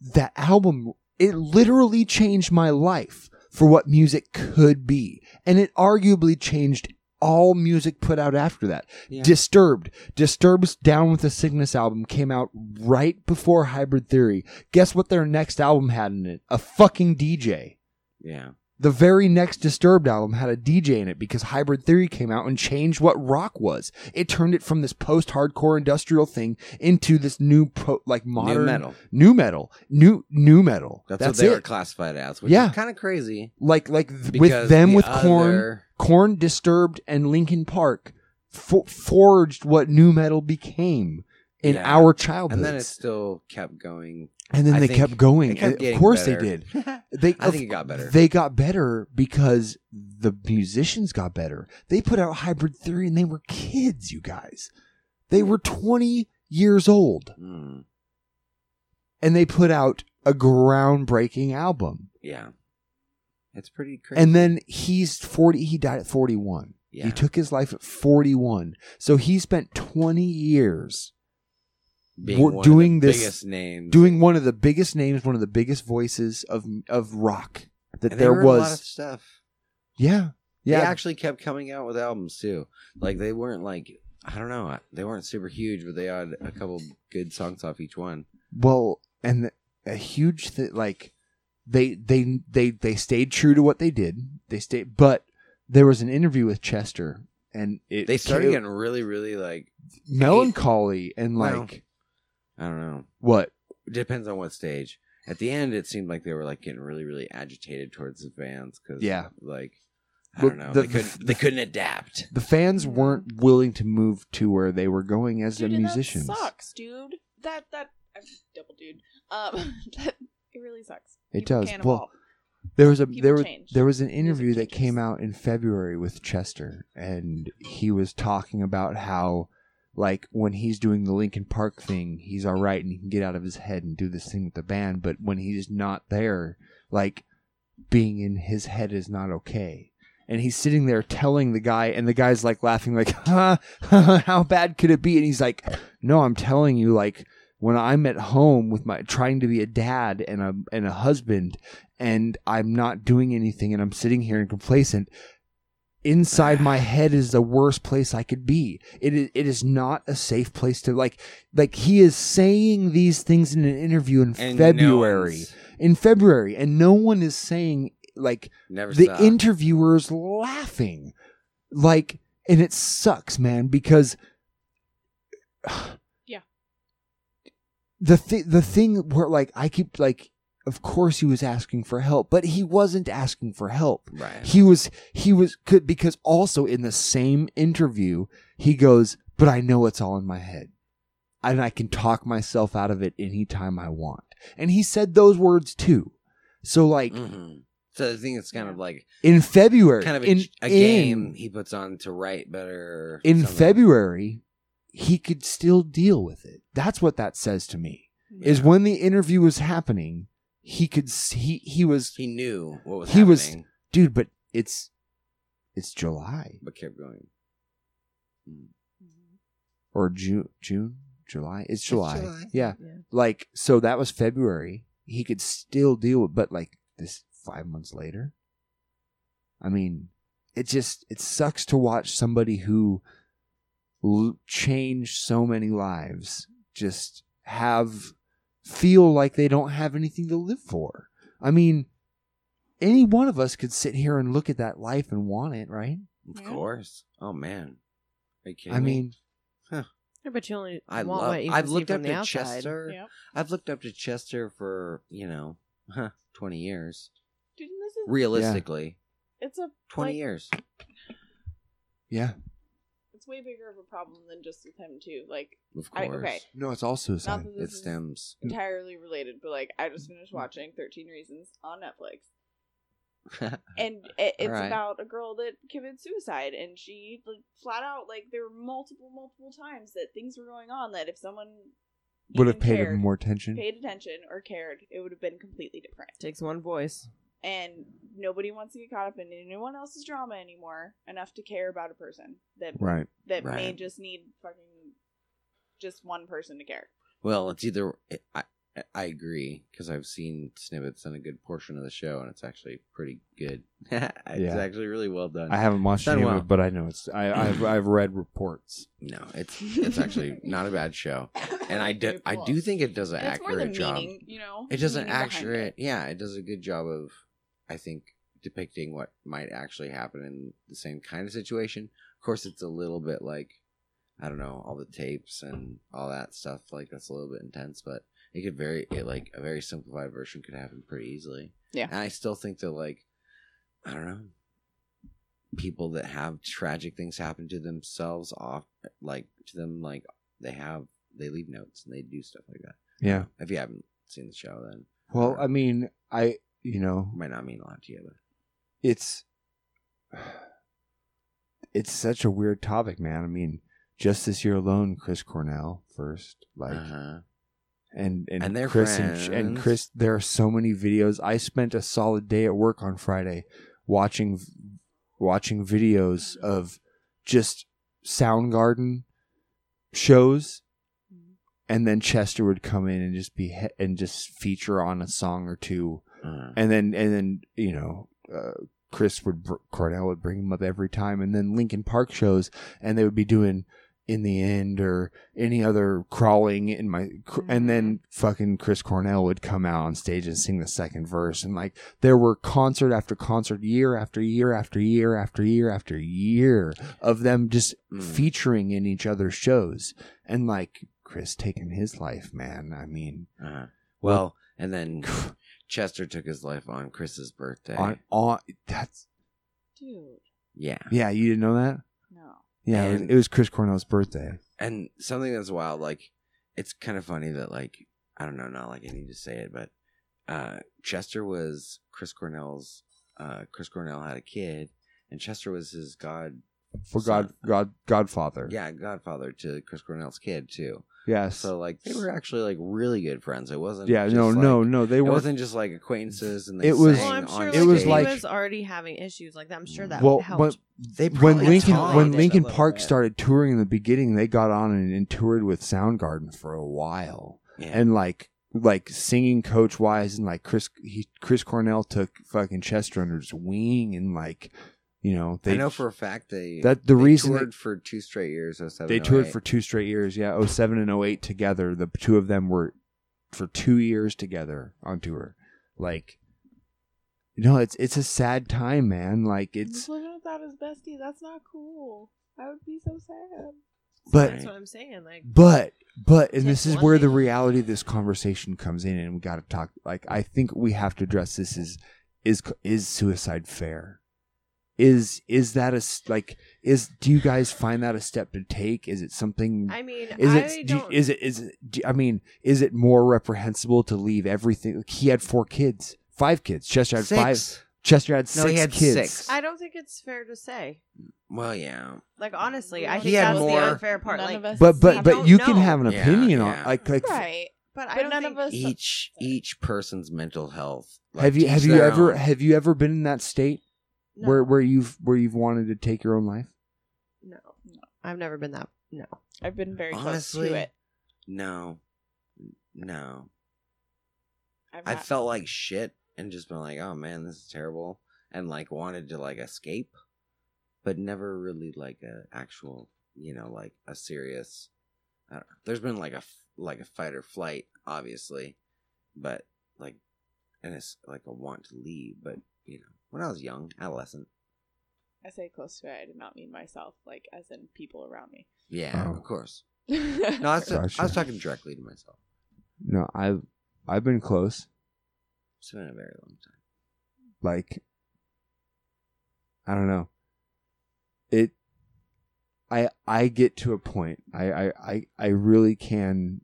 S1: that album it literally changed my life for what music could be and it arguably changed all music put out after that
S14: Yeah.
S1: disturbed disturbed's down with the sickness album came out right before hybrid theory guess what their next album had in it a fucking dj
S9: yeah.
S1: the very next Disturbed album had a DJ in it because Hybrid Theory came out and changed what rock was. It turned it from this post-hardcore industrial thing into this new, pro, like modern
S9: metal.
S1: new metal, new new metal.
S9: That's,
S1: That's,
S9: what they were
S1: it.
S9: classified as, which
S1: Yeah.
S9: is kind of crazy.
S1: Like like th-
S9: Because
S1: with them
S9: the
S1: with Corn,
S9: other-
S1: Corn, Disturbed, and Linkin Park fo- forged what new metal became in
S9: Yeah.
S1: our childhood.
S9: And then it still kept going.
S1: And Oh, then
S9: I
S1: they
S9: think
S1: kept going.
S9: it kept
S1: of
S9: getting
S1: course
S9: better.
S1: they did. They,
S9: [laughs] I
S1: of-
S9: think it got better.
S1: They got better because the musicians got better. They put out Hybrid Theory and they were kids, you guys. They were 20 years old.
S9: Mm,
S1: And they put out a groundbreaking album.
S9: yeah. It's pretty crazy.
S1: And then he's 40, he died at 41.
S9: Yeah.
S1: He took his life at 41. So he spent 20 years
S9: Being
S1: wor-
S9: one of the
S1: doing this
S9: biggest names.
S1: doing one of the biggest names, one of the biggest voices of of rock that
S9: And they
S1: there
S9: were in a lot
S1: was.
S9: of stuff.
S1: Yeah. Yeah.
S9: They actually kept coming out with albums too. Like they weren't like I don't know, they weren't super huge, but they had a couple good songs off each one.
S1: Well, and the, a huge thing, like they they they they stayed true to what they did. They stayed, but there was an interview with Chester, and it
S9: they started
S1: came-
S9: getting really, really like
S1: melancholy and
S9: Well,
S1: like
S9: I don't know
S1: what.
S9: Depends on what stage. At the end, it seemed like they were like getting really, really agitated towards the fans because
S1: Yeah.
S9: like I
S1: Well,
S9: don't know,
S1: the-
S9: they couldn't they couldn't adapt.
S1: The fans weren't willing to move to where they were going as the musicians.
S11: That sucks, dude. That that I'm double dude. Um, [laughs] that, it really sucks.
S1: It
S11: People
S1: does.
S11: can't
S1: Well,
S11: evolve.
S1: there was a
S11: People
S1: there was
S11: change.
S1: there was an interview that came out in February with Chester, and he was talking about how, like, when he's doing the Linkin Park thing, he's all right and he can get out of his head and do this thing with the band, but when he's not there, like, being in his head is not okay. And he's sitting there telling the guy, and the guy's like laughing, like, [laughs] huh, how bad could it be? And he's like, no, I'm telling you, like, when I'm at home with my trying to be a dad and a and a husband, and I'm not doing anything, and I'm sitting here and complacent. Inside my head is the worst place I could be. It is, it is not a safe place to like. Like he is saying these things in an interview in
S9: And no
S1: February,
S9: one's-
S1: in February, and no one is saying like
S9: Never
S1: the
S9: stop.
S1: interviewer's laughing, like, and it sucks, man, because [sighs]
S13: Yeah.
S1: the thi- the thing where like I keep like of course he was asking for help but he wasn't asking for help
S9: right
S1: he was he was could because also in the same interview he goes but I know it's all in my head and I can talk myself out of it anytime I want and he said those words too so like
S9: Mm-hmm. So I think it's kind of like
S1: in February
S9: kind of a,
S1: in,
S9: a
S1: in-
S9: game he puts on to write better. or
S1: in
S9: something.
S1: February, he could still deal with it. That's what that says to me. Is when the interview was happening, he could s- he he was
S9: he knew what was
S1: he was
S9: happening.
S1: dude. But it's it's July
S9: but kept going.
S1: or June, June, July. It's July.
S9: July.
S1: Yeah. like so that was February. He could still deal with, but like this five months later. I mean, it just it sucks to watch somebody who l- changed so many lives just have feel like they don't have anything to live for. I mean, any one of us could sit here and look at that life and want it, right?
S9: Of course. Oh man. Are you kidding
S1: I
S9: me?
S1: mean,
S6: I bet you only
S9: I
S6: want
S9: love.
S6: what you
S9: I've
S6: can
S9: looked
S6: see from
S9: up
S6: the
S9: to
S6: outside.
S9: Chester. I've looked up to Chester for you know, [laughs] huh, twenty years.
S11: Didn't this is
S9: Realistically,
S11: It's a
S9: twenty
S11: like,
S9: years.
S1: yeah.
S11: It's way bigger of a problem than just with him too. Like,
S9: Of
S11: I,
S9: course.
S11: okay,
S1: No, it's all
S11: not
S1: suicide.
S11: that this is
S9: stems.
S11: entirely related, but like, I just
S9: Mm.
S11: finished watching Thirteen Reasons on
S9: [laughs]
S11: Netflix, and it, it's
S9: Alright.
S11: about a girl that committed suicide and she like, flat out like there were multiple multiple times that things were going on that if someone
S1: Would
S11: even
S1: have paid him
S11: cared-
S1: more attention.
S11: paid attention or cared it would have been completely different
S6: Takes one voice.
S11: and nobody wants to get caught up in anyone else's drama anymore enough to care about a person that
S9: Right.
S11: that may
S9: Right.
S11: just need fucking just one person to care
S9: Well, it's either I I- I agree because I've seen snippets and a good portion of the show, and it's actually pretty good. [laughs] it's
S1: Yeah.
S9: actually really well done.
S1: I haven't watched
S9: Done
S1: any
S9: well.
S1: of it, but I know it's. I, I've I've read [clears throat] reports.
S9: No, it's
S11: [laughs]
S9: it's actually not a bad show, and I do I do think it does an
S11: And it's more the
S9: accurate job.
S11: meaning, you know,
S9: it does an
S11: meaning behind
S9: accurate. Yeah, it does a good job of, I think, depicting what might actually happen in the same kind of situation. Of course, it's a little bit like, I don't know, all the tapes and all that stuff. Like that's a little bit intense, but it could very it like a very simplified version could happen pretty easily.
S11: Yeah.
S9: and I still think that like, I don't know, people that have tragic things happen to themselves off like to them like they have they leave notes and they do stuff like that
S1: Yeah.
S9: if you haven't seen the show then
S1: Well, I mean, I you know
S9: might not mean a lot to you but
S1: it's it's such a weird topic, man. I mean, just this year alone, Chris Cornell first, like, and and,
S9: Uh-huh. And they're
S1: Chris and, Ch- and
S9: friends.
S1: Chris. There are so many videos. I spent a solid day at work on Friday watching watching videos of just Soundgarden shows. And then Chester would come in and just be he- and just feature on a song or 2 and then and then you know uh, Chris would br- Cornell would bring him up every time, and then Lincoln Park shows, and they would be doing in the end or any other crawling in my cr- and then fucking Chris Cornell would come out on stage and sing the second verse and like there were concert after concert year after year after year after year after year of them just featuring in each other's shows and like Chris taking his life man I mean
S9: uh, well and
S1: [laughs]
S9: then chester took his life on chris's birthday
S1: on, on that's
S11: dude
S9: yeah
S1: yeah you didn't know that
S11: no
S1: Yeah, it was,
S9: And-
S1: it was Chris Cornell's birthday.
S9: and something that's wild like it's kind of funny that like i don't know not like i need to say it but uh chester was chris cornell's uh chris cornell had a kid and chester was his god
S1: For God, God, Godfather.
S9: yeah godfather to chris cornell's kid too
S1: Yes.
S9: so like they were actually like really good friends it wasn't
S1: Yeah,
S9: just,
S1: no,
S9: like-
S1: no, no, they
S9: it
S1: weren't-
S9: wasn't just like acquaintances and they
S1: It was-
S9: sang
S1: Well,
S6: I'm sure
S9: on
S6: like,
S1: It was
S6: if
S1: like-
S6: he was already having issues like that. I'm sure that
S1: well,
S6: helped.
S1: when,
S9: They
S1: when
S9: probably
S1: Lincoln
S9: talked
S1: when
S9: a
S1: Lincoln
S9: little
S1: Park
S9: bit.
S1: started touring in the beginning, they got on and, and toured with Soundgarden for a while, and like like singing coach wise, and like Chris he, Chris Cornell took fucking Chester under his wing, and like you know they
S9: I know for a fact they
S1: that the
S9: they
S1: reason
S9: toured for two straight years. 07,
S1: they toured
S9: 08.
S1: for two straight years. Yeah, 07 and 08 together. The two of them were for two years together on tour. Like, no, it's it's a sad time, man. Like it's,
S11: He's living without his bestie that's not cool i would be so sad
S1: but
S6: That's what I'm saying. Like,
S1: but but and this
S6: Take
S1: is
S6: one
S1: where the reality of this conversation comes in, and we got to talk. Like, I think we have to address this: is is is suicide fair? Is is that a s- like is do you guys find that a step to take? Is it something?
S6: I mean,
S1: is
S6: I
S1: it do you-
S6: don't-
S1: is it is it, do, I mean, is it more reprehensible to leave everything? Like, he had four kids, five kids. Chester had
S9: Six.
S1: five. Chester had
S9: No,
S1: six
S9: he had
S1: kids.
S9: six.
S6: I don't think it's fair to say.
S9: Well, yeah.
S6: Like, honestly, I
S9: He
S6: think
S9: had
S6: that's
S9: more-
S6: the unfair part.
S11: None
S6: like,
S11: of us
S1: But but
S6: I
S1: but
S6: don't
S11: [laughs]
S1: you can
S6: know.
S1: have an
S9: Yeah,
S1: opinion
S9: yeah.
S1: on like like
S11: right
S6: But,
S11: I don't none of us
S9: Each each person's mental health. like,
S1: have you
S9: to
S1: have
S9: each
S1: you
S9: their
S1: ever
S9: own.
S1: have you ever been in that state where where you've where you've wanted to take your own life?
S6: No, no, I've never been that. No,
S11: I've been very
S9: honestly?
S11: close to it.
S9: No, no.
S11: I've
S9: I
S11: not-
S9: felt like shit and just been like, oh man, this is terrible, and like wanted to like escape, but never really like a actual, you know, like a serious. I don't know. There's been like a f- like a fight or flight, obviously, but like and it's like a want to leave. But you know, when I was young, adolescent,
S11: I say close to it. I did not mean myself, like as in people around me.
S9: yeah, of course. No,
S11: [laughs]
S9: I was, I was
S1: Oh. Gotcha.
S9: talking directly to myself.
S1: No, I've I've been close.
S9: It's been a very long time.
S1: Like I don't know. It I I get to a point. I I I, I really can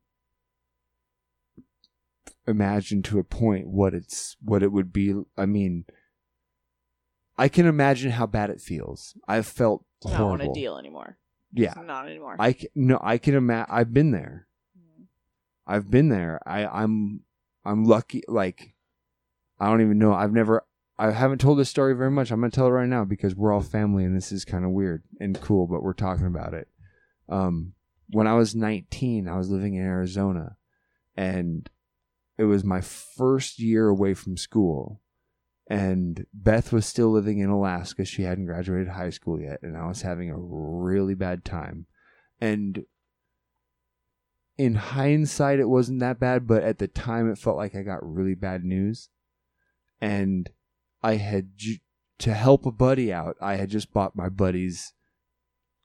S1: imagine to a point what it's what it would be I mean I can imagine how bad it feels. I've felt
S11: Do not want to
S1: horrible.
S11: deal anymore.
S1: Yeah.
S11: Just not anymore. Mm,
S1: I c- no, I can imagine. I've been there. I've been there. I I'm I'm lucky. Like I don't even know. I've never. I haven't told this story very much. I'm gonna tell it right now because we're all family and this is kind of weird and cool, but we're talking about it. Um, when I was 19, I was living in Arizona, and it was my first year away from school and Beth was still living in Alaska. She hadn't graduated high school yet, and I was having a really bad time. And in hindsight, it wasn't that bad, but at the time, it felt like I got really bad news. And I had ju- to help a buddy out. I had just bought my buddy's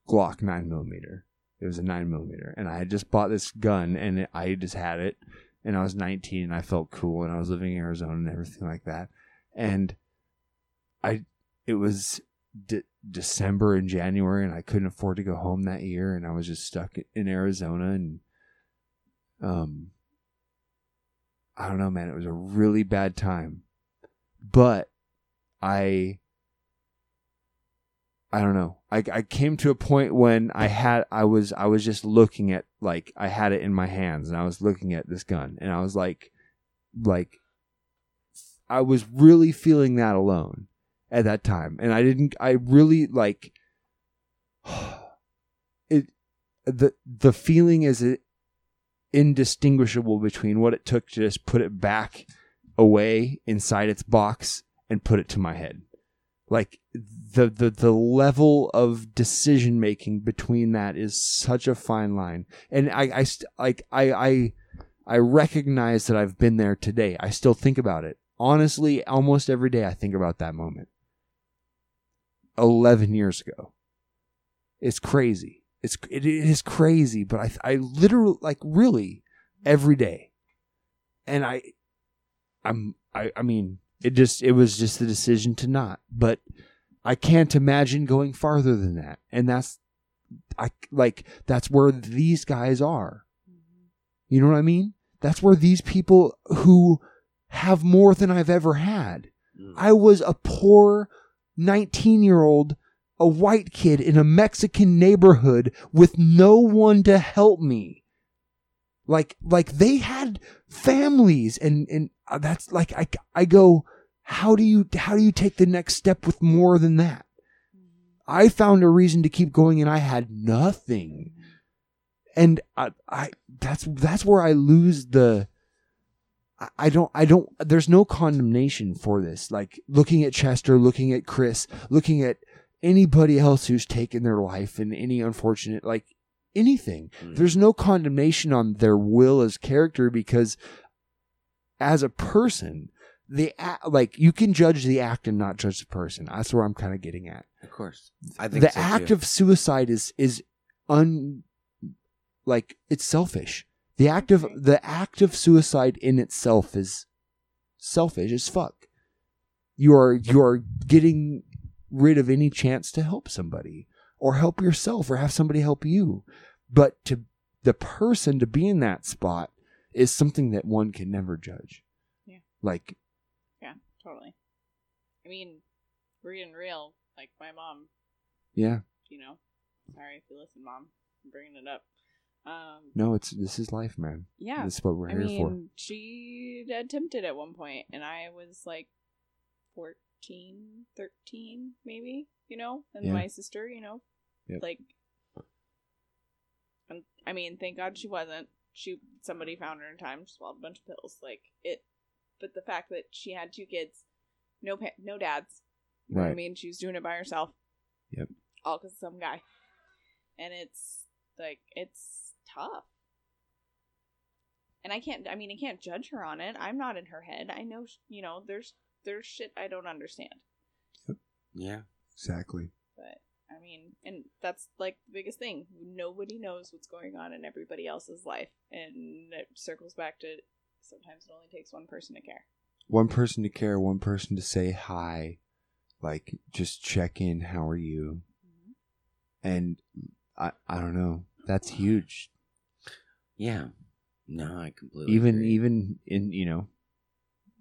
S1: Glock nine millimeter. It was a nine millimeter, and I had just bought this gun, and it, I just had it, and I was 19, and I felt cool, and I was living in Arizona and everything like that, and I, it was de- December and January, and I couldn't afford to go home that year, and I was just stuck in Arizona, and um, I don't know, man, it was a really bad time, but I I don't know. I, I came to a point when I had I was I was just looking at like I had it in my hands and I was looking at this gun and I was like like I was really feeling that alone at that time and I didn't I really like [sighs] it the the feeling is it indistinguishable between what it took to just put it back away inside its box and put it to my head like the the the level of decision making between that is such a fine line and i i st- like i i i recognize that i've been there today i still think about it honestly almost every day i think about that moment 11 years ago it's crazy it's it, it is crazy but i i literally like really every day and i I'm I, I mean it just it was just the decision to not but I can't imagine going farther than that and that's I like that's where these guys are you know what I mean that's where these people who have more than I've ever had I was a poor 19 year old a white kid in a Mexican neighborhood with no one to help me like like they had families and and uh, that's like I I go how do you how do you take the next step with more than that I found a reason to keep going and I had nothing and I I that's that's where I lose the I- I don't I don't there's no condemnation for this like looking at Chester looking at Chris looking at anybody else who's taken their life and any unfortunate like anything there's no condemnation on their will as character because as a person the act, like you can judge the act and not judge the person that's where I'm kind of getting at
S9: Of course, I think
S1: the
S9: so,
S1: act
S9: too.
S1: of suicide is is un like it's selfish. The act of the act of suicide in itself is selfish as fuck. You are you are getting rid of any chance to help somebody or help yourself or have somebody help you. But to the person to be in that spot is something that one can never judge.
S11: Yeah.
S1: Like
S11: Yeah, totally. I mean, we're getting real. Like my mom,
S1: yeah,
S11: you know. Sorry if you listen, mom. I'm bringing it up. Um,
S1: no, it's this is life, man.
S11: yeah,
S1: This is what we're
S11: I
S1: here
S11: mean,
S1: for.
S11: She attempted at one point, and I was like 14, 13, maybe. You know, and
S13: Yeah.
S11: my sister, you know,
S13: Yep.
S11: like. And, I mean, thank God she wasn't. She somebody found her in time. She swallowed a bunch of pills. Like it, but the fact that she had two kids, no pa- no dads. You know what I
S1: Right.
S11: mean, she was doing it by herself
S1: Yep.
S11: all because of some guy. And it's like it's tough. and I can't. I mean, I can't judge her on it. I'm not in her head. I know, sh- you know, there's there's shit I don't understand.
S9: Yeah.
S1: Exactly.
S11: But I mean, and that's like the biggest thing. Nobody knows what's going on in everybody else's life, and it circles back to sometimes it only takes one person to care.
S1: One person to care, one person to say hi, like just check in. How are you? And I, I don't know. That's huge.
S9: Yeah. No, I completely
S1: even
S9: agree.
S1: even in you know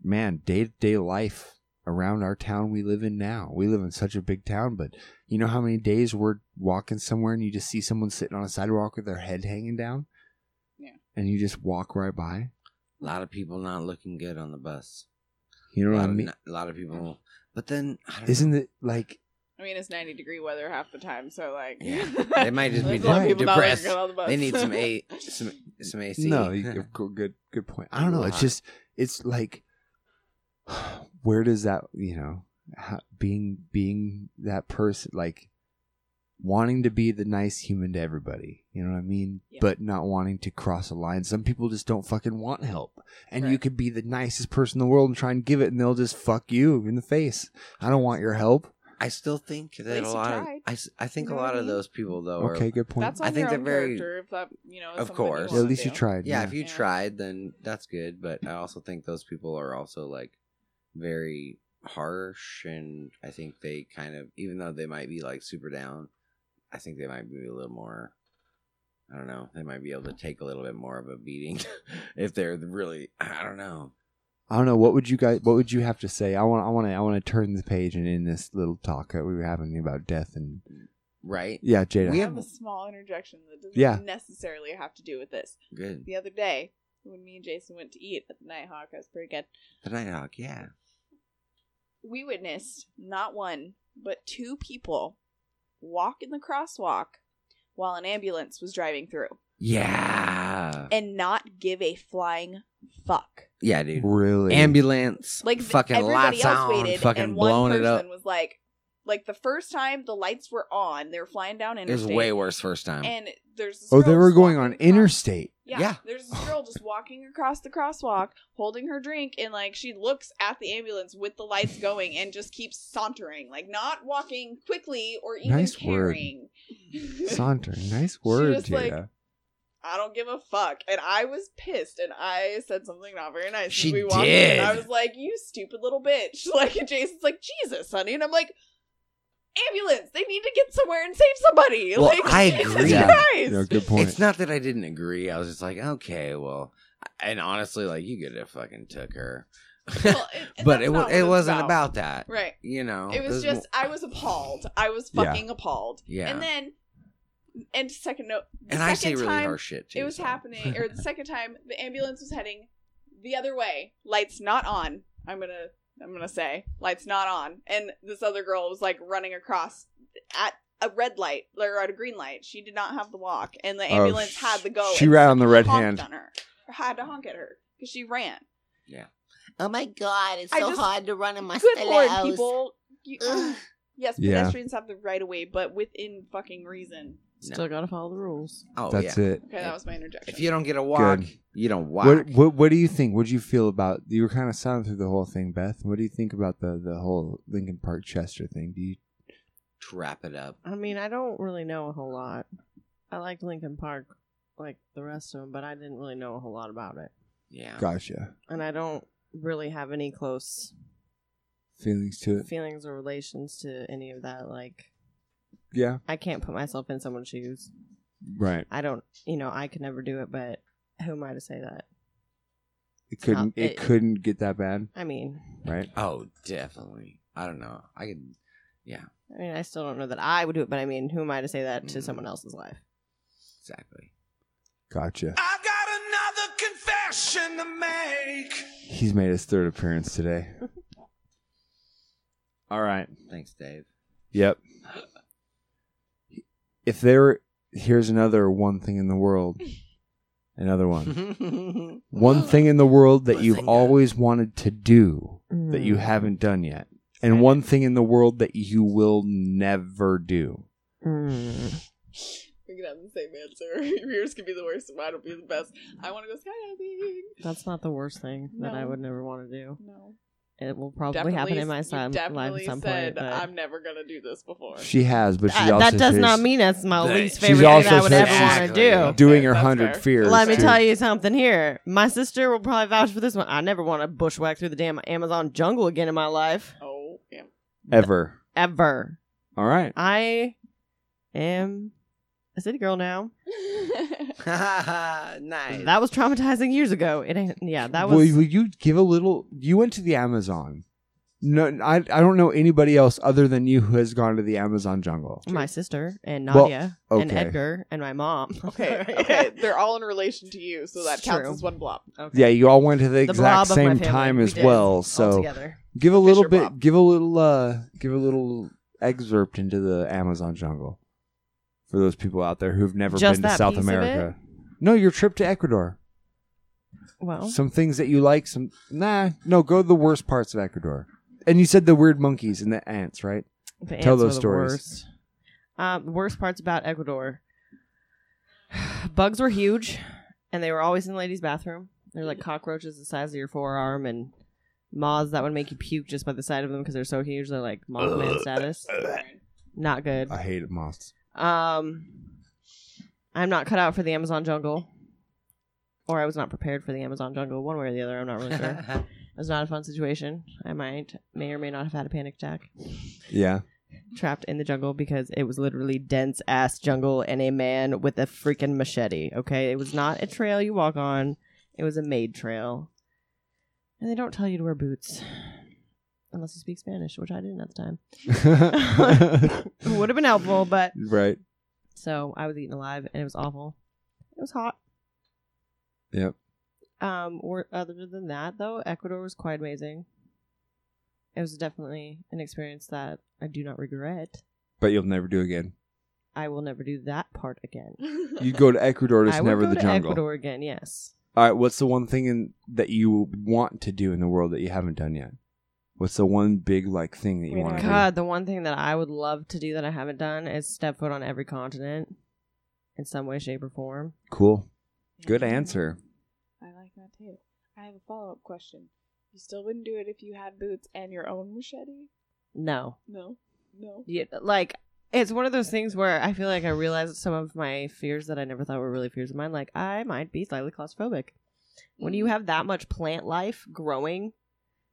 S1: man day to day life around our town we live in now we live in such a big town but you know how many days we're walking somewhere and you just see someone sitting on a sidewalk with their head hanging down
S11: Yeah.
S1: and you just walk right by
S9: a lot of people not looking good on the bus.
S1: you know
S9: a
S1: what
S9: lot
S1: i
S9: of
S1: mean
S9: n- a lot of people, but then I don't
S1: isn't it like
S11: I mean, it's 90 degree weather half the time, so like [laughs]
S9: Yeah. They might just be
S11: There's a lot of
S9: de-
S11: people not looking
S9: depressed.
S11: good on the bus.
S9: They need
S11: [laughs]
S9: some a some some AC.
S1: no you- of cour- good good point i don't know it's
S9: Lot.
S1: just it's like [sighs] where does that you know how, being being that person like wanting to be the nice human to everybody you know what i mean but not wanting to cross a line some people just don't fucking want help and you could be the nicest person in the world and try and give it and they'll just fuck you in the face i don't want your help
S9: [laughs] I still think that
S11: least
S9: a
S11: you
S9: lot of
S11: tried.
S9: I, s- I think
S11: You
S9: a
S11: know what
S9: lot
S11: I
S9: of
S11: mean?
S9: those people though.
S1: Okay,
S9: are,
S1: good point.
S11: That's on
S9: I
S11: your
S9: think they're
S11: own
S9: very
S11: character. If that, you know, is
S9: of
S11: something
S9: course.
S11: You wanna do.
S9: Yeah, if
S1: yeah.
S9: you tried, then that's good. But I also think those people are also like very harsh, and I think they kind of, even though they might be like super down, I think they might be a little more. I don't know. They might be able to take a little bit more of a beating [laughs] if they're really. I don't know.
S1: I don't know what would you guys what would you have to say? I want I want to I want to turn the page and end this little talk that we were having about death and
S9: right
S1: yeah Jada
S11: I have a small interjection that doesn't
S1: Yeah.
S11: necessarily have to do with this.
S9: Good.
S11: The other day, when me and Jason went to eat at the Nighthawk, I was pretty good.
S9: The Nighthawk, yeah.
S11: We witnessed not one, but two people walk in the crosswalk while an ambulance was driving through
S9: Yeah.
S11: and not give a flying fuck.
S9: Yeah, dude.
S1: Really?
S9: Ambulance.
S11: Like
S9: Like
S11: the-
S9: fucking
S11: everybody
S9: lights
S11: else
S9: on.
S11: waited,
S9: fucking
S11: and one
S9: blowing
S11: person
S9: it up.
S11: was like, like the first time the lights were on, they were flying down
S9: It was
S11: interstate.
S9: way worse first time.
S11: And there's this
S1: Oh,
S11: girl
S1: they were
S11: just
S1: going
S11: walking
S1: on interstate.
S11: Yeah, There's this girl just walking across the crosswalk, holding her drink, and like she looks at the ambulance with the lights going and just keeps sauntering, like not walking quickly or even
S1: Nice word.
S11: caring.
S9: [laughs]
S1: Saunter. Nice word,
S11: just, like,
S1: Jada.
S11: I don't give a fuck. And I was pissed and I said something not very nice.
S1: She
S11: we walked
S1: did.
S11: in and I was like, You stupid little bitch. [laughs] Like and Jason's like, Jesus, honey. And I'm like, Ambulance, they need to get somewhere and save somebody.
S9: Well,
S11: like [laughs]
S9: I
S11: Jesus
S9: agree.
S11: Christ.
S9: [laughs]
S1: good point.
S9: It's not that I didn't agree. I was just like, okay, well, and honestly, like you could have fucking took her, [laughs] but it
S11: not
S9: wa-
S11: what
S9: it
S11: it's
S9: wasn't
S11: about.
S9: about. that,
S11: Right.
S9: You know,
S11: It was
S9: there's
S11: just I was appalled. I was
S9: Yeah.
S11: fucking appalled.
S9: Yeah.
S11: And then and second note the
S9: And
S11: second
S9: I say really
S11: time
S9: harsh shit, too,
S11: It was
S9: so.
S11: happening or
S1: [laughs]
S11: the second time the ambulance was heading the other way. Lights not on. I'm gonna I'm gonna say. Lights not on. And this other girl was like running across at a red light or at a green light. She did not have the walk and the
S1: Oh,
S11: ambulance
S1: sh-
S11: had the go.
S1: she
S11: and
S1: ran on the red
S11: honked
S1: hand.
S11: on her. Or had to honk at her because she ran.
S9: [laughs] Yeah.
S15: Oh my god, it's
S11: I
S15: so
S11: just-
S15: hard to run in my
S11: Good lord,
S15: stilettos.
S11: people. You- [sighs] yes,
S1: Yeah.
S11: pedestrians have the right of way, but within fucking reason.
S6: Still gotta follow the rules.
S9: Oh,
S1: That's
S9: yeah.
S1: it.
S11: Okay, that was my interjection.
S9: If you don't get a walk,
S1: Good.
S9: you don't walk.
S1: What, what What do you think? What do you feel about? You were kind of silent through the whole thing, Beth. What do you think about the the whole Lincoln Park Chester thing? Do you?
S9: To wrap it up.
S6: I mean, I don't really know a whole lot. I liked Lincoln Park like the rest of them, but I didn't really know a whole lot about it.
S9: Yeah.
S1: Gotcha.
S6: And I don't really have any close
S1: Feelings to it?
S6: feelings or relations to any of that. Like,
S1: Yeah.
S6: I can't put myself in someone's shoes.
S1: Right.
S6: I don't, you know, I could never do it, but who am I to say that?
S1: It couldn't.
S6: It-
S1: It couldn't get that bad.
S6: I mean,
S1: Right.
S9: Oh, definitely. I don't know. I could. Yeah.
S6: I mean, I still don't know that I would do it, but I mean, who am I to say that
S11: Mm.
S6: to someone else's life?
S9: Exactly.
S1: Gotcha.
S3: I've got another confession to make.
S9: [laughs]
S1: He's made his third appearance today. All right.
S9: Thanks, Dave.
S1: Yep. If there, here's another one thing in
S6: [laughs]
S1: the world. Another one. one thing in the world that you've always wanted to do that you
S6: Mm.
S1: haven't done yet, and one thing in the world that you will never do.
S6: Mm.
S11: Bring it have the same answer. [laughs] Yours could be the worst, and mine will be the best. I want to go skydiving.
S6: That's not the worst thing that I
S11: No.
S6: would never want to do.
S11: No.
S6: It will probably happen in my
S11: you
S6: son life
S11: definitely
S6: at some point.
S11: said,
S6: But
S11: I'm never gonna do this
S6: [laughs]
S11: before.
S1: She has, but she
S6: That-
S1: also
S6: that does
S1: says-
S6: not mean that's my
S1: That-
S6: least
S1: she's
S6: favorite thing
S1: also
S6: I would
S1: said
S6: ever want
S1: she's
S6: to do.
S1: Doing her hundred fears.
S6: Let me
S1: too. [laughs]
S6: tell you something here. My sister will probably vouch for this one. I never want to bushwhack through the damn Amazon jungle again in my life.
S11: Oh, yeah.
S6: [laughs]
S8: Ever.
S6: Ever.
S8: All right.
S6: I am a city girl now.
S23: nice.
S6: That was traumatizing years ago. It ain't, yeah, that
S1: will,
S6: was.
S1: will you give a little? You went to the Amazon. No, I, I don't know anybody else other than you who has gone to the Amazon jungle.
S6: my sister and
S1: Well,
S6: Nadia and
S1: okay.
S6: Edgar and my mom. [laughs]
S11: Okay, okay, they're all in relation to you, so that counts as
S6: [laughs]
S11: one blob.
S6: Okay.
S1: Yeah, you all went to the,
S6: The
S1: exact
S6: blob of my
S1: same
S6: family.
S1: time
S6: We
S1: as
S6: did, all
S1: well. So
S6: together.
S1: give a little
S6: Fisher
S1: bit,
S6: blob.
S1: give a little, uh, give a little excerpt into the Amazon jungle for those people out there who've never
S6: Just
S1: been to
S6: that
S1: South
S6: piece of it?
S1: America. No, your trip to Ecuador.
S6: Well,
S1: Some things that you like. Some nah, no. Go to the worst parts of Ecuador. And you said the weird monkeys and the ants, right?
S6: The
S1: Tell
S6: ants were
S1: those
S6: the
S1: stories.
S6: worst. Um, the worst parts about Ecuador. [sighs] Bugs were huge, and they were always in the ladies' bathroom. They're like cockroaches the size of your forearm, and moths that would make you puke just by the sight of them because they're so huge. They're like mothman status. Not good.
S1: I hate moths.
S6: Um, I'm not cut out for the Amazon jungle, or I was not prepared for the Amazon jungle. One way or the other, I'm not really
S1: [laughs]
S6: sure.
S9: [laughs]
S6: it was not a fun situation. I might may or may not have had a panic attack
S1: Yeah.
S6: [laughs]
S1: [laughs]
S6: trapped in the jungle because it was literally dense ass jungle and a man with a freaking machete. Okay, it was not a trail you walk on; it was a made trail, and they don't tell you to wear boots unless you speak Spanish, which I didn't at the time. Would have been helpful, but
S1: Right.
S6: so I was eaten alive, and it was awful. It was hot.
S1: Yep.
S6: Um, or other than that, though, Ecuador was quite amazing. It was definitely an experience that I do not regret.
S1: But you'll never do again.
S6: I will never do that part again.
S1: You go to Ecuador, it's
S6: I
S1: never
S6: would go
S1: the
S6: to
S1: jungle.
S6: Ecuador again, yes.
S1: All right, what's the one thing in, that you want to do in the world that you haven't done yet? What's the one big like thing that you want to do?
S6: God, the one thing that I would love to do that I haven't done is step foot on every continent in some way, shape, or form.
S1: Cool. Good
S6: Mm-hmm.
S1: answer.
S11: I like that too. I have a follow up question. You still wouldn't do it if you had boots and your own machete?
S6: No.
S11: No, no.
S6: Yeah, like it's one of those things where I feel like I realized some of my fears that I never thought were really fears of mine. Like I might be slightly claustrophobic. When you have that much plant life growing,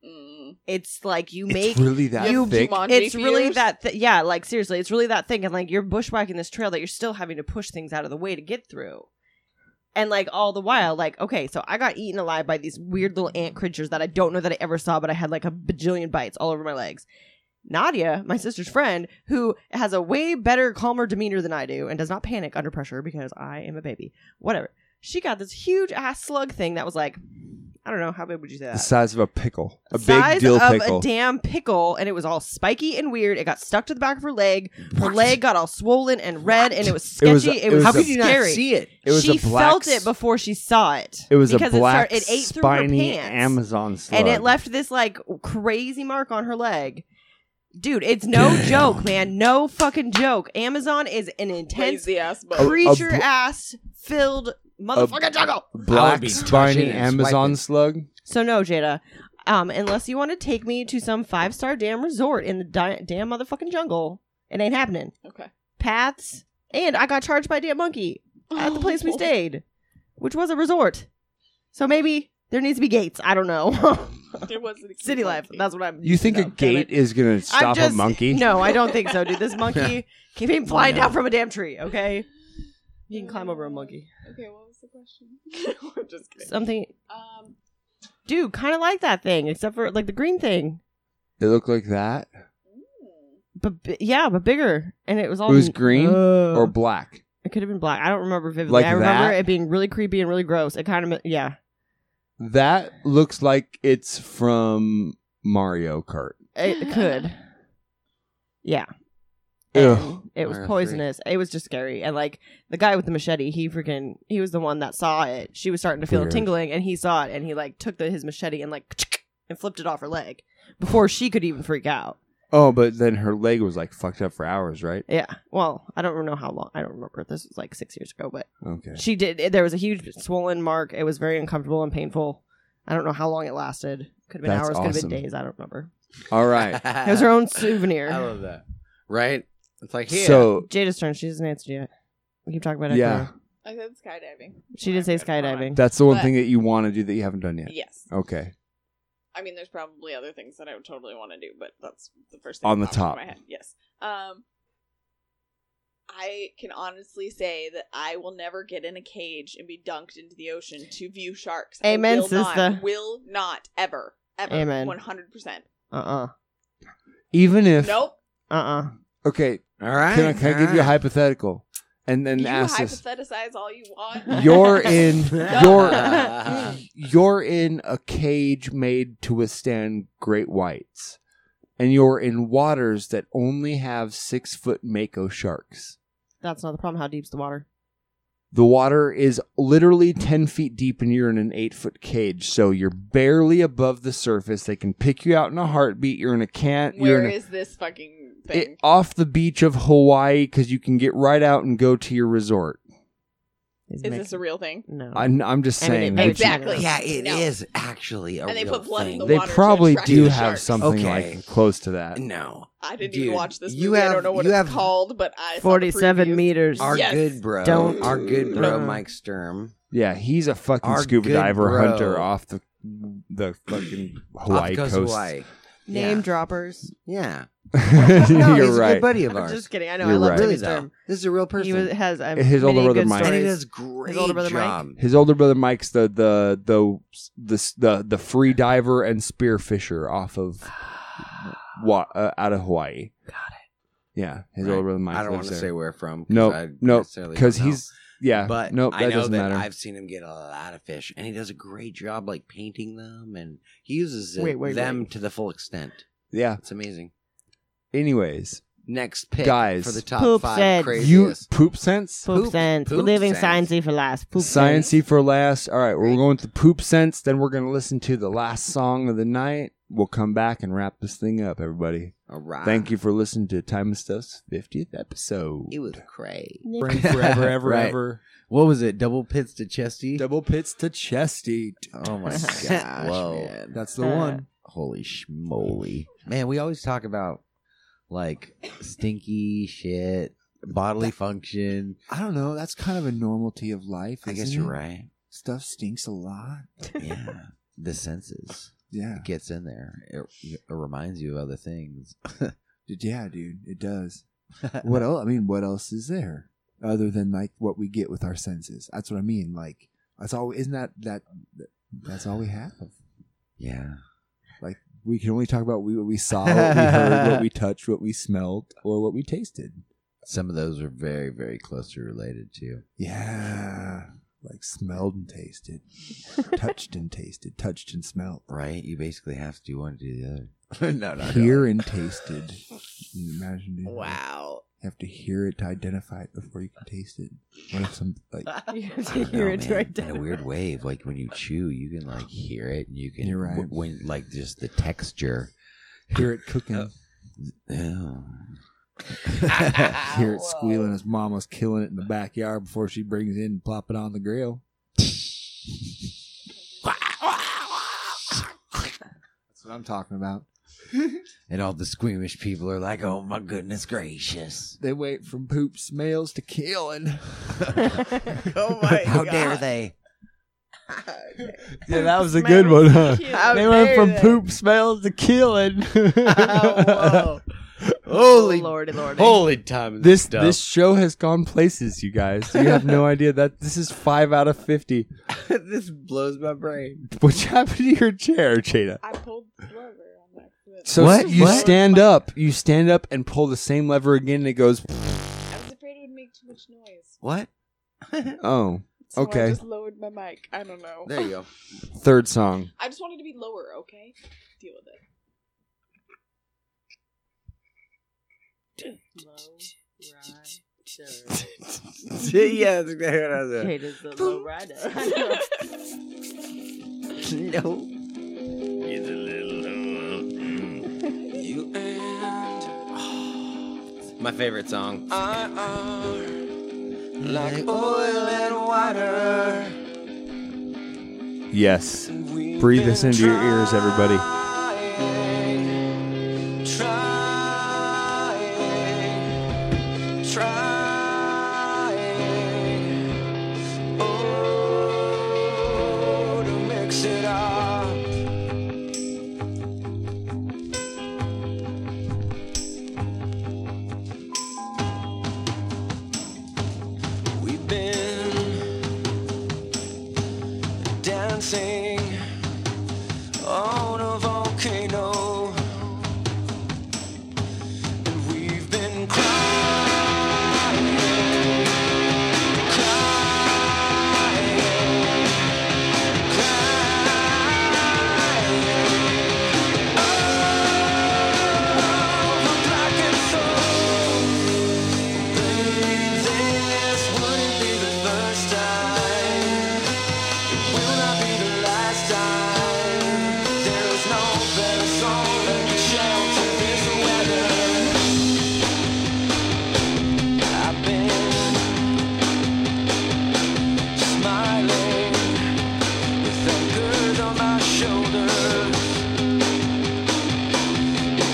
S11: Mm.
S6: it's like you
S1: It's
S6: make
S1: really that
S6: you,
S1: thick? Jumanji
S6: It's really
S11: fears?
S6: that th- yeah, like seriously, it's really that thing. And like you're bushwhacking this trail that you're still having to push things out of the way to get through. And like all the while, like okay, so I got eaten alive by these weird little ant creatures that I don't know that I ever saw, but I had like a bajillion bites all over my legs. Nadia, my sister's friend, who has a way better, calmer demeanor than I do and does not panic under pressure because I am a baby. Whatever. She got this huge ass slug thing that was like, I don't know, how big would you say that?
S1: The size of a pickle, a big
S6: size
S1: dill
S6: of
S1: pickle.
S6: a damn pickle, and it was all spiky and weird. It got stuck to the back of her leg. Her leg got all swollen and red, and it was
S1: It
S6: sketchy. It
S1: was
S6: was,
S1: a- it
S6: scary.
S1: was a- How could you not see it? It was
S6: she
S1: a black
S6: felt
S1: s-
S6: it before she saw it.
S1: it was a
S6: because it
S1: black,
S6: started- it, ate through her
S1: spiny
S6: pants
S1: Amazon slug.
S6: and it left this like crazy mark on her leg. Dude, it's no joke, man. No fucking joke. Amazon is an intense
S11: ass
S1: A- a
S6: creature
S1: bl-
S6: ass filled motherfucking jungle.
S1: Black spiny
S9: touching and
S1: Amazon
S9: swiping.
S1: slug.
S6: So no, Jada. Um, unless you want to take me to some five star damn resort in the di- damn motherfucking jungle, it ain't happening.
S11: Okay.
S6: [laughs] Paths, and I got charged by a damn monkey at the place we stayed, which was a resort. So maybe there needs to be gates. I don't know. [laughs]
S11: There wasn't a
S6: City life. That's what I'm.
S1: You think a gate is gonna stop a
S6: [laughs]
S1: monkey?
S6: No, I don't think so, dude.
S1: [laughs]
S6: This monkey came flying down from a damn tree. Okay, you can climb over a monkey.
S11: Okay, what was the question? [laughs] I'm just kidding.
S6: Something,
S11: Um,
S6: dude, kind of like that thing, except for like the green thing.
S1: It looked like that.
S11: mm.
S6: But bi- yeah, but bigger, and it was all
S1: It was green
S6: Ugh.
S1: or black.
S6: It could have been black. I don't remember vividly.
S1: Like
S6: I remember
S1: that?
S6: it being really creepy and really gross. It kind of yeah.
S1: That looks like it's from Mario Kart.
S6: It could. Yeah.
S1: Ugh.
S6: It was
S1: Mario
S6: poisonous. It was just scary. And like the guy with the machete, he freaking he was the one that saw it. She was starting to feel
S1: Weird.
S6: a tingling and he saw it and he like took the, his machete and like and flipped it off her leg before she could even freak out.
S1: Oh, but then her leg was like fucked up for hours, right?
S6: Yeah. Well, I don't know how long. I don't remember. This was like six years ago, but
S9: [laughs]
S1: Okay.
S6: she did. eh, There was a huge swollen mark. It was very uncomfortable and painful. I don't know how long it lasted. Could have been
S1: That's
S6: hours. Could have
S1: awesome.
S6: been days. I don't remember.
S11: [laughs]
S1: All right.
S6: It was her own souvenir.
S9: Uh, I love that. Right? It's like here.
S1: So-
S6: Jada's turn. She doesn't answer yet. We keep talking about it.
S1: Yeah.
S6: girl.
S11: I said skydiving.
S6: She did say skydiving.
S1: That's the one
S11: But-
S1: thing that you want to do that you haven't done yet.
S11: Yes.
S1: Okay.
S11: I mean, there's probably other things that I would totally want to do, but that's the first thing
S1: On the
S11: that popped
S1: top.
S11: in My head. Yes. Um, I can honestly say that I will never get in a cage and be dunked into the ocean to view sharks. I
S6: Amen,
S11: will not-
S6: sister.
S11: will not ever, ever.
S6: Amen.
S11: One hundred percent.
S6: Uh uh
S1: Even if
S11: Nope.
S6: Uh uh
S1: Okay.
S9: All right.
S1: Can I, can I give you a
S9: all right.
S1: hypothetical? And then
S11: You
S1: ask this.
S11: hypothesize all you want. [laughs]
S1: You're in
S11: No.
S1: [laughs]
S11: [laughs]
S1: you're you're in a cage made to withstand great whites. And you're in waters that only have six foot mako sharks.
S6: [laughs] That's not the problem. How deep's the water?
S1: The water is literally 10 feet deep and you're in an 8 foot cage. So you're barely above the surface. They can pick you out in a heartbeat. You're in a can. you're
S11: Where
S1: in a-
S11: is this fucking thing?
S1: it, off the beach of Hawaii because you can get right out and go to your resort.
S11: Is this a real thing?
S6: No.
S1: I'm, I'm just
S6: I mean, it
S1: saying.
S6: may
S1: they-
S6: be Exactly.
S9: Yeah, it is
S11: No.
S9: actually a
S11: And they
S9: real
S11: put blood in
S9: thing.
S11: the
S1: They
S11: water to
S1: probably
S11: attract
S1: do
S11: the
S1: have
S11: sharks.
S1: something
S9: Okay.
S1: like close to that.
S9: No.
S11: Oh, I didn't even
S9: Dude,
S11: watch this movie.
S9: you
S11: I
S9: have-
S11: don't know what
S9: you
S11: it's
S9: have
S11: called, but I saw the
S6: 47 meters.
S9: Our
S11: Yes.
S9: good bro,
S6: Don't-
S9: our good bro,
S6: Uh-uh.
S9: Mike Sturm,
S1: Yeah, he's a fucking
S9: Our
S1: scuba
S9: good
S1: diver
S9: bro.
S1: hunter off the the fucking Hawaii
S9: Off the coast
S1: coast.
S9: of Hawaii.
S6: Name
S9: Yeah.
S1: [laughs]
S6: droppers.
S9: Yeah, [laughs]
S1: You're
S9: he's a
S1: right.
S9: good buddy of
S6: I'm
S9: ours.
S6: just kidding. I know. I
S1: You're
S6: love
S1: right.
S6: Timmy
S9: Really
S6: Sturm.
S9: though, this is a real person.
S6: He was, has um,
S1: His older
S6: many
S1: brother
S6: good
S1: [laughs] Mike.
S9: and he
S6: stories.
S9: does great
S6: older brother Mike.
S9: job.
S1: His older brother Mike's the the the the the, the free diver and spear fisher off of wa- uh, out of Hawaii. Got it. Yeah, his
S9: Right.
S1: older brother Mike.
S9: I don't
S1: want to
S9: say where from. 'cause I
S1: No, no,
S9: necessarily
S1: because
S9: don't know.
S1: he's yeah.
S9: But
S1: no, that
S9: I know
S1: doesn't
S9: that
S1: matter.
S9: I've seen him get a lot of fish, and he does a great job, like painting them, and he uses it-
S1: Wait, wait,
S9: them to the full extent.
S1: yeah.
S9: It's amazing.
S1: Anyways,
S9: Next pick
S1: Guys.
S9: for the top
S6: Poop
S9: five
S6: said-
S9: craziest.
S1: you poop sense.
S6: Poop,
S9: Poop-
S6: sense.
S9: poop
S6: Living
S9: sense.
S6: sciencey for last. Poop sense.
S1: Sciency for last. All right, we're going to poop sense. Then we're going to listen to the last song of the night. We'll come back and wrap this thing up, everybody.
S9: All right.
S1: Thank you for listening to Time and Stuff's 50th episode.
S9: It was crazy.
S1: Friend forever,
S9: [laughs]
S1: ever,
S9: Right.
S1: ever.
S9: What was it? Double pits to chesty.
S1: Double pits to chesty.
S9: Oh [laughs] my gosh! Whoa,
S1: man. That's the one.
S9: Holy schmoly, man! We always talk about like stinky shit, bodily function.
S1: I don't know. That's kind of a normalty of life.
S9: I guess
S1: isn't
S9: you're
S1: it?
S9: right. [laughs]
S1: Stuff stinks a lot.
S9: Yeah, the senses.
S1: Yeah.
S9: it gets in there. It, it reminds you of other things.
S1: Dude, Yeah, dude, it
S9: [laughs]
S1: does. what else? I mean, what else is there other than like what we get with our senses? That's what I mean. Like that's all. Isn't that that? That's all we have.
S9: Yeah,
S1: Like we can only talk about we, what we saw, what we heard,
S9: [laughs]
S1: what we touched, what we smelled, or what we tasted.
S9: some of those are very, very closely related too.
S1: Yeah, like smelled
S6: [laughs]
S1: and tasted, touched and tasted, touched and smelled,
S9: Right? You basically have to do one to do the other. [laughs] no, no,
S1: hear and tasted. Can you imagine? dude?
S9: Wow.
S1: You have to hear it to identify it before you can taste it. What if some like
S6: You have [laughs]
S9: I [laughs]
S6: to
S9: don't
S6: hear
S9: know,
S6: it
S9: man.
S6: right
S9: in
S6: [laughs]
S9: a weird wave like when you chew you can like hear it and you can
S1: You're right.
S9: wh- when like just the texture
S1: hear it cooking?
S9: oh.
S1: hear it squealing. His mom was killing it in the backyard before she brings it in and plop it on the grill. That's what I'm talking about.
S9: and all the squeamish people are like oh my
S24: [laughs]
S9: goodness gracious
S1: They went from poop smells to killing.
S6: oh my
S9: how
S6: god.
S9: [laughs] dare they
S1: Yeah, that was a good
S6: [laughs]
S1: one, huh?
S6: How
S1: They went
S6: dare
S1: from
S6: they.
S1: poop smells to killing. [laughs]
S6: [laughs] Oh, whoa.
S9: Holy-
S6: oh, lordy, lordy.
S9: holy time and
S1: this
S9: stuff.
S1: this show has gone places, you guys. You have no idea that this is five out of fifty.
S9: this blows my brain
S1: [laughs] What happened to your chair, Jada?
S11: I pulled the lever on that.
S1: So
S9: What?
S1: you
S9: What?
S1: stand up, you stand up and pull the same lever again, and it goes.
S11: I was afraid it would make too much noise.
S9: what
S1: Oh,
S11: So I
S1: okay.
S11: just lowered my mic. I don't know.
S9: there you go
S1: Third song.
S11: I just wanted to be lower, okay? Deal with it.
S6: [laughs]
S9: yeah that's exactly what i was doing
S6: Jada's the low rider. [laughs]
S9: no
S3: You and
S25: My favorite song.
S3: I are like oil and water.
S1: Yes. Breathe this into your
S9: [laughs]
S1: ears, everybody.
S3: Oh, to mix it up. We've been dancing on a volcano. And we've been crying, crying, crying. Oh, the black and soul. This wouldn't be the first time. It will not be the last time. There is no better song that can shelter this weather. I've been smiling with fingers on my shoulders.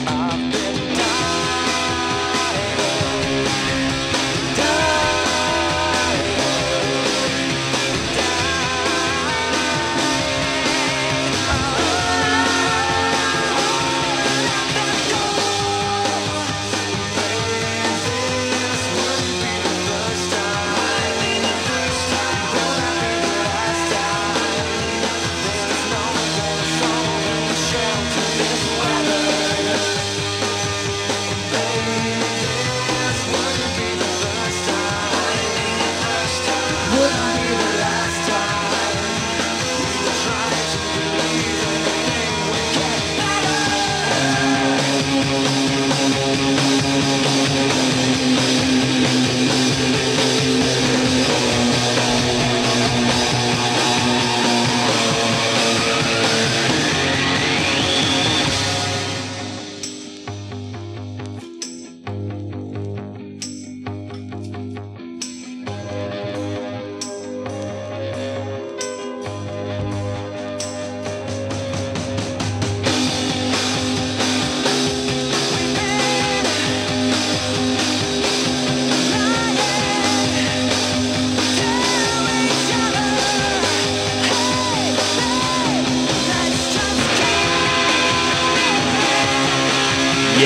S3: I've been dying, dying.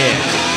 S7: Yeah.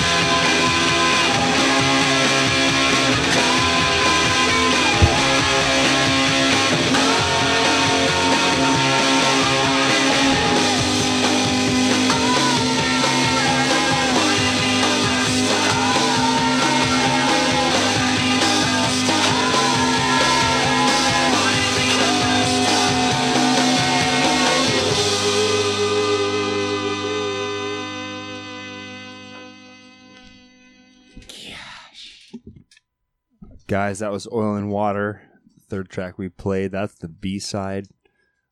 S1: Guys, that was Oil and Water, the third track we played. That's the B side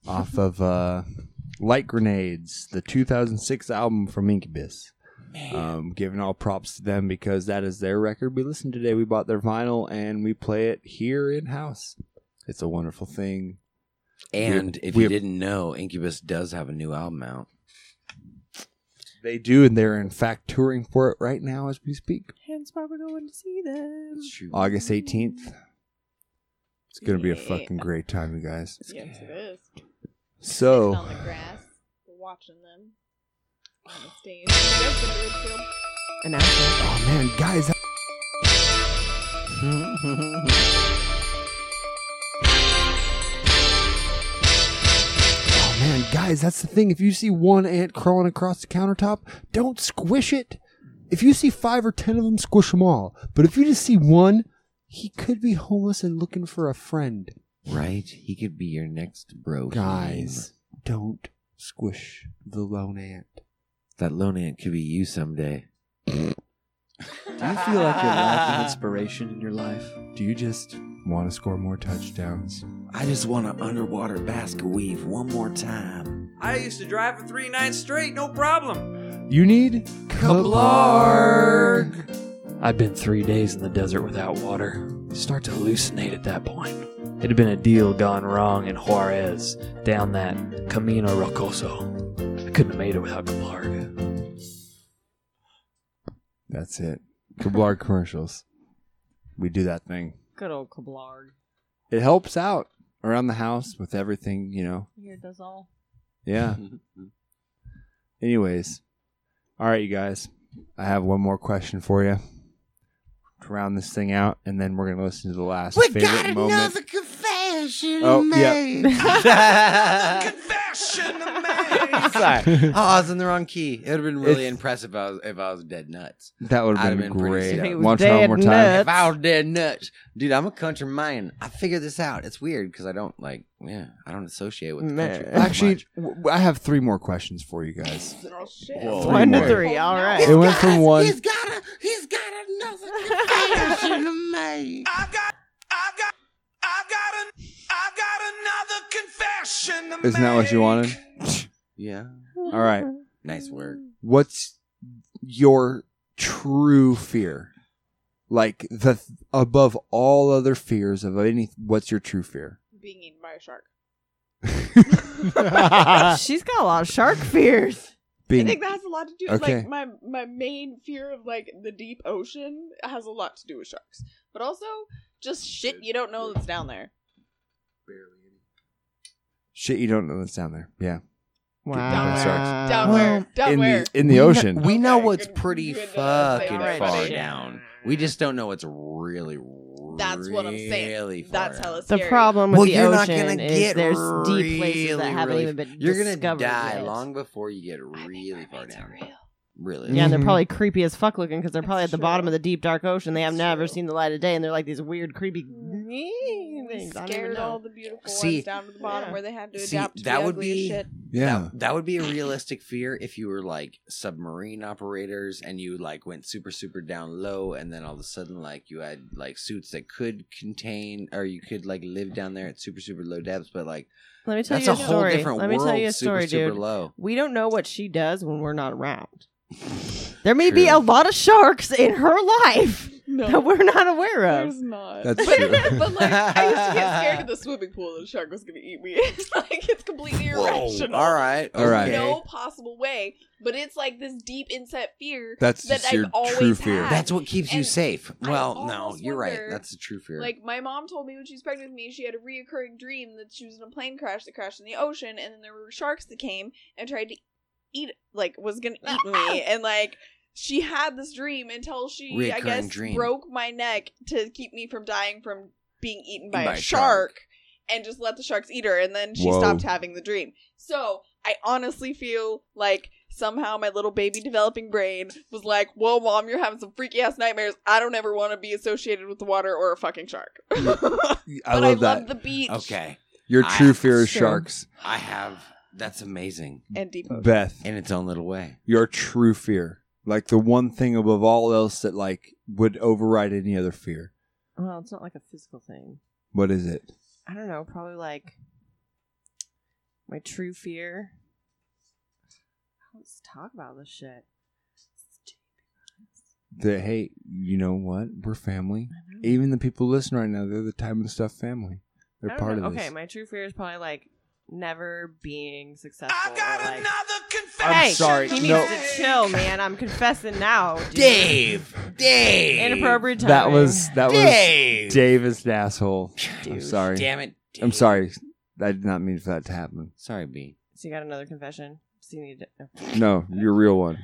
S1: off of uh, Light Grenades, the 2006 album from Incubus. Um, giving all props to them because that is their record we listened to today. We bought their vinyl and we play it here in house. It's a wonderful thing.
S9: [laughs] And
S1: We-
S9: if
S1: we
S9: you didn't know, Incubus does have a new album out.
S1: They do, and they're in fact touring for it right now as we speak.
S26: Hence why we're going to see them.
S1: August 18th. It's going to be a fucking great time, you guys.
S11: Yes, it is.
S9: Oh.
S1: So,
S11: On the grass, we're watching them on the stage. Yes, in Ridgefield.
S26: An actor.
S1: oh man, guys. that- Oh man, guys, that's the thing. If you see one ant crawling across the countertop, don't squish it. If you see five or ten of them, squish them all. But if you just see one, he could be homeless and looking for a friend.
S9: Right? He could be your next bro.
S1: Guys, don't squish the lone ant.
S9: That lone ant could be you someday.
S24: Do you feel like you're [laughs] lacking inspiration in your life?
S1: Do you just want to score more touchdowns?
S24: I just want to underwater basket weave one more time.
S27: I used to drive for three nights straight, no problem.
S1: You need Kablarg.
S14: I've been three days in the desert without water. You start to hallucinate at that point. It had been a deal gone wrong in Juarez, down that Camino Rocoso. I couldn't have made it without Kaplarg.
S1: That's it. Kablar commercials. We do that thing.
S5: Good old Kablarg.
S1: It helps out around the house with everything, you know.
S5: Here it does all.
S1: Yeah. Anyways, all right, you guys. I have one more question for you to round this thing out, and then we're gonna listen to the last
S3: We
S1: favorite
S3: got
S1: moment.
S3: another confession to
S1: Oh, yeah.
S3: make.
S9: [laughs] confession
S3: to
S9: make. Sorry.
S1: [laughs]
S9: Oh, I was in the wrong key. It would have been really
S1: It's-
S9: impressive if I was if I was dead nuts.
S1: That would've
S9: I'd
S1: been
S9: pretty
S1: great.
S9: sick.
S1: If he was Watch it one dead more time. nuts.
S9: If I was dead nuts, dude, I'm a country man. I figured this out. It's weird because I don't like, yeah, I don't associate with the country. very
S1: Actually, w- I have three more questions for you guys.
S11: Oh, shit.
S1: Whoa.
S6: One to three. All right.
S1: It went from one.
S9: [laughs]
S3: confession to make. I've got, I've got, I've got an, I've got another confession to make.
S1: Isn't that what you wanted?
S9: Yeah.
S1: All right.
S9: Nice work.
S1: What's your true fear? Like the th- above all other fears of any, what's your true fear?
S11: Being eaten by a shark.
S6: [laughs]
S9: [laughs]
S6: She's got a lot of shark fears.
S1: Being-
S11: I think that has a lot to do
S1: Okay.
S11: like my my main fear of like the deep ocean has a lot to do with sharks. But also just shit you don't know that's down there.
S1: Shit, you don't know that's down there. Yeah.
S6: Wow.
S1: Okay,
S9: Uh,
S1: sorry.
S11: Down where? Down
S1: in
S11: where?
S1: The, in the
S9: We kno-
S1: ocean.
S9: we know what's pretty
S11: good to know, say
S9: fucking
S11: already.
S9: far
S11: Yeah.
S9: down. We just don't know what's really,
S11: That's what I'm saying.
S9: really far
S11: That's
S9: out.
S11: hella
S6: The
S11: scary.
S6: problem with
S9: Well,
S6: the
S9: you're not
S6: ocean
S9: gonna
S6: is
S9: get
S6: there's
S9: really,
S6: deep places that haven't
S9: really-
S6: even been
S9: You're gonna
S6: discovered
S9: die
S6: yet.
S9: long before you get really far down. Really,
S6: Yeah, and they're
S9: Mhm.
S6: probably creepy as fuck looking because they're probably at the bottom of the deep dark ocean. They have never seen the light of day, and they're like these weird, creepy
S11: We
S6: things. I don't even
S11: scared
S6: know.
S11: all the beautiful
S9: See-
S11: ones down to the bottom where they had to
S9: See,
S11: adapt to
S9: that
S11: the
S9: would
S11: ugly as
S6: [laughs]
S9: be-
S11: shit.
S1: Yeah.
S9: That would be a realistic fear if you were like submarine operators and you like went super super down low and then all of a sudden like you had like suits that could contain or you could like live down there at super super low depths but like
S6: Let me tell
S9: that's
S6: you
S9: a
S6: a
S9: whole
S6: story.
S9: different
S6: Let me tell
S9: world,
S6: you a
S9: super,
S6: story,
S9: super
S6: dude.
S9: low.
S6: We don't know what she does when we're not
S9: [laughs]
S6: around. There may be
S9: True.
S6: a lot of sharks in her
S11: [laughs]
S6: life that we're not aware of.
S11: There's not.
S6: That's
S11: but,
S6: true.
S11: [laughs] but like, I used to
S9: [laughs]
S11: get scared of the swimming pool that a shark was going to eat me. [laughs] It's like it's completely
S9: Whoa,
S11: irrational.
S9: all right,
S11: There's
S9: all right.
S11: No
S9: Okay.
S11: possible way. But it's like this deep inset fear.
S9: That's
S11: that
S9: just
S11: I've
S9: your
S11: always
S9: true fear.
S11: Had.
S9: That's what keeps you safe. Well, no,
S11: almost
S9: you're right.
S11: wonder,
S9: That's the true fear.
S11: Like my mom told me when she was pregnant with me, she had a reoccurring dream that she was in a plane crash that crashed in the ocean, and then there were sharks that came and tried to eat, like was gonna
S9: [laughs]
S11: eat me, and like she had this dream until she, I
S9: Reoccurring
S11: guess,
S9: dream.
S11: broke my neck to keep me from dying from being eaten by,
S9: By
S11: a
S9: a
S11: shark,
S9: shark.
S11: and just let the sharks eat her, and then she
S9: Whoa.
S11: stopped having the dream. So I honestly feel like. Somehow, my little baby developing brain was like, "Whoa, mom, you're having some freaky ass nightmares. I don't ever want to be associated with the water or a fucking shark." [laughs]
S9: I
S11: but I love the beach.
S9: Okay.
S1: Your
S9: I-
S1: true fear is Sure. sharks.
S9: I have. That's amazing.
S11: And deep ocean.
S1: Beth.
S9: In its own little way.
S1: Your true fear. Like the one thing above all else that like would override any other fear.
S6: Well, it's not like a physical thing.
S1: What is it?
S6: I don't know, probably like my true fear. Let's talk about this shit.
S1: That hey, you know what? We're family. Even the people listening right now, they're the time and stuff family. They're
S6: I don't
S1: part
S6: know.
S1: of
S6: okay,
S1: this.
S6: my true fear is probably like never being successful. I got another
S1: I'm
S6: confession.
S1: sorry,
S6: He needs
S1: no.
S6: to chill, man. I'm confessing now. dude.
S9: Dave, Dave.
S6: Inappropriate time.
S1: That was that
S9: Dave!
S1: was Dave is an asshole. I'm
S6: Dude,
S1: sorry.
S9: damn it,
S1: I'm sorry. I did not mean for that to happen.
S9: Sorry, B.
S6: So you got another confession. So you need to.
S1: No, your real one.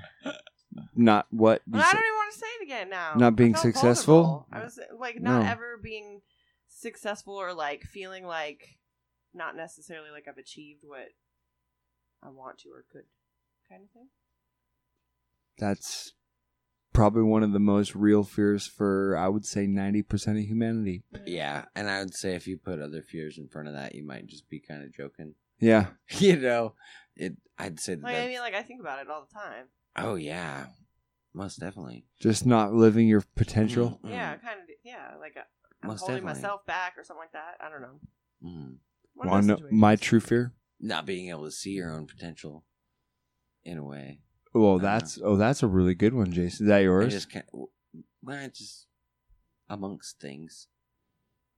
S1: Not what you
S6: Well, I
S1: said.
S6: don't even want to say it again now.
S1: Not
S6: I
S1: being
S6: felt
S1: successful?
S6: vulnerable. I was like not
S1: No.
S6: ever being successful or like feeling like not necessarily like I've achieved what I want to or could kind of thing.
S1: That's probably one of the most real fears for I would say 90% of humanity.
S9: Yeah, and I would say if you put other fears in front of that, you might just be kind of joking. [laughs]
S1: Yeah.
S9: You know, it. I'd say that.
S6: Like I
S9: that's-
S6: mean, like I think about it all the time.
S9: oh yeah, most definitely. Mm-hmm.
S1: Just not living your potential.
S6: Yeah, I kind of. Yeah, like uh, I'm
S9: Mm. Most
S6: holding
S9: definitely.
S6: myself back or something like that. I don't know.
S9: Mm.
S6: One of
S1: Wanna
S6: those
S1: know
S6: situations.
S1: my true fear?
S9: Not being able to see your own potential, in a way.
S1: Well, that's oh, that's a really good one, Jason. Is that
S9: I
S1: yours?
S9: just can't. Nah, just amongst things.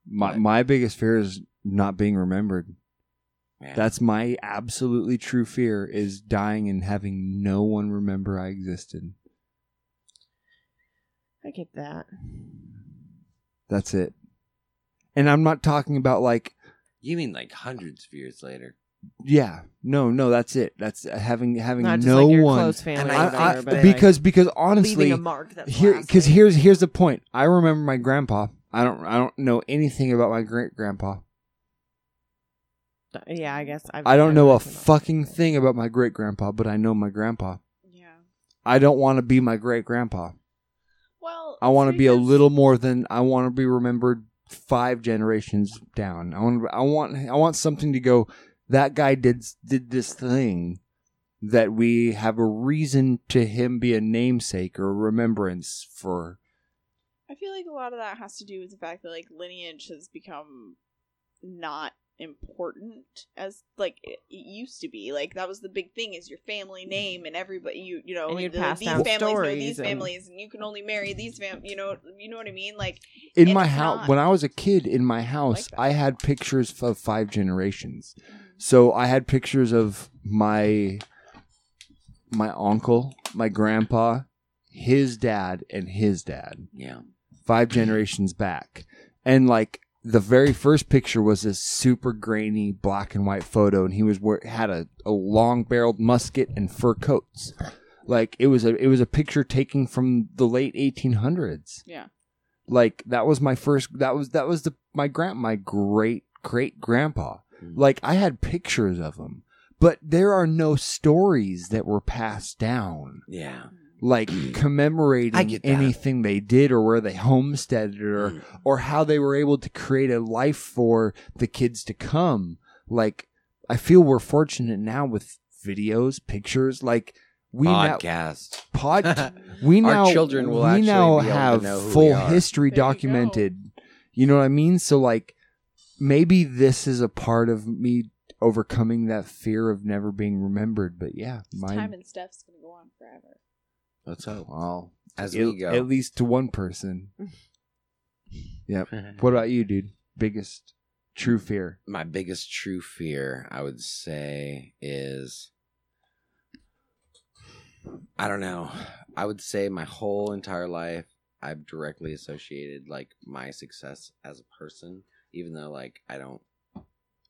S1: My my biggest fear is not being remembered. That's my absolutely true fear is dying and having no one remember I existed.
S6: I get that.
S1: That's it. And I'm not talking about like
S9: You mean like hundreds of years later?
S1: yeah, no, no, that's it. That's uh, having having
S9: Not just,
S1: no
S9: like, your
S1: one
S9: close family
S1: And
S9: or
S1: I- I-
S9: whatever, but,
S1: because
S9: like,
S1: because
S9: leaving a
S1: honestly
S9: mark that's
S1: here because here's here's the point. I remember my grandpa. I don't I don't know anything about my great grandpa.
S6: Th- Yeah, I guess I've
S1: I don't know a
S6: never-
S1: fucking thing about my great grandpa, but I know my grandpa. Yeah. I don't want to be my great grandpa. Well, I want to be a little more than I want to be remembered five generations down. I want I want I want something to go that guy did did this thing that we have a reason to him be a namesake or a remembrance for.
S11: I feel like a lot of that has to do with the fact that like lineage has become not important as like it, it used to be. Like that was the big thing is your family name and everybody you you know
S6: And you'd
S11: the-
S6: pass
S11: these
S6: down
S11: families know
S6: stories
S11: these
S6: and-
S11: families and you can only marry these fam you know you know what I mean like
S1: In
S11: and
S1: my
S11: it's
S1: house,
S11: not.
S1: when I was a kid, in my house, I had pictures of five generations.
S11: Mm.
S1: So I had pictures of my my uncle, my grandpa, his dad, and his dad.
S9: Yeah.
S6: Mm-hmm.
S1: Five generations back. And like the very first picture was this super grainy black and white photo, and he was wear- had a, a long barreled musket and fur coats. Like it was a it was a picture taken from the late eighteen hundreds
S11: Yeah.
S1: like that was my first that was that was the my grand my great great grandpa like i had pictures of him but there are no stories that were passed down
S9: yeah
S1: like
S9: Mm.
S1: commemorating anything they did or where they homesteaded or
S9: Mm.
S1: or how they were able to create a life for the kids to come like i feel we're fortunate now with videos pictures like we now
S9: Podcast.
S1: pod we
S9: [laughs] Our
S1: now
S9: children will
S1: we
S9: actually
S1: now
S9: be able to
S1: have
S9: know who we
S1: full
S9: are.
S1: history documented you, know what i mean so like maybe this is a part of me overcoming that fear of never being remembered but yeah
S13: Time
S1: mine
S13: and stuff's gonna go on
S6: [laughs]
S13: forever.
S9: Let's hope. Well, as
S1: at,
S9: we go.
S1: at least to one person yep what about you dude biggest true fear
S9: my biggest true fear, I would say, is I don't know. I would say my whole entire life, I've directly associated like my success as a person, even though like I don't,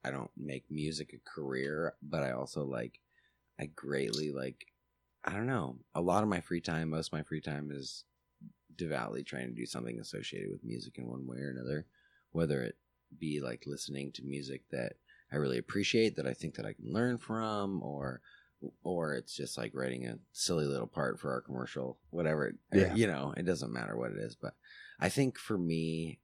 S9: I don't make music a career, but I also like, I greatly like, I don't know. A lot of my free time, most of my free time is devoutly trying to do something associated with music in one way or another, whether it be like listening to music that I really appreciate that I think that I can learn from or or it's just like writing a silly little part for our commercial whatever
S7: Yeah.
S9: you know it doesn't matter what it is but I think for me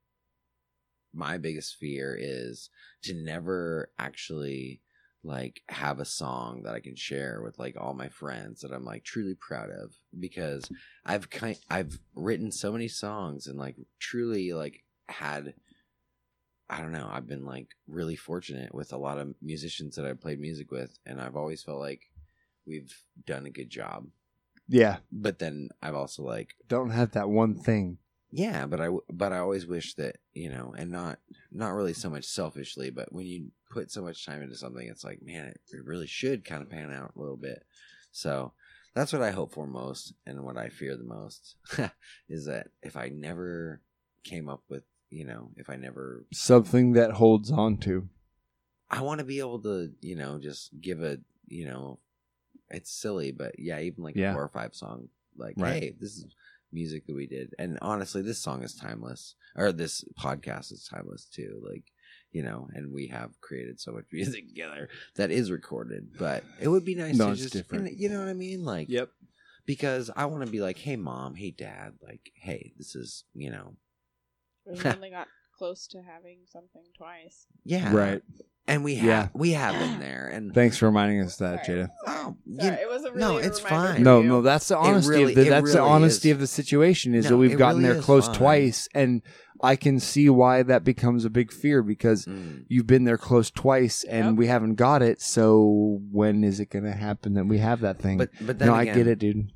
S9: my biggest fear is to never actually like have a song that I can share with like all my friends that I'm like truly proud of because I've kind I've written so many songs and like truly like had I don't know, I've been like really fortunate with a lot of musicians that I've played music with and I've always felt like we've done a good job.
S1: yeah
S9: But then I've also like
S1: don't have that one thing
S9: yeah, but I w- but I always wish that you know, and not not really so much selfishly, but when you put so much time into something, it's like man, it, it really should kind of pan out a little bit. So that's what I hope for most, and what I fear the most [laughs] is that if I never came up with you know, if I never
S1: something that holds on to
S9: I want to be able to, you know, just give a, you know, it's silly, but yeah, even like
S7: Yeah.
S9: a four or five song, like,
S7: Right.
S9: hey, this is music that we did. And honestly, this song is timeless, or this podcast is timeless too. Like, you know, and we have created so much [laughs] music together that is recorded, but it would be nice
S7: No,
S9: to
S7: it's
S9: just,
S7: different.
S9: and you know what I mean? Like,
S1: yep.
S9: Because I want to be like, hey, mom, hey, dad, like, hey, this is, you know,
S13: We've only got close to having something twice.
S9: yeah.
S1: Right.
S9: And we have,
S1: Yeah.
S9: we have been there. And oh,
S1: thanks for reminding us that jada
S9: Sorry,
S13: it wasn't
S9: no, it's fine.
S1: No, no, that's the
S9: It
S1: honesty.
S9: really-
S1: of the,
S9: it
S1: that's the
S9: really
S1: honesty
S9: is.
S1: of the situation is
S9: No,
S1: that
S9: it
S1: we've gotten
S9: really
S1: there
S9: is
S1: close
S9: fine.
S1: twice, and I can see why that becomes a big fear because
S9: mm.
S1: you've been there close twice and we haven't got it. So when is it going to happen that we have that thing?
S9: But- but then
S1: no, I
S9: again-
S1: get it, dude.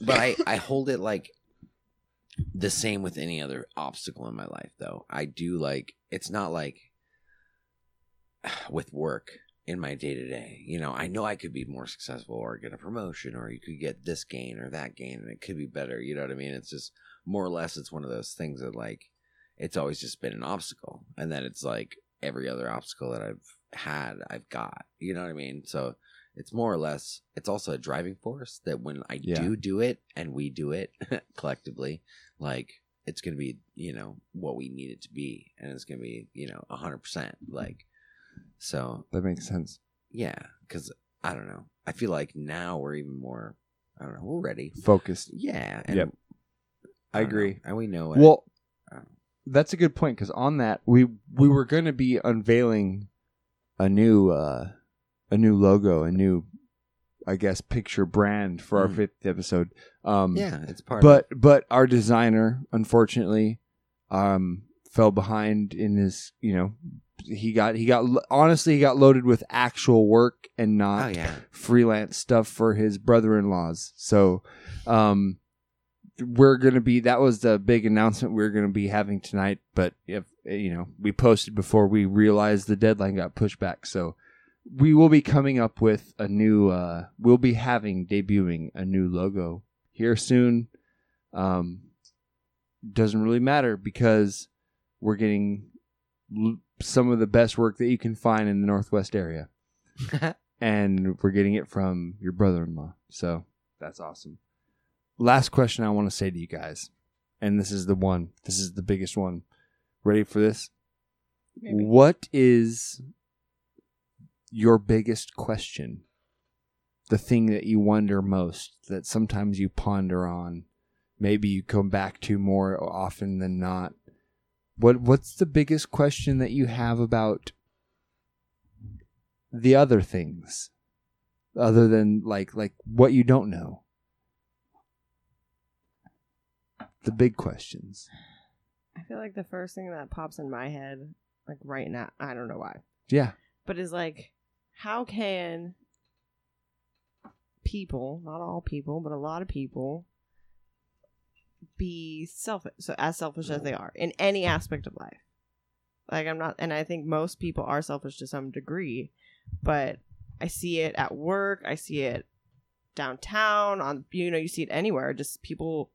S9: But I, I hold it like The same with any other obstacle in my life, though. I do like, it's not like with work in my day to day. You know, I know I could be more successful or get a promotion or you could get this gain or that gain and it could be better. You know what I mean? It's just more or less, it's one of those things that like, it's always just been an obstacle. And then it's like every other obstacle that I've had, I've got. You know what I mean? So it's more or less, it's also a driving force that when I
S3: Yeah.
S9: do do it and we do it [laughs] collectively, like it's going to be, you know, what we need it to be. And it's going to be, you know, 100%. Like, so
S3: That makes sense.
S9: yeah, because I don't know. I feel like now we're even more. I don't know. We're ready.
S1: Focused.
S9: Yeah. And
S1: Yep.
S9: I, agree. and we know it.
S1: Well, that's a good point because on that we we were going to be unveiling a new uh, a new logo, a new I guess picture brand for our fifth episode. Um,
S9: Yeah, it's part of
S1: But but our designer unfortunately um, fell behind in his you know he got he got honestly he got loaded with actual work and not
S9: Oh, yeah.
S1: freelance stuff for his brother-in-laws. So um, we're gonna be that was the big announcement we were gonna be having tonight but if you know we posted before we realized the deadline got pushed back so we will be coming up with a new uh we'll be having debuting a new logo here soon um doesn't really matter because we're getting l- some of the best work that you can find in the northwest area and we're getting it from your brother-in-law so that's awesome last question I want to say to you guys, and this is the one, this is the biggest one. Ready for this? What is your biggest question? The thing that you wonder most, that sometimes you ponder on, maybe you come back to more often than not. What what's the biggest question that you have about the other things other than like like what you don't know? the big questions.
S6: I feel like the first thing that pops in my head, like right now, I don't know why,
S1: Yeah.
S6: but is like, how can people, not all people, but a lot of people, be selfish? So as selfish as they are in any aspect of life. Like I'm not, and I think most people are selfish to some degree, but I see it at work. I see it downtown. On you know, you see it anywhere. Just people.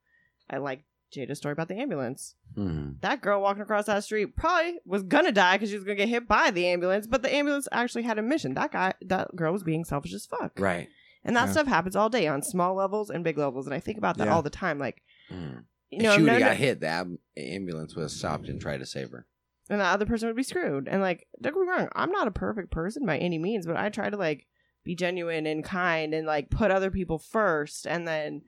S6: I like Jada's story about the ambulance
S9: Hmm.
S6: that girl walking across that street probably was gonna die because she was gonna get hit by the ambulance, but the ambulance actually had a mission. That guy, that girl was being selfish as fuck.
S9: Right.
S6: And that
S9: Yeah.
S6: stuff happens all day on small levels and big levels. And I think about that
S9: Yeah.
S6: all the time. Like,
S9: Mm.
S6: You
S9: if
S6: know,
S9: she would
S6: no,
S9: have
S6: no-
S9: got hit, the ab- ambulance would have stopped and tried to save her.
S6: and the other person would be screwed. And like, don't get me wrong, I'm not a perfect person by any means, but I try to like be genuine and kind and like put other people first. And then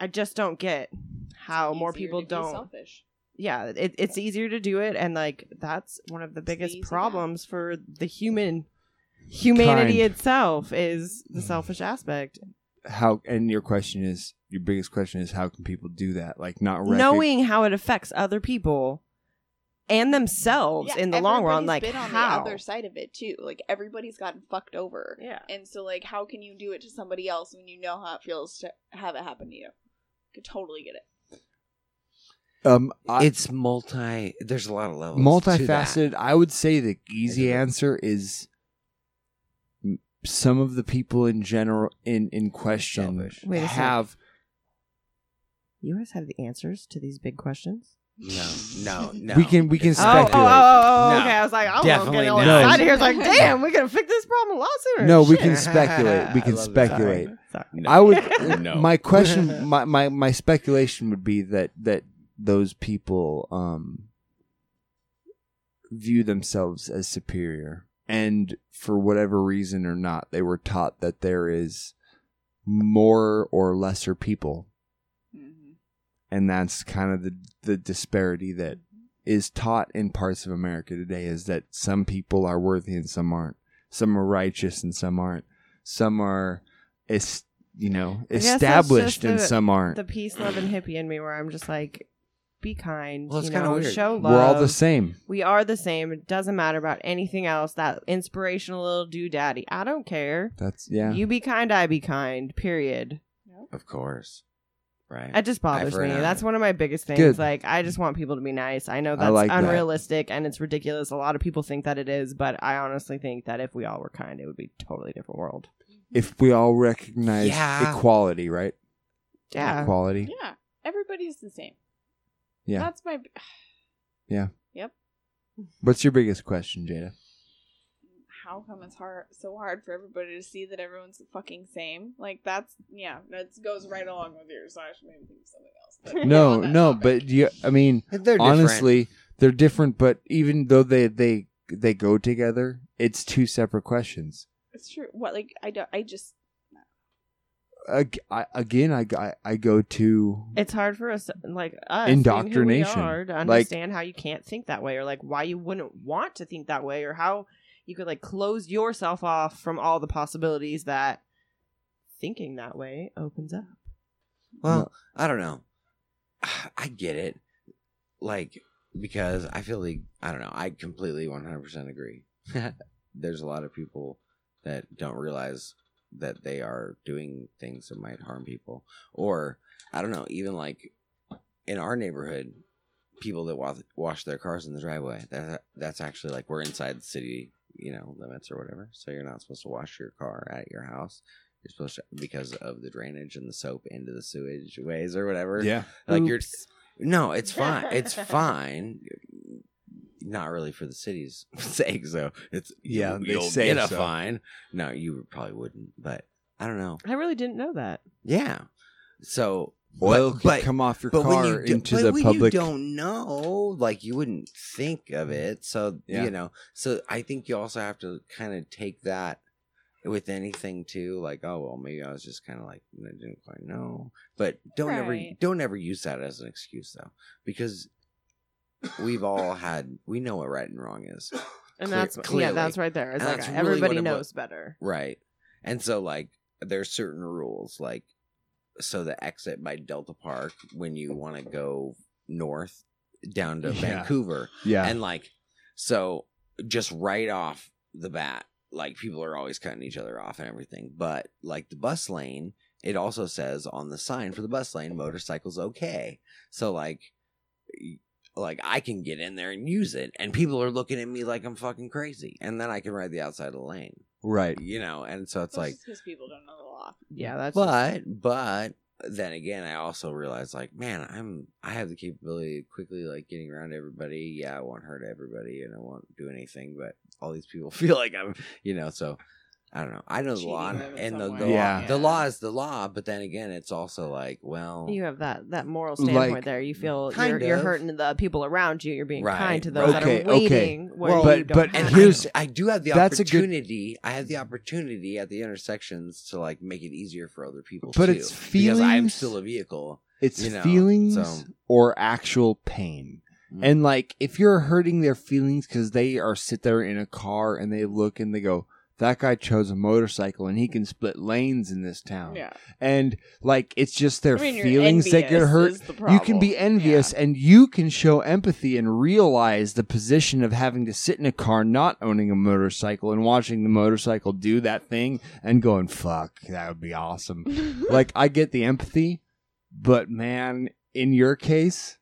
S6: I just don't get how more
S28: Easier
S6: people
S28: to be
S6: don't.
S28: selfish.
S6: yeah it, it's easier to do it and like that's one of the biggest problems for the human humanity
S1: Kind.
S6: itself is the selfish aspect
S1: How and your question is your biggest question is how can people do that? Like not recog-
S6: knowing how it affects other people and themselves in the long run
S11: everybody's
S6: like
S11: been on
S6: how
S11: the other side of it too. Like everybody's gotten fucked over.
S6: Yeah.
S11: And so like how can you do it to somebody else when you know how it feels to have it happen to you? Could totally get it.
S1: Um, I-
S9: it's multi. There's a lot of levels. To that.
S1: multifaceted. I would say the easy answer is m- some of the people in general in in question
S6: Wait a sec.
S1: have
S6: you guys have the answers to these big questions
S9: No, no, no.
S1: We can- we can
S9: It's
S6: Oh, oh,
S1: speculate.
S6: oh, oh, oh,
S1: No,
S6: okay. I was like, I'm gonna
S1: definitely
S6: get all
S1: not.
S6: excited here. It's like, damn, we could have fixed this problem a lot sooner.
S1: No, we
S6: Shit.
S1: can
S9: [laughs]
S1: speculate. We
S6: I
S1: can
S6: love it.
S1: speculate.
S6: Sorry. Sorry.
S1: I
S6: [laughs]
S1: would.
S6: No.
S1: My question, my, my my speculation would be that that those people um view themselves as superior, and for whatever reason or not, they were taught that there is more or lesser people, Mm-hmm. and that's kind of the the disparity that is taught in parts of America today is that some people are worthy and some aren't. Some are righteous and some aren't. Some are, es- you know,
S6: I guess that's
S1: established
S6: just
S1: and
S6: the-
S1: some aren't.
S6: The peace, love, and hippie in me, where I'm just like, be kind.
S1: Well, it's
S6: you
S1: kinda
S6: know,
S1: weird.
S6: Show love.
S1: We're all the same.
S6: We are the same. It doesn't matter about anything else. That inspirational little doodaddy. I don't care.
S1: That's yeah.
S6: You be kind, I be kind. Period.
S9: Of course. Right.
S6: It just bothers me. That's one of my biggest things.
S9: Good.
S6: Like, I just want people to be nice. I know
S9: I
S6: that's
S9: like that.
S6: unrealistic and it's ridiculous. A lot of people think that it is, but I honestly think that if we all were kind, it would be a totally different world.
S1: If we all recognize
S6: Yeah.
S1: equality, right?
S6: Yeah.
S1: Equality.
S13: Yeah, everybody's the same.
S1: Yeah.
S13: That's my.
S1: Yeah.
S13: Yep.
S1: What's your biggest question, Jada?
S6: [laughs]
S13: How come it's hard so hard for everybody to see that everyone's the fucking same? Like that's yeah, that goes right along with yours. So I should maybe think of something else. but- [laughs]
S1: no, no, but you, I mean,
S13: They're different.
S1: honestly, they're different. But even though they they they go together, it's two separate questions.
S13: It's true. What like I don't. I just
S1: Ag- I, again, I, I I go to
S6: It's hard for us, like us,
S1: Indoctrination.
S6: being who we are, to
S1: Like-
S6: understand how you can't think that way, or like why you wouldn't want to think that way, or how you could like close yourself off from all the possibilities that thinking that way opens up.
S9: Well, I don't know. [sighs] I get it. Like, because I feel like, I don't know, I completely 100% agree. [laughs] There's a lot of people that don't realize that they are doing things that might harm people. Or, I don't know, even like in our neighborhood, people that wa- wash their cars in the driveway, that, that's actually like we're inside the city, you know, limits or whatever. So you're not supposed to wash your car at your house you're supposed to because of the drainage and the soap into the sewage ways or whatever.
S7: Yeah.
S9: like you're. No, it's fine. It's fine. Not really for the city's [laughs] sake, so it's
S7: Yeah,
S9: you-
S7: they
S9: You'll
S7: say
S9: get a
S7: so.
S9: fine. No, you probably wouldn't, but I don't know.
S6: I really didn't know that.
S9: Yeah, so
S1: Oil can come off your
S9: but when
S1: car
S9: you do-
S1: into
S9: but
S1: the
S9: when
S1: public-
S9: You don't know, like you wouldn't think of it. So
S1: Yeah.
S9: you know, so I think you also have to kind of take that with anything too. Like, oh well, maybe I was just kind of like I didn't quite know. But don't ever
S13: Right.
S9: don't ever use that as an excuse though, because we've all had we know what right and wrong is,
S6: And
S9: Cle-
S6: that's- yeah, that's right there. It's
S9: And
S6: like,
S9: that's
S6: everybody
S9: what it wa-
S6: knows better.
S9: right? And so like there's certain rules like so the exit by Delta Park when you want to go north down to
S7: Yeah.
S9: Vancouver.
S7: Yeah.
S9: And like so just right off the bat, like people are always cutting each other off and everything. But like the bus lane, it also says on the sign for the bus lane, motorcycles okay. So like y- like I can get in there and use it and people are looking at me like I'm fucking crazy. And then I can ride the outside of the lane.
S1: Right.
S9: You know, and so it's like
S13: because people don't know the law.
S6: Yeah, that's
S9: but but then again, I also realized like, man, I'm I have the capability of quickly like getting around everybody. Yeah, I won't hurt everybody, and I won't do anything. But all these people [laughs] feel like I'm, you know. So I don't know. I know the law,
S6: Cheating them in
S9: and the,
S6: some
S9: the
S6: way.
S9: law,
S6: Yeah.
S9: the law is the law. But then again, it's also like, well,
S6: You have that that moral
S9: Like,
S6: standpoint there. You feel you're,
S9: kind
S6: you're
S9: of.
S6: hurting the people around you. You're being
S9: Right,
S6: kind to those
S9: right.
S6: that are waiting. Where you
S9: Well,
S6: don't
S9: and
S6: have
S9: I-
S6: to.
S9: I do have the
S1: that's a good-
S9: opportunity. I have the opportunity at the intersections to like make it easier for other people.
S1: But
S9: too,
S1: it's
S9: because I'm
S1: feelings-
S9: still a vehicle.
S1: It's
S9: you know,
S1: feelings
S9: so-
S1: or actual pain. And like, if you're hurting their feelings because they are sit there in a car and they look and they go, "That guy chose a motorcycle and he can split lanes in this town."
S13: Yeah.
S1: And like, it's just their
S13: I mean, you're
S1: Oh. feelings that get
S13: envious
S1: hurt.
S13: is the
S1: You can
S13: problem.
S1: be envious and you can show empathy and realize the position of having to sit in a car, not owning a motorcycle, and watching the motorcycle do that thing and going, "Fuck, that would be
S13: [laughs]
S1: awesome." like, I get the empathy. But man, in your case,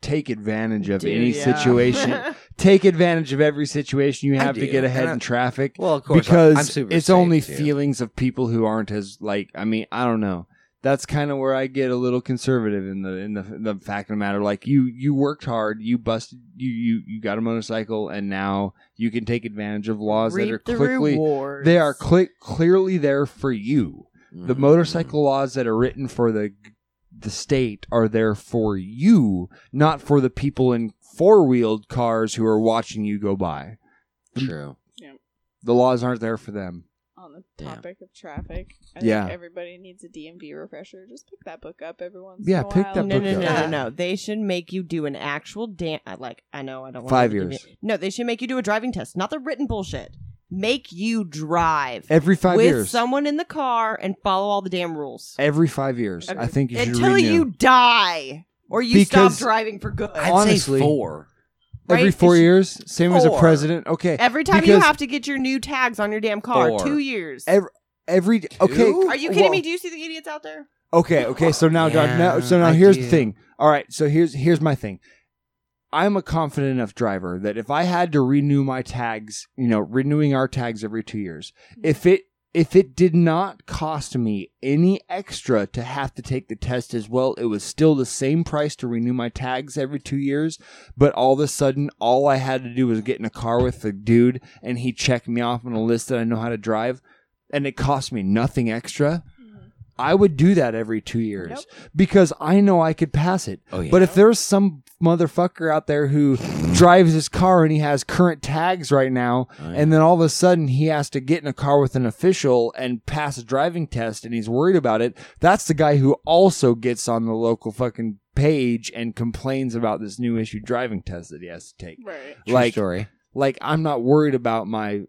S1: take advantage of
S9: Mm. Dude,
S1: any
S6: [laughs]
S9: yeah. [laughs]
S1: situation. take advantage of every situation you
S9: I
S1: have to
S9: do,
S1: get ahead
S9: and I-
S1: in traffic.
S9: Well, of course, I-
S1: because
S9: I'm super
S1: it's
S9: safe,
S1: only
S9: too.
S1: feelings of people who aren't as like. I mean, I don't know. That's kind of where I get a little conservative in the in the, the fact of the matter. Like you, you worked hard, you busted, you you you got a motorcycle, and now you can take advantage of laws that
S6: Reap
S1: are
S6: the
S1: quickly
S6: rewards.
S1: they are cle- clearly there for you. The
S9: Mm-hmm.
S6: Mm-hmm.
S1: motorcycle laws that are written for the the state are there for you, not for the people in four wheeled cars who are watching you go by.
S9: True.
S13: Yeah.
S1: The laws aren't there for them.
S13: On the topic of traffic, I
S1: Yeah.
S13: think everybody needs a DMV refresher. Just pick that book up every once.
S1: Yeah,
S13: in a
S1: pick
S13: while.
S1: that
S6: no,
S1: book
S6: no, no,
S1: up.
S6: no, no. They should make you do an actual dance. Like I know I don't want
S1: Five
S6: to
S1: years.
S6: no, they should make you do a driving test, not the written bullshit. Make you drive
S1: Every five
S6: with
S1: years.
S6: someone in the car and follow all the damn rules
S1: Every five years, I think you should
S6: until
S1: renew.
S6: you die or you
S1: Because
S6: stop driving for good.
S1: honestly,
S9: four.
S1: Every
S6: Right?
S1: four
S6: It's
S1: years, same as a
S6: four.
S1: president. Okay,
S6: Every time you
S1: because
S6: have to get your new tags on your damn car,
S1: Four.
S6: two years.
S1: Every every okay.
S6: Are you kidding
S1: well-
S6: me? Do you see the idiots out there?
S1: Okay, okay. So now, Doc,
S22: Yeah,
S1: now, so now
S22: I
S1: here's the
S22: do.
S1: thing. All right, so here's here's my thing. I'm a confident enough driver that if I had to renew my tags, you know, renewing our tags every 2 years,
S22: Mm-hmm.
S1: if it if it did not cost me any extra to have to take the test as well, it was still the same price to renew my tags every 2 years, but all of a sudden all I had to do was get in a car with the dude and he checked me off on a list that I know how to drive and it cost me nothing extra. I would do that every two years because I know I could pass it.
S9: Oh, yeah.
S1: But if there's some motherfucker out there who drives his car and he has current tags right now,
S9: Oh,
S1: and then all of a sudden he has to get in a car with an official and pass a driving test and he's worried about it, that's the guy who also gets on the local fucking page and complains about this new issue driving test that he has to take.
S11: Right.
S23: True
S1: like,
S23: story.
S1: Like I'm not worried about my.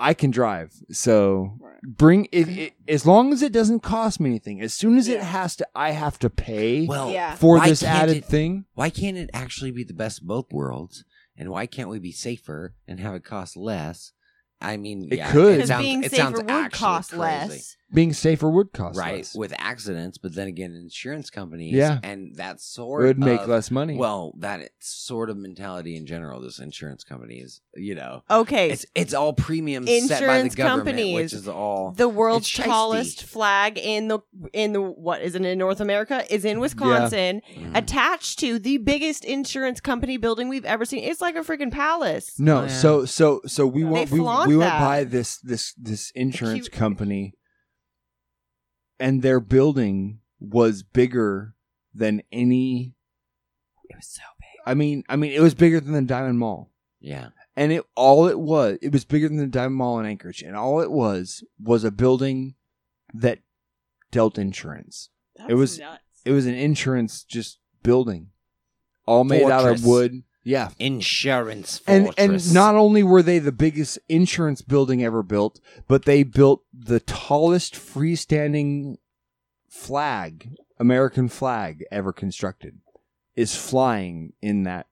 S1: I can drive, so bring it, it as long as it doesn't cost me anything. As soon as it has to, I have to pay
S9: Well,
S1: for
S9: why
S1: this
S9: can't
S1: added
S9: it-
S1: thing.
S9: Why can't it actually be the best of both worlds? And why can't we be safer and have it cost less? I mean,
S1: It
S9: yeah,
S1: could.
S9: It
S1: Because
S9: sounds,
S6: being
S9: it
S6: safer
S9: sounds
S6: would
S9: actually
S6: cost
S9: crazy.
S6: less.
S1: Being safer would cost
S9: right
S1: less.
S9: with accidents, but then again, insurance companies,
S1: Yeah.
S9: and that sort
S1: Would make
S9: of-
S1: less money.
S9: Well, that sort of mentality in general, this insurance companies, you know,
S6: Okay.
S9: it's it's all premiums set by the
S6: Insurance
S9: government,
S6: companies,
S9: which is all
S6: the world's
S9: it's shiesty.
S6: tallest flag in the in the what is it in North America is in Wisconsin,
S9: Mm. Mm-hmm.
S6: attached to the biggest insurance company building we've ever seen. It's like a freaking palace.
S1: No, so so so we
S6: They
S1: went we,
S6: flaunt
S1: we went
S6: that.
S1: by this this this insurance company, and their building was bigger than any.
S6: It was so big.
S1: I mean, I mean, it was bigger than the Diamond Mall.
S9: Yeah.
S1: and it all it was it was bigger than the Diamond Mall in Anchorage, and all it was was a building that dealt insurance. it
S11: That's
S1: was
S11: nuts.
S1: it was an insurance just building, all made out
S9: Fortress.
S1: of wood. Yeah,
S9: insurance
S1: and
S9: fortress.
S1: and not only were they the biggest insurance building ever built, but they built the tallest freestanding flag, American flag ever constructed, is flying in that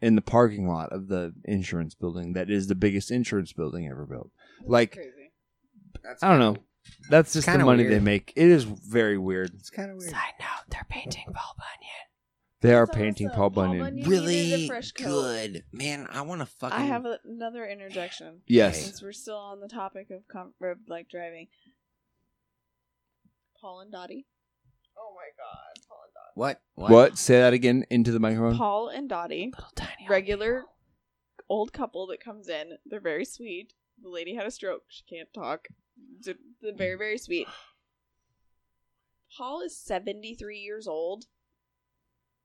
S1: in the parking lot of the insurance building that is the biggest insurance building ever built. Like I don't know. That's just the
S23: kinda
S1: money
S23: weird.
S1: they make. It is very weird. It's kind of weird.
S6: Side note: They're painting Paul
S1: They are painting Paul Bunyan.
S11: needed a
S9: really
S11: fresh coat.
S9: good, man. I want to
S1: uh,
S9: fucking.
S11: I have a- another interjection.
S9: Yes.
S11: Since we're still on the topic of, com- of like driving. Paul and Dottie. Oh my god, Paul and Dottie.
S9: What?
S1: What? Say that again into the microphone.
S11: Paul and Dottie, regular old couple that comes in. They're very sweet. The lady had a stroke. She can't talk. They're they're very,
S6: [sighs]
S11: very sweet. Paul is 73 years old.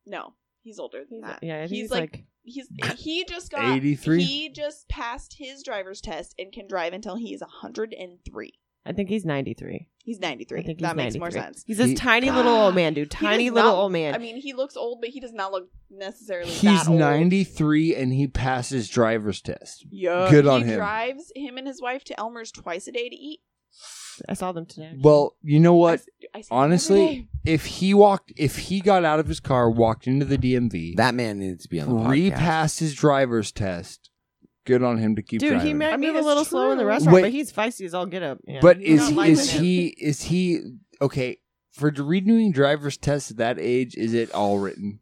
S11: No, he's older than that.
S6: yeah, I think
S11: he's,
S6: he's
S11: like,
S6: like-
S11: he's he just got
S6: 83?
S11: He just passed his driver's test and can drive until he is 103.
S6: I think he's ninety three.
S11: He's 93.
S6: I think he's
S11: that makes more
S6: 93.
S11: sense.
S6: He's this tiny little old man, dude.
S11: He
S6: Tiny
S11: does
S6: little
S11: not-
S6: old man.
S11: I mean, he looks old, but he does not look necessarily
S1: He's
S11: that old.
S1: 93 and he passed his driver's test.
S11: Yeah.
S1: Good on
S11: he
S1: him.
S11: drives him and his wife to Elmer's twice a day to eat.
S6: I saw them today.
S1: Well, you know
S11: I
S1: what?
S11: see him every
S1: Honestly,
S11: day.
S1: if he walked, if he got out of his car, walked into the DMV,
S9: that man needs to be on
S1: the Repassed his driver's test. Good on him to keep
S6: dude,
S1: driving.
S6: he might
S11: I mean,
S6: be a
S11: it's
S6: little slow in the
S11: true.
S6: restaurant,
S1: Wait.
S6: but he's feisty as all get up. Yeah,
S1: but
S6: he's
S1: is
S6: not
S1: is
S6: liking it.
S1: he is he okay for renewing driver's tests at that age? Is it all written?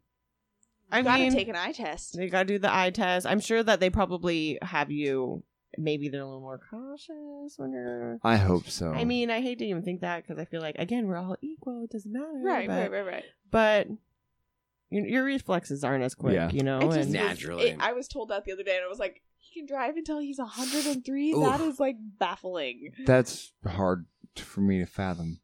S6: I
S11: gotta
S6: mean,
S11: take an eye test.
S6: They gotta do the eye test. I'm sure that they probably have you. Maybe they're a little more cautious when you're.
S1: I hope so.
S6: I mean, I hate to even think that because I feel like again we're all equal. It doesn't matter.
S11: Right,
S6: but,
S11: right, right, right.
S6: But your, your reflexes aren't as quick,
S9: Yeah.
S6: you know.
S11: It just was-
S6: Oh, and-
S11: it- I was told that the other day, and I was like, he can drive until he's 103. That
S1: Oof.
S11: is like baffling.
S1: That's hard t- for me to fathom.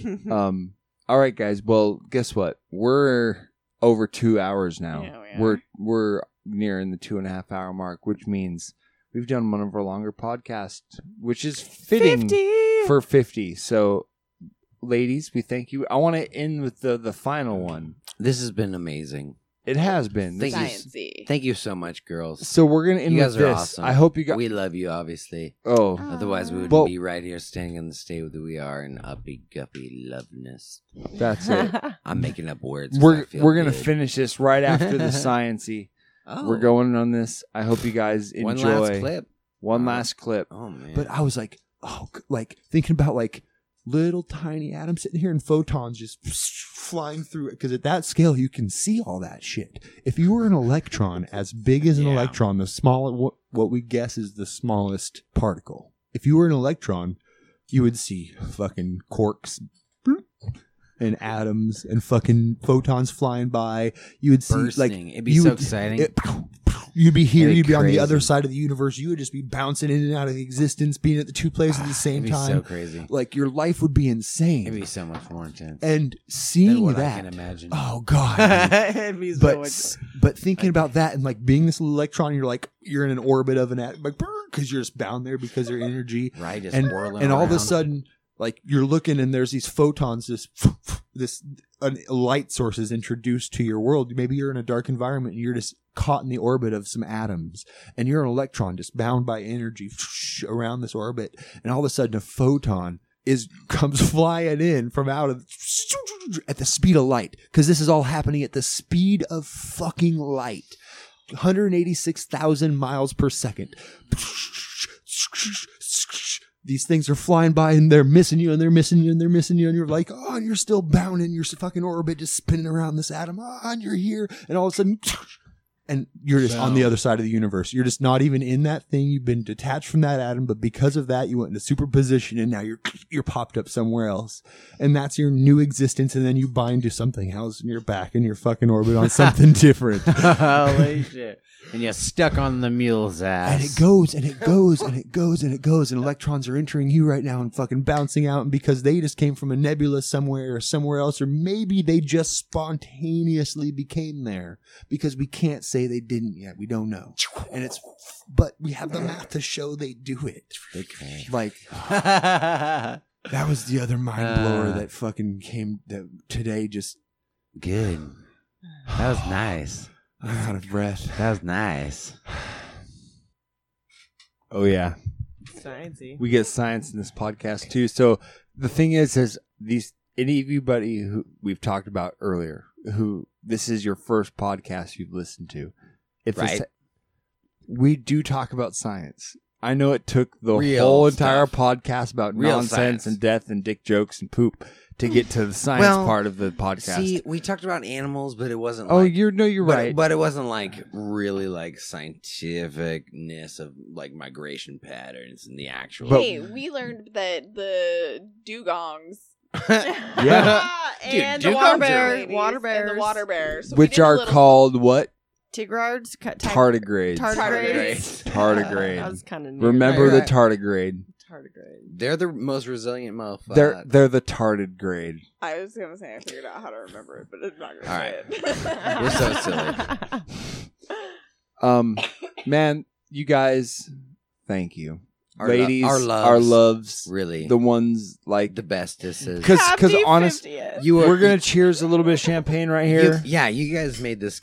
S6: Hmm.
S1: [laughs] um. All right, guys. Well, guess what? We're over two hours now. We're we're nearing the two and a half hour mark, which means we've done one of our longer podcasts, which is fitting
S6: [laughs] 50.
S1: for fifty. So, ladies, we thank you. I want to end with the the final one.
S9: This has been amazing.
S1: It has been. This
S9: Thank
S1: is-
S9: you, thank you so much, girls.
S1: So we're gonna end
S9: you guys
S1: with
S9: are
S1: this.
S9: Awesome.
S1: I hope you got-
S9: We love you, obviously.
S1: Oh.
S9: otherwise we would
S1: Well-
S9: not be right here standing on the stage that we are in uppy guppy loveness. [laughs]
S1: That's it.
S6: [laughs]
S9: I'm making up words. 'cause I
S1: Mm. We're
S9: feel
S1: we're gonna
S9: good.
S1: finish this right
S9: [laughs]
S1: after the sciency.
S9: Oh.
S1: We're going on this. I hope you guys enjoy.
S9: One last clip.
S1: One last clip.
S9: Oh man!
S1: But I was like, oh, g- like thinking about like
S8: little tiny atom sitting here and photons just flying through it because at that scale you can see all that shit if you were an electron as big as an electron the small what, what we guess is the smallest particle if you were an electron you would see fucking quarks bloop, and atoms and fucking photons flying by you would see like
S9: Bursting. It'd be
S8: you
S9: so
S8: would-
S9: exciting.
S8: it- you'd be here
S9: It'd be
S8: you'd be on the
S9: crazy.
S8: other side of the universe you would just be bouncing in and out of existence being at the two places at the same
S9: Ah, It'd be
S8: time
S9: so crazy.
S8: like your life would be insane
S9: It'd be so much more intense.
S8: and
S9: Than
S8: seeing
S9: what
S8: that
S9: I can imagine. [laughs]
S8: oh god man.
S9: It'd be so
S8: but
S9: much-
S8: s- but thinking about that and like being this little electron you're like you're in an orbit of an atom like because you're just bound there because their energy
S9: right just
S8: and,
S9: whirling
S8: and all of a
S9: around.
S8: sudden like you're looking and there's these photons this [laughs] this uh, light source is introduced to your world maybe you're in a dark environment and you're just caught in the orbit of some atoms and you're an electron just bound by energy [laughs] around this orbit and all of a sudden a photon is [laughs] comes flying in from out of [laughs] at the speed of light because this is all happening at the speed of fucking light 186,000 miles per second [laughs] these things are flying by and they're missing you and they're missing you and they're missing you and you're like, oh, and you're still bound in your fucking orbit, just spinning around this atom. Oh, and you're here, and all of a sudden, and you're just on the other side of the universe. You're just not even in that thing. You've been detached from that atom, but because of that, you went into superposition, and now you're [clears throat] you're popped up somewhere else, and that's your new existence. And then you bind to something else, and you're back in your fucking orbit on something [laughs] different.
S29: [laughs]
S9: [laughs] Holy [laughs] shit. And you're stuck on the mule's ass.
S8: And it goes and it goes and it goes and it goes and electrons are entering you right now and fucking bouncing out and because they just came from a nebula somewhere or somewhere else or maybe they just spontaneously became there because we can't say they didn't yet. We don't know. And it's but we have the math to show they do it. Like that was the other mind blower
S9: Uh.
S8: that fucking came that today just
S9: [laughs] Good. That was nice.
S8: I'm out of breath.
S9: That was nice.
S1: Oh yeah.
S6: Sciencey.
S1: We get science in this podcast too. So the thing is, is these any of anybody who we've talked about earlier, who this is your first podcast you've listened to, if the
S8: Right.
S1: sci- we do talk about science. I know it took the
S8: Real
S1: whole entire podcast about
S8: Real
S1: nonsense
S8: science.
S1: and death and dick jokes and poop to get to the science
S9: Well,
S1: part of the podcast.
S9: See, we talked about animals, but it wasn't.
S1: Oh,
S9: like-
S1: you're- no, you're
S9: but-
S1: right.
S9: But it wasn't like really like scientificness of like migration patterns and the actual. [laughs]
S11: hey, we learned that the dugongs.
S1: Yeah.
S6: Dude, dugongs
S11: and the water
S6: are-
S11: bears,
S6: water
S11: and the
S6: bears.
S11: water bears, So we
S1: Which
S11: did a
S1: are
S11: little-
S1: called what?
S6: Tigrards, ca- ti-
S1: Tardigrades.
S6: Tardigrades. [laughs]
S1: Tardigrade.
S6: That was kind of
S1: Remember the
S9: Right,
S1: tardigrade.
S9: They're the most resilient motherfucker.
S1: They're they're the tardigrade.
S11: I was gonna say I figured out how to remember it, but it's not gonna
S9: All
S11: say
S9: right.
S11: it.
S9: You're so
S11: [laughs]
S9: silly. [laughs]
S1: Um, man, you guys, thank you,
S9: Our lo-
S1: ladies,
S9: our
S1: our
S9: loves,
S1: loves, our loves,
S9: really.
S1: the ones like
S9: the bestest. [laughs]
S1: because because honest,
S9: you are,
S1: we're gonna cheers a little bit of champagne right
S9: you-
S1: here,
S9: yeah, you guys made this.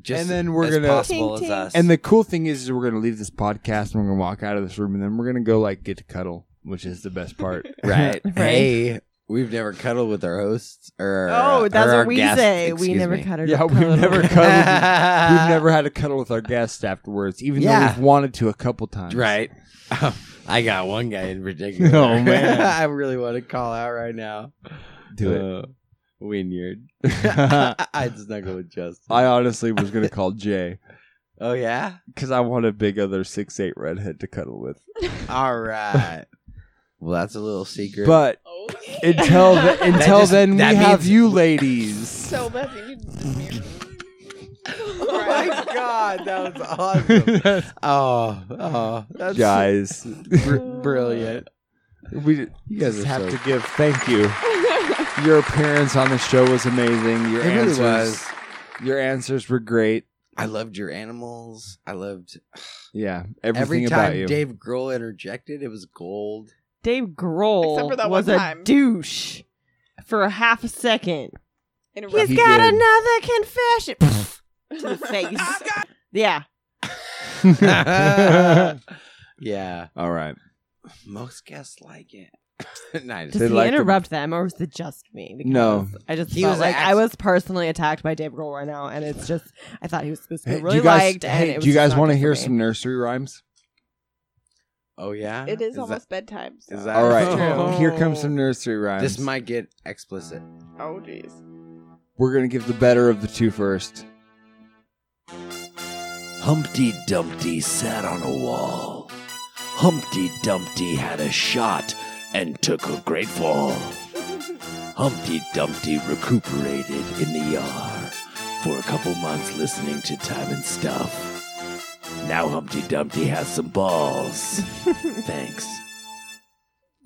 S9: Just
S1: and then we're
S9: as
S1: gonna
S9: possible as us.
S1: [laughs] And the cool thing is, is we're gonna leave this podcast and we're gonna walk out of this room, and then we're gonna go like get to cuddle, which is the best part,
S9: Right. Hey, we've never cuddled with our hosts or
S6: Oh,
S9: or
S6: that's
S9: our
S6: what we
S9: guests,
S6: say. We
S9: excuse
S6: never
S9: me.
S6: cuddled.
S1: Yeah, we've never cuddled.
S9: [laughs]
S1: We've never had a cuddle with our guests afterwards, even
S9: Uh, Yeah.
S1: though we've wanted to a couple times.
S9: Right. [laughs] I got one guy in particular.
S1: Oh,
S9: [laughs]
S1: man.
S9: I really want to call out right now.
S1: Do it.
S9: Uh, Wynyard. [laughs] I snuggle with Justin.
S1: I honestly was gonna call Jay
S9: Oh yeah.
S1: because I want a big other six eight redhead to cuddle with.
S9: All right. Well, that's a little secret.
S1: But
S11: Oh,
S9: [laughs]
S1: until the,
S9: That
S1: until
S9: just-
S1: then, we
S9: that
S1: have
S9: means-
S1: you, ladies.
S11: so Beth, you can
S9: oh my god, that was
S1: [laughs]
S9: awesome. oh, oh, [laughs] that's [laughs]
S1: Guys.
S9: br- brilliant.
S1: We you guys
S9: are so-
S1: have to give thank [laughs] you. Your appearance on the show was amazing. Your
S9: It really
S1: answers,
S9: was.
S1: your answers were great.
S9: I loved your animals. I loved
S1: Yeah, everything
S9: every
S1: about
S9: time
S1: you.
S9: Dave Grohl interjected. It was
S1: [laughs]
S9: gold.
S6: [laughs]
S9: [laughs]
S6: Dave Grohl
S11: Except for that
S6: was
S11: one
S6: a
S11: time.
S6: douche for a half a second.
S11: In a
S6: He's
S11: [laughs] He
S6: got
S11: did.
S6: another confession to the face. [laughs] yeah.
S9: yeah.
S1: All right.
S9: Most guests like it. [laughs] no, I just-
S6: Does he interrupt them, or was it just me? Because
S1: No.
S6: I just
S9: He
S6: felt
S9: was
S6: like
S9: act-
S6: I was personally attacked by Dave Grohl right now, and it's just I thought he was supposed to
S1: Hey,
S6: be
S1: do
S6: really
S1: you guys,
S6: liked. and
S1: hey,
S6: it was
S1: do you
S6: just
S1: guys
S6: not
S1: want to
S6: good for
S1: hear
S6: me.
S1: some nursery rhymes?
S9: Oh yeah,
S11: It is,
S9: that-
S11: almost bedtime. So.
S9: Is that
S1: All right, here comes some nursery rhymes.
S9: This might get explicit.
S11: Oh jeez. [laughs]
S1: We're gonna give the better of the two first.
S4: Humpty Dumpty sat on a wall. Humpty Dumpty had a shot and took a great fall. Humpty Dumpty recuperated in the ER for a couple months listening to Time and Stuff. Now Humpty Dumpty has some balls. Thanks.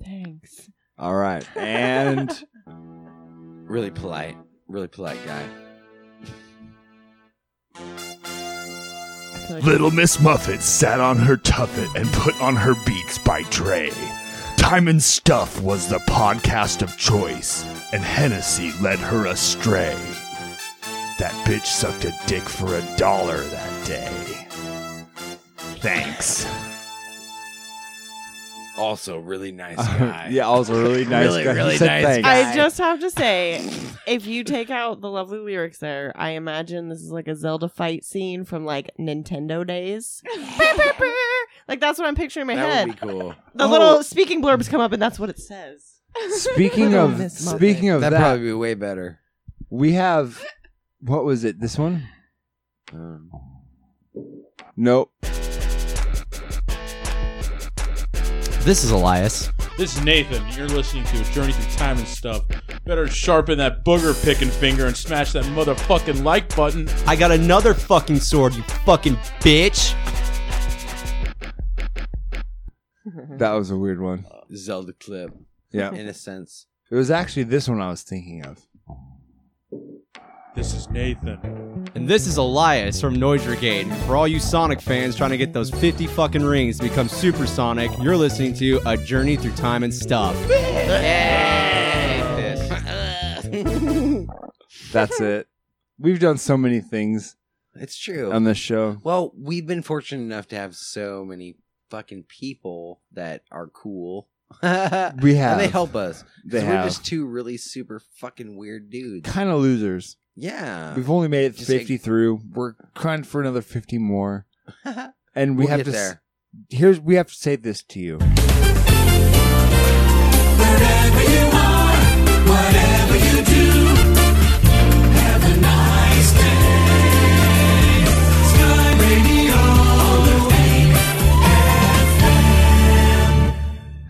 S6: Thanks.
S9: All right, and [laughs] really polite, really polite guy.
S7: Little Miss Muffet sat on her tuffet and put on her beats by Dre. Time and Stuff was the podcast of choice, and Hennessy led her astray. That bitch sucked a dick for a dollar that day.
S1: [laughs]
S7: Thanks.
S9: Also, really
S1: [laughs]
S9: nice guy.
S30: yeah, also really nice
S9: Really,
S30: guy. He
S9: really
S30: said
S9: nice
S30: thanks.
S6: I just have to say, if you take out the lovely lyrics there, I imagine this is like a Zelda fight scene from like Nintendo days. Brr, brr, brr. like that's what I'm picturing in my
S9: that
S6: head.
S9: would be cool.
S6: The little speaking blurbs come up, and that's what it says.
S1: Speaking
S6: Little
S1: of
S6: Miss Muffet.
S1: speaking of that,
S9: That'd probably be way better.
S1: we have what was it? This one?
S9: Um,
S1: Nope.
S19: This is Elias.
S29: This is Nathan. and You're listening to a journey through time and stuff. Better sharpen that booger picking finger and smash that motherfucking like button.
S19: I got another fucking sword, you fucking bitch.
S1: That was a weird one.
S9: Oh. Zelda clip.
S1: Yeah.
S9: in a sense.
S1: It was actually this one I was thinking of.
S29: This is Nathan.
S19: And this is Elias from Noise Brigade. For all you Sonic fans trying to get those 50 fucking rings to become supersonic, you're listening to A Journey Through Time and Stuff.
S9: [laughs]
S1: That's it. We've done so many things
S9: It's true.
S1: on this show.
S9: Well, we've been fortunate enough to have so many fucking people that are cool. [laughs] we have. And they
S1: have.
S9: help us. 'Cause
S1: They
S9: we're
S1: have.
S9: just two really super fucking weird dudes.
S1: Kind of losers.
S9: Yeah.
S1: We've only made it
S9: Uh, Just
S1: 50
S9: like-
S1: through. We're crying for another 50 more.
S6: [laughs]
S1: And we
S9: We'll
S1: have
S9: get
S1: to s-
S9: there.
S1: Here's we have to say this to you.
S3: Wherever you are, whatever you do, have a nice day. Sky Radio.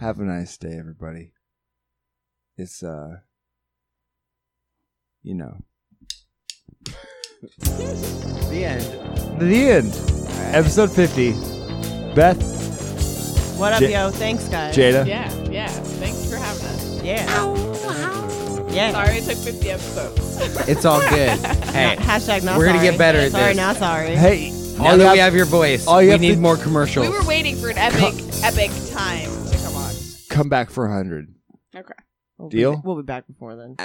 S1: Have a nice day everybody. It's uh you know.
S9: The end.
S1: The end. Episode 50. Beth.
S6: What up,
S1: Ja-
S6: yo? Thanks, guys.
S1: Jada.
S11: Yeah, yeah. Thanks for having us.
S6: Yeah.
S11: Yeah. Sorry it took 50 episodes.
S9: It's all good. [laughs]
S6: Hey, hashtag not
S9: we're gonna
S6: sorry.
S9: get better at
S6: sorry,
S9: this.
S6: not sorry.
S1: Hey,
S9: Now that we have your voice,
S1: all you
S9: we
S1: have to-
S9: need more
S11: we
S9: commercials.
S11: were waiting for an epic, epic time to come on.
S1: Come back for 100.
S11: Okay.
S6: We'll be-
S1: Deal?
S6: We'll be back before then.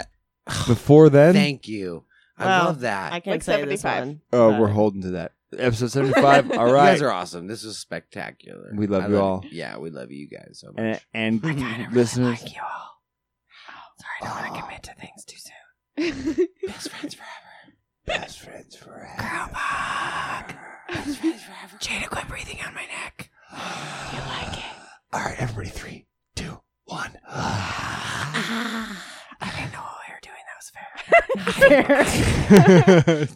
S1: Before then,
S9: Thank you. I
S6: Well,
S9: love that.
S6: I can
S11: Like
S6: say
S11: 75.
S6: this one.
S1: oh, we're holding to that. Episode
S9: [laughs]
S1: 75. All
S9: You
S1: right.
S9: guys are awesome. This is spectacular.
S1: We love
S9: I
S1: you all.
S9: Yeah, we love you guys so much. [laughs]
S1: and, and listeners,
S11: I don't want to commit to things too soon. Best friends forever.
S3: Best friends forever. Girl Best friends forever. Jada, quit breathing on my neck. You like it? All right, everybody, three, two, one. [sighs] [laughs]
S1: [laughs]
S3: I didn't know what we were doing. That was fair.